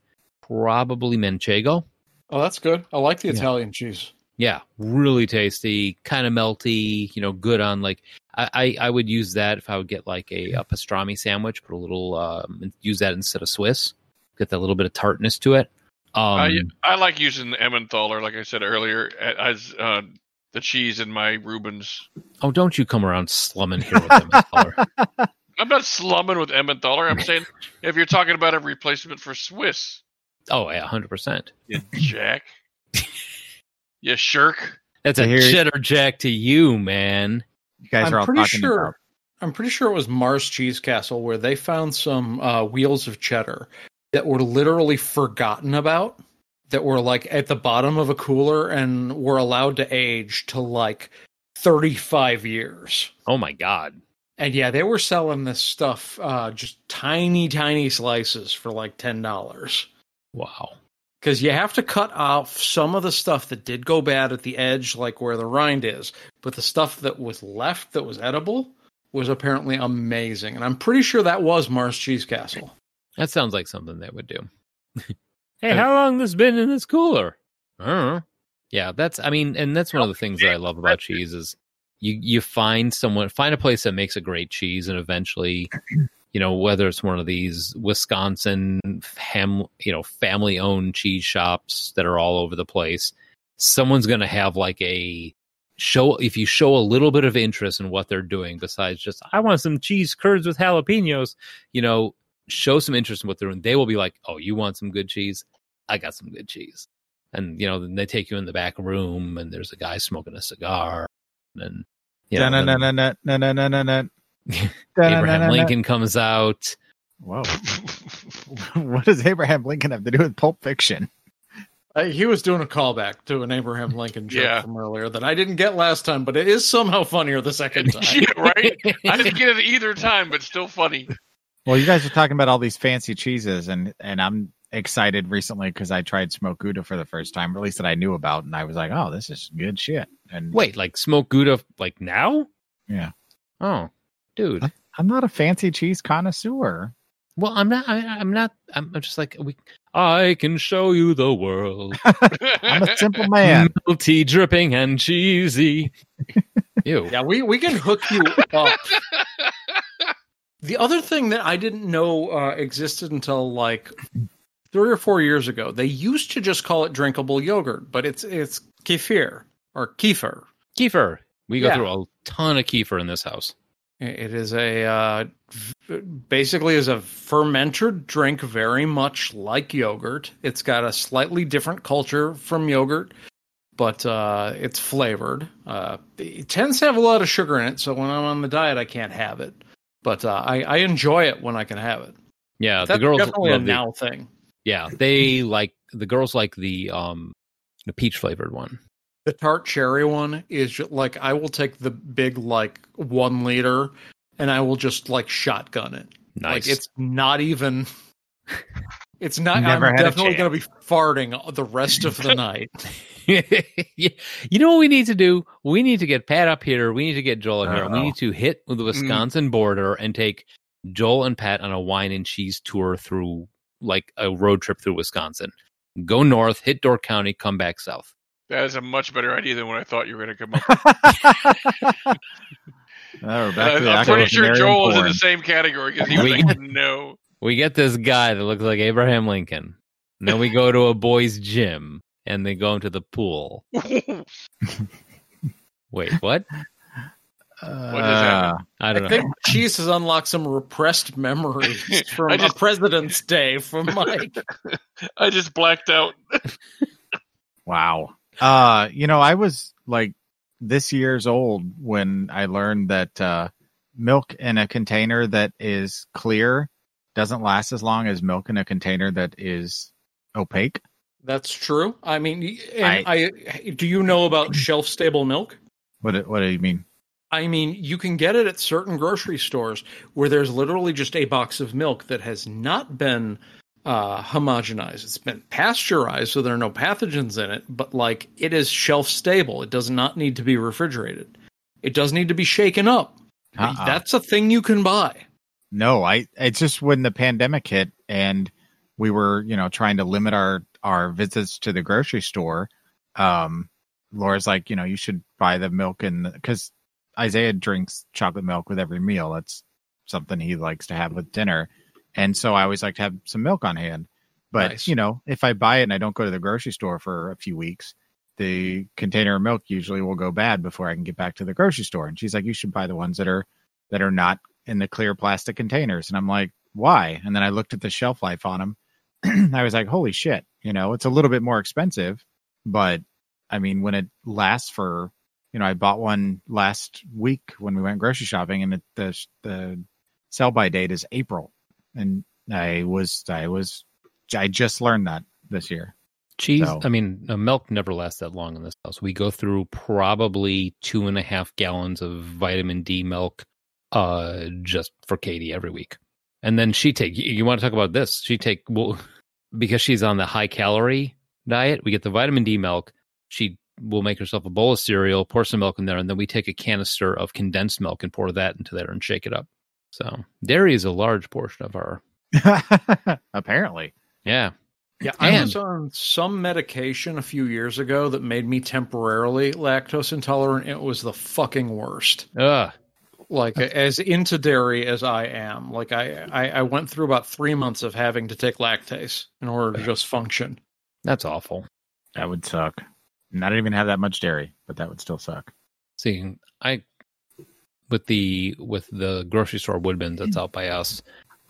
probably manchego.
Oh, that's good. I like the
Yeah.
Italian cheese.
Yeah, really tasty, kind of melty. You know, good on like I, I I would use that if I would get like a, a pastrami sandwich, put a little um, use that instead of Swiss, get that little bit of tartness to it. Um,
I I like using the Emmentaler, like I said earlier, a- as uh, the cheese in my Rubens.
oh, don't you come around slumming here with them. Tyler.
I'm not slumming with Emmentaler. I'm saying if you're talking about a replacement for Swiss,
oh yeah, hundred percent.
you jack, you shirk.
That's a
Here-
cheddar jack to you, man.
You guys are all
I'm pretty
talking
sure.
about
I'm pretty sure it was Mars Cheese Castle where they found some uh, wheels of cheddar that were literally forgotten about, that were like at the bottom of a cooler and were allowed to age to like 35 years.
Oh my god.
And yeah, they were selling this stuff uh, just tiny, tiny slices for like ten dollars.
Wow.
because you have to cut off some of the stuff that did go bad at the edge, like where the rind is. But the stuff that was left that was edible was apparently amazing, and I'm pretty sure that was Mars Cheese Castle.
That sounds like something they would do. hey, how long this been in this cooler? I don't know. Yeah, that's I mean, and that's one of the things that I love about cheese is you you find someone find a place that makes a great cheese and eventually you know whether it's one of these Wisconsin ham you know family owned cheese shops that are all over the place someone's going to have like a show if you show a little bit of interest in what they're doing besides just I want some cheese curds with jalapenos, you know, show some interest in what they're doing. They will be like, "Oh, you want some good cheese? I got some good cheese." And you know, then they take you in the back room and there's a guy smoking a cigar and you know, then Abraham Lincoln comes out.
Whoa. what does Abraham Lincoln have to do with Pulp Fiction?
Uh, he was doing a callback to an Abraham Lincoln joke
Yeah.
from earlier that I didn't get last time, but it is somehow funnier the second time.
Yeah, right? I didn't get it either time, but still funny.
Well, you guys are talking about all these fancy cheeses, and and I'm excited recently because I tried smoked Gouda for the first time, or at least that I knew about, and I was like, oh, this is good shit. And
Wait, like smoke Gouda like now?
Yeah.
Oh, dude.
I'm not a fancy cheese connoisseur.
Well, I'm not. I, I'm not. I'm, I'm just like we. I can show you the world,
I'm a simple man.
melty, dripping, and cheesy. Ew.
Yeah, we, we can hook you up. the other thing that I didn't know uh, existed until like three or four years ago, they used to just call it drinkable yogurt, but it's it's kefir or kefir.
Kefir. We go
Yeah.
through a ton of kefir in this house.
It is a uh, v- basically is a fermented drink, very much like yogurt. It's got a slightly different culture from yogurt, but uh, it's flavored. Uh, it tends to have a lot of sugar in it, so when I'm on the diet, I can't have it. But uh, I, I enjoy it when I can have it.
Yeah,
That's
Uh, the girls
definitely a
love the-
now thing.
Yeah, they like the girls like the um the peach flavored one.
The tart cherry one is ju- like I will take the big like one liter, and I will just like shotgun it.
Nice.
Like it's not even. It's not.
Never
I'm
had a
definitely going to be farting the rest of the night.
you know what we need to do? We need to get Pat up here. We need to get Joel up here. We
Uh-oh.
need to hit
Mm-hmm.
the Wisconsin border and take Joel and Pat on a wine and cheese tour through like a road trip through Wisconsin. Go north, hit Door County, come back south.
That is a much better idea than what I thought you were going to come up with.
Oh, we're back to
And
the
I, am Uh, pretty sure
octogenarian
Joel is in
porn.
the same category because he was
We-
like, no.
We get this guy that looks like Abraham Lincoln. And then we go to a boys' gym and they go into the pool. Wait, what?
Uh,
happening?
I don't
I
know.
think cheese has unlocked some repressed memories from
I
a
just-
President's Day from Mike.
I just blacked out.
Wow. Uh, you know, I was like this year's old when I learned that uh, milk in a container that is clear doesn't last as long as milk in a container that is opaque.
That's true. I mean, y- and I, do you know about shelf stable milk?
What do- What do you mean?
I mean, you can get it at certain grocery stores where there's literally just a box of milk that has not been uh, homogenized. It's been pasteurized, so there are no pathogens in it, but like it is shelf stable. It does not need to be refrigerated. It does need to be shaken up.
Uh-uh.
That's a thing you can buy.
No, I. It's just when the pandemic hit and we were, you know, trying to limit our our visits to the grocery store. Um, Laura's like, you know, you should buy the milk and because Isaiah drinks chocolate milk with every meal. That's something he likes to have with dinner, and so I always like to have some milk on hand. But
Nice.
you know, if I buy it and I don't go to the grocery store for a few weeks, the container of milk usually will go bad before I can get back to the grocery store. And she's like, you should buy the ones that are that are not in the clear plastic containers. And I'm like, why? And then I looked at the shelf life on them. I was like, holy shit, you know, it's a little bit more expensive, but I mean, when it lasts for, you know, I bought one last week when we went grocery shopping and it, the, the sell by date is April. And I was, I was, I just learned that this year.
Cheese,
so-
I mean, uh, milk never lasts that long in this house. We go through probably two and a half gallons of vitamin D milk uh, just for Katie every week. And then she take, you, you want to talk about this? She take, well, because she's on the high calorie diet, we get the vitamin D milk. She will make herself a bowl of cereal, pour some milk in there, and then we take a canister of condensed milk and pour that into there and shake it up. So dairy is a large portion of our,
Apparently.
yeah.
Yeah, I
And-
was on some medication a few years ago that made me temporarily lactose intolerant. It was the fucking worst.
Ugh.
Like as into dairy as I am, like I, I I went through about three months of having to take lactase in order to just function.
That's awful.
That would suck. And I didn't even have that much dairy, but that would still suck.
See, I with the with the grocery store Woodman's that's
Mm.
out by us,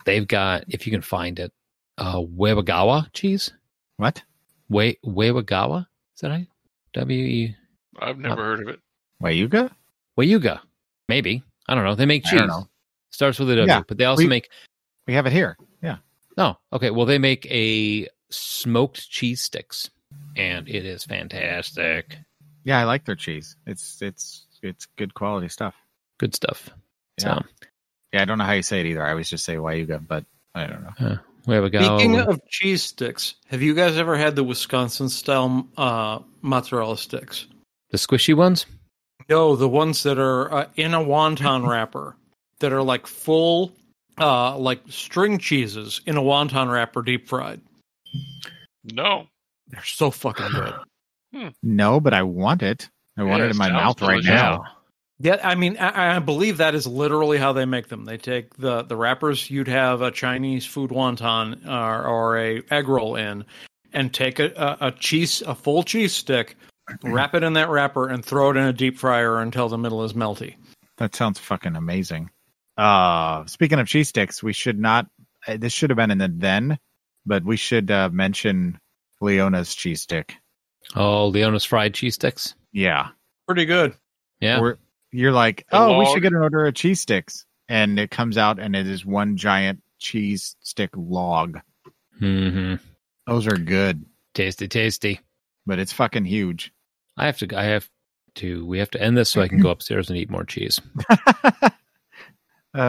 they've got if you can find it, uh Webagawa cheese.
What?
We Webagawa? Is that right? W E
I've never heard of it.
Wayuga?
Wayuga. Maybe. I don't know. They make
I
cheese.
don't know.
Starts with a W,
Yeah,
but they also
we-
make
We have it here. Yeah.
no. Okay. Well, they make a smoked cheese sticks, and it is fantastic.
Yeah, I like their cheese. It's it's it's good quality stuff.
Good stuff.
Yeah.
So
Yeah, I don't know how you say it either. I always just say Wayuga, but I don't know.
we have a go.
Speaking of cheese sticks, have you guys ever had the Wisconsin style uh, mozzarella sticks?
the squishy ones.
No, the ones that are uh, in a wonton wrapper that are like full, uh, like string cheeses in a wonton wrapper, deep fried.
No.
They're so fucking good.
No, but I want it. I want
Yeah,
it in my
sounds
mouth right
delicious.
now.
Yeah, I mean, I, I believe that is literally how they make them. They take the the wrappers you'd have a Chinese food wonton uh, or a egg roll in, and take a, a, a cheese a full cheese stick, wrap it in that wrapper, and throw it in a deep fryer until the middle is melty.
That sounds fucking amazing. Uh speaking of cheese sticks, we should not uh, this should have been in the then, but we should uh, mention Leona's cheese stick.
Oh, Leona's fried cheese sticks.
Yeah.
Pretty good.
Yeah.
We're, you're like,
The
"Oh, we
log.
should get an order of cheese sticks." And it comes out and it is one giant cheese stick log.
mm-hmm.
Those are good,
Tasty, tasty.
but it's fucking huge.
I have to. I have to. We have to end this so I can go upstairs and eat more cheese.
Uh,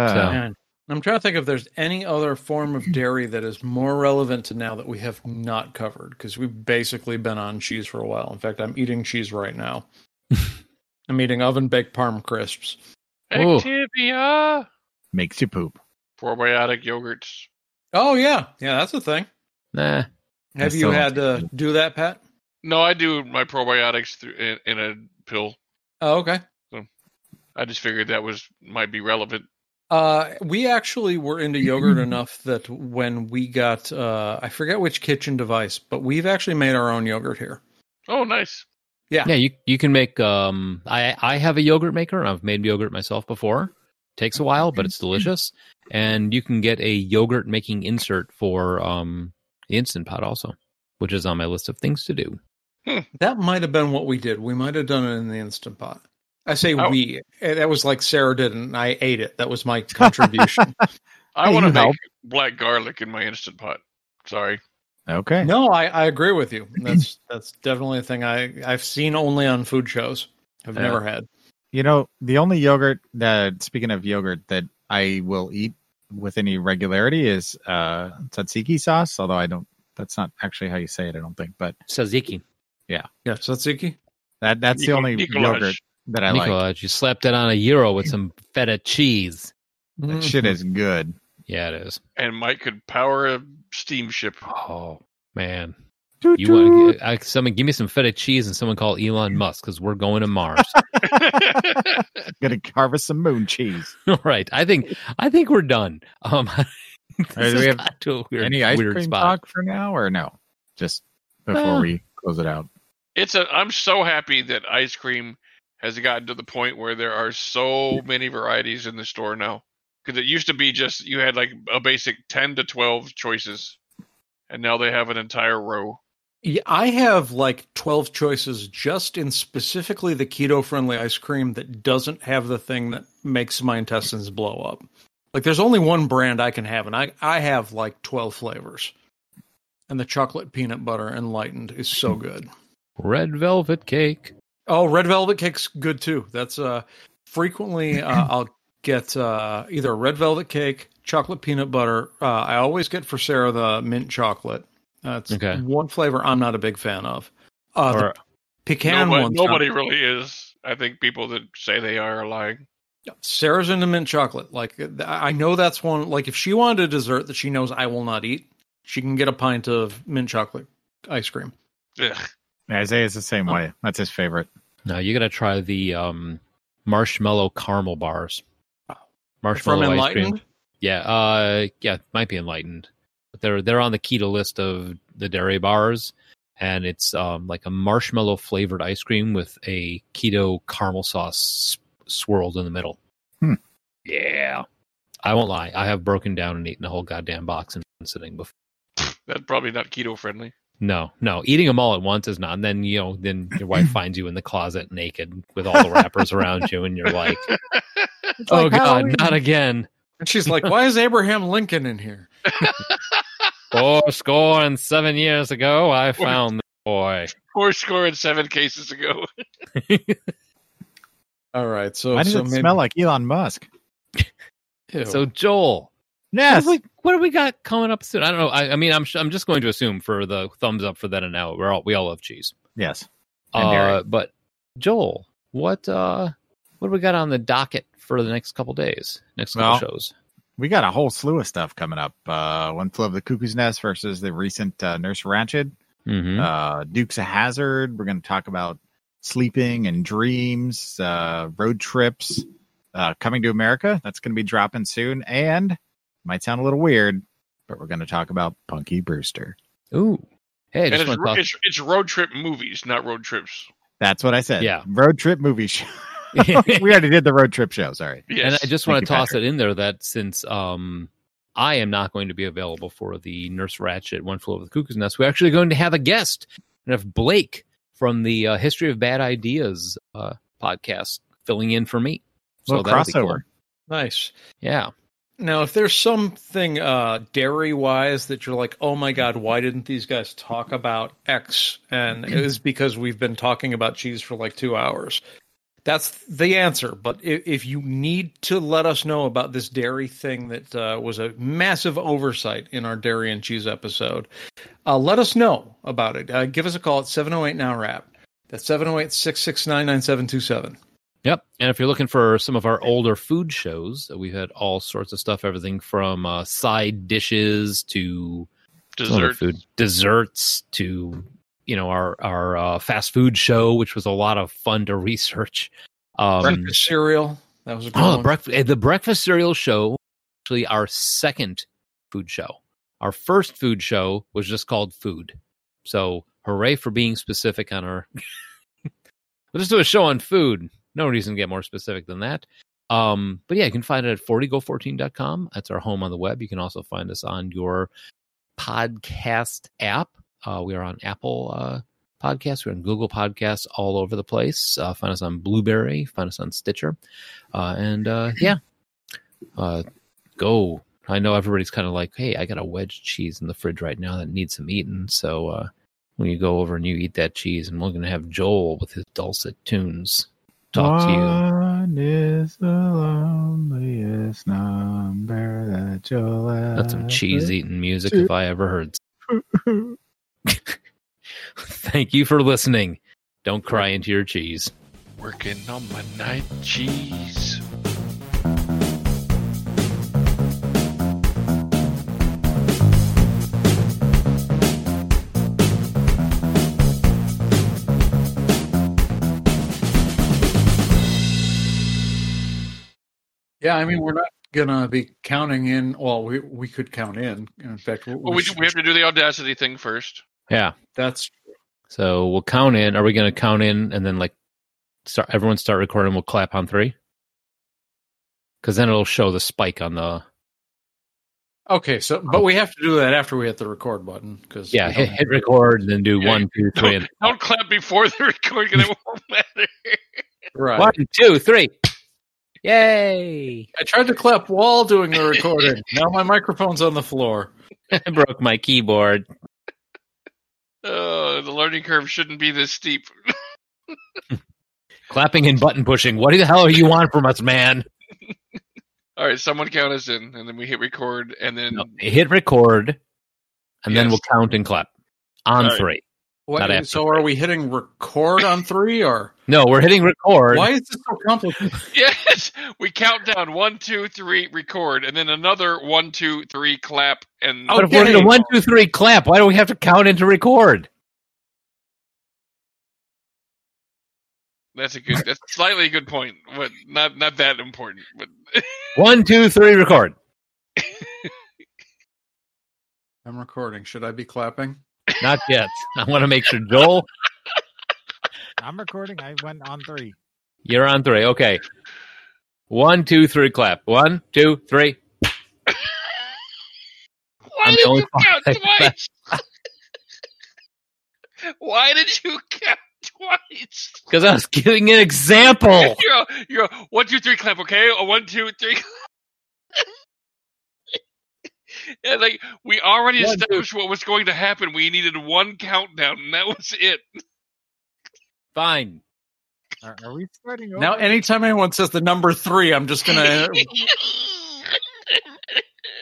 So-
And I'm trying to think if there's any other form of dairy that is more relevant to now that we have not covered because we've basically been on cheese for a while. In fact, I'm eating cheese right now. I'm eating oven baked parm crisps.
Ooh.
Activia.
Makes you poop.
Probiotic yogurts.
Oh yeah, yeah, that's a thing.
Nah.
Have
I
you
still
had
don't
to do that, Pat?
No, I do my probiotics through in, in a pill.
Oh, okay.
I just figured that was might be relevant.
Uh, we actually were into yogurt enough that when we got, uh, I forget which kitchen device, but we've actually made our own yogurt here.
Oh, nice.
Yeah. You you can make. Um. I I have a yogurt maker. and I've made yogurt myself before. Takes a while, but it's delicious. And you can get a yogurt making insert for um the instant pot also, which is on my list of things to do.
That might have been what we did. We might have done it in the instant pot. I say
Oh.
we. Eh, That was like Sarah did, and I ate it. That was my contribution.
I
Hey,
want
you
to make
help.
black garlic in my instant pot. Sorry.
Okay.
no, I, I agree with you. That's that's definitely a thing I I've seen only on food shows. I've
Yeah.
never had.
You know, the only yogurt that, speaking of yogurt, that I will eat with any regularity is uh, tzatziki sauce. Although I don't, that's not actually how you say it. I don't think, but
Saziki.
Yeah, tzatziki.
that that's the
Nico-
only
Nicolaj.
yogurt that I
Nicola,
like.
you slapped it on a gyro with some feta cheese.
Mm-hmm.
That shit is good.
Yeah, it is.
And Mike could power a steamship.
Oh man,
Toot
you want
toot.
to I, someone give me some feta cheese and someone call Elon Musk because we're going to Mars.
gonna carve us some moon cheese.
All right, I think I think we're done. Um, this
All right,
has
do we have
got to a weird,
Any ice
weird
cream
spot.
talk for now or no? Just before
Well.
we close it out.
It's a. I'm so happy that ice cream has gotten to the point where there are so many varieties in the store now. Because it used to be just you had like a basic ten to twelve choices, and now they have an entire row.
Yeah, I have like 12 choices just in specifically the keto friendly ice cream that doesn't have the thing that makes my intestines blow up. Like there's only one brand I can have and I I have like 12 flavors. And the chocolate peanut butter enlightened is so good.
Red velvet cake.
Oh, red velvet cake's good too. That's uh frequently uh, I'll get uh either a red velvet cake, chocolate peanut butter. Uh I always get for Sarah the mint chocolate. That's
Okay.
one flavor I'm not a big fan of. Uh the
Or-
pecan
nobody,
one.
nobody really is. I think people that say they are are lying.
Sarah's into mint chocolate. Like th- I know that's one. Like if she wanted a dessert that she knows I will not eat, she can get a pint of mint chocolate ice cream.
Ugh.
Isaiah's the same way. That's his favorite.
No, you got to try the um, marshmallow caramel bars.
From
Marshmallow ice cream.
enlightened,
Yeah, uh, yeah, might be enlightened, but they're they're on the keto list of the dairy bars, and it's um, like a marshmallow flavored ice cream with a keto caramel sauce s- swirled in the middle.
Hmm.
Yeah, I won't lie. I have broken down and eaten a whole goddamn box in one sitting before.
That's probably not keto friendly.
No, no, eating them all at once is not. And then you know, then your wife finds you in the closet naked with all the wrappers around you, and you're like, "Oh
like
God,
Halloween.
not again!"
And she's like, "Why is Abraham Lincoln in here?"
Four score and seven years ago, I found the boy.
Four score and seven cases ago.
All right, so
Oh,
Why does
so
it
maybe,
smell like Elon Musk?
Ew.
So Joel,
Yes.
What do, we, what do we got coming up soon? I don't know. I, I mean, I'm sh- I'm just going to assume for the thumbs up for that and now we're all we all love cheese.
Yes. And
Uh, but Joel, what uh, what do we got on the docket for the next couple days? Next couple
Well,
shows.
We got a whole slew of stuff coming up. Uh, One Flew of the Cuckoo's Nest versus the recent uh, Nurse Ratched.
Mm-hmm.
uh, Dukes of Hazard. We're going to talk about sleeping and dreams, uh, road trips, uh, coming to America. That's going to be dropping soon, and might sound a little weird, but we're going to talk about Punky Brewster.
Ooh, hey, I
and
just
it's,
want to talk.
it's, it's road trip movies, not road trips.
That's what I said.
Yeah.
road trip movie show. we already did the road trip show. Sorry.
Yes.
and I just
Thank
want
you,
to toss
Patrick.
it in there that since um, I am not going to be available for the Nurse Ratchet One Flew Over the Cuckoo's Nest, we're actually going to have a guest. And if Blake from the uh, History of Bad Ideas uh, podcast filling in for me,
Little
that'll be cool.
crossover.
nice.
Yeah.
Now, if there's something uh, dairy wise that you're like, oh my God, why didn't these guys talk about X? And it is because we've been talking about cheese for like two hours. That's the answer. But if, if you need to let us know about this dairy thing that uh, was a massive oversight in our dairy and cheese episode, uh, let us know about it. Uh, give us a call at 708 Now Wrap. That's 708 669 9727.
Yep. And if you're looking for some of our older food shows, we've had all sorts of stuff, everything from uh, side dishes to some other
Dessert.
food, desserts to, you know, our, our uh, fast food show, which was a lot of fun to research. Um,
Breakfast cereal. That was a good
oh,
one.
the breakfast, the breakfast cereal show, actually our second food show. Our first food show was just called food. So hooray for being specific on our. we'll just do a show on food. No reason to get more specific than that. Um, but yeah, you can find it at 40go14.com. That's our home on the web. You can also find us on your podcast app. Uh, we are on Apple uh, Podcasts. We're on Google Podcasts all over the place. Uh, find us on Blueberry. Find us on Stitcher. Uh, and uh, yeah, uh, go. I know everybody's kind of like, hey, I got a wedge cheese in the fridge right now that needs some eating. So uh, when you go over and you eat that cheese, and we're going to have Joel with his dulcet tunes talk to you.
One is the loneliest number that you'll
That's some
ever-
cheese eating music if I ever heard. Thank you for listening. Don't cry into your cheese.
Working on my night cheese.
Yeah, I mean, we're not gonna be counting in. Well, we we could count in. In fact, we,
Well, we, we have to do the audacity thing first.
Yeah.
that's
So we'll count in. Are we going to count in and then like start? Everyone start recording. We'll clap on three. Because then it'll show the spike on the
okay. So, but we have to do that after we hit the record button because
yeah. Hit, hit record and then do
Yeah.
one, two, three, and
Don't clap before the recording, 'cause it won't matter.
right.
one, two, three. Yay!
I tried to clap while doing the recording. now my microphone's on the floor.
I broke my keyboard.
Oh, the learning curve shouldn't be this steep.
Clapping and button pushing. What the hell do you want from us, man?
All right, someone count us in, and then we hit record, and then
No, hit record, and then
Yes.
we'll count and clap on
All right.
three. Not
What,
after.
so, are we hitting record on three or
No, we're hitting record.
why is this so complicated?
yes, we count down one, two, three, record, and then another one, two, three, clap, and
But if we're in
Okay.
a one, two, three clap, why do we have to count and to record?
that's a good, that's slightly a good point, but not not that important. But
One, two, three, record.
I'm recording. Should I be clapping?
Not yet. I want to make sure Joel,
I'm recording. I went on three.
you're on three. Okay. One, two, three, clap. One, two, three.
Why
I'm the
did
only
you count
one.
twice? Why did you count twice?
Because I was giving an example.
You're a, you're a, one, two, three, clap. Okay, a one, two, three. and like we already
One, two.
established what was going to happen. We needed one countdown, and that was it.
Fine.
Are, are we starting over?
Now, anytime anyone says the number three, I'm just gonna.
uh,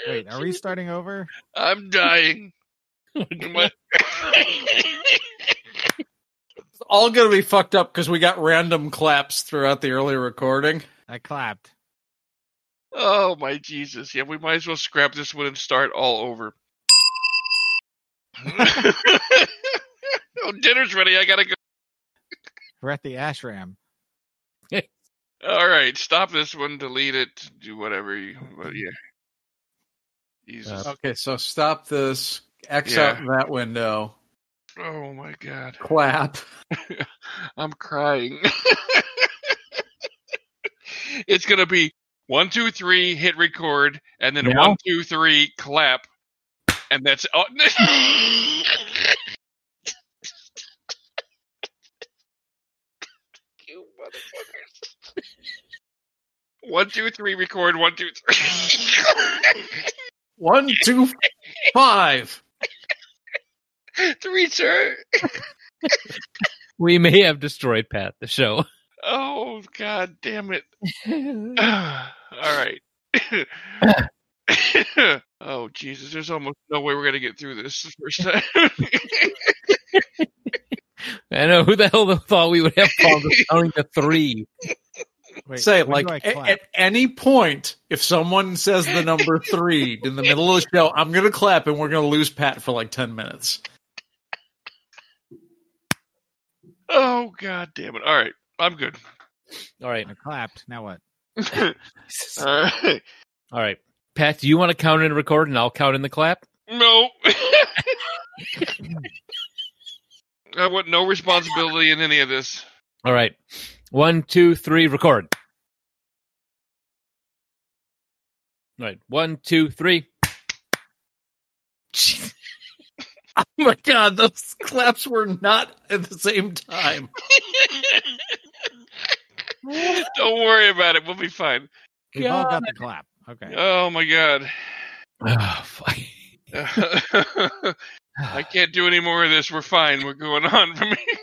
Wait, are we starting over?
I'm dying. My-
it's all gonna be fucked up because we got random claps throughout the early recording.
I clapped.
oh my Jesus! Yeah, we might as well scrap this one and start all over. oh, dinner's ready. I gotta go.
We're at the ashram.
All right, stop this one, delete it, do whatever you. But yeah, Jesus.
Okay, so stop this. X
Yeah.
out that window.
oh my God,
Clap.
I'm crying. it's gonna be one, two, three, hit record, and then
Now?
one, two, three, clap, and that's. Oh, you motherfuckers! One, two, three, record. One, two, three.
One, two, five.
three, sir.
We may have destroyed Pat, the show.
Oh god damn it. All right. oh Jesus, there's almost no way we're gonna get through this the first time.
I know who the hell thought we would have called this counting to three.
Wait,
Say
when
like
do I
a-
clap?
at any point, if someone says the number three in the middle of the show, I'm gonna clap and we're gonna lose Pat for like ten minutes.
oh god damn it. All right. I'm good.
All right.
I clapped. Now what?
All right.
All right. Pat, do you want to count and record and I'll count in the clap?
No. I want no responsibility in any of this.
All right. One, two, three, record. All right. One, two, three.
Oh my god, those claps were not at the same time.
Don't worry about it. We'll be fine.
We've all got the clap. Okay.
Oh my god.
Oh, fuck.
I can't do any more of this. We're fine. We're going on from here.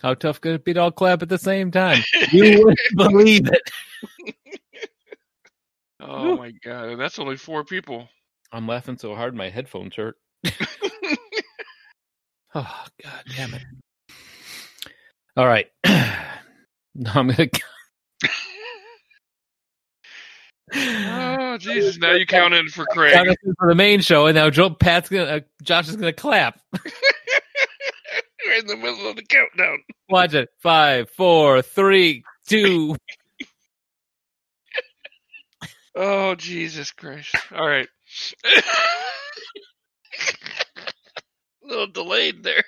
How tough could it be to all clap at the same time? You wouldn't believe it.
Oh my god, and that's only four people.
I'm laughing so hard my headphones hurt. oh god damn it. All right. No, I'm gonna count
Oh Jesus! Now you count in for Craig.
us in for the main show, and now Joe Pat's gonna uh, Josh is gonna clap.
We're in the middle of the countdown.
Watch it. Five, four, three, two.
Oh Jesus Christ! All right, a little delayed there.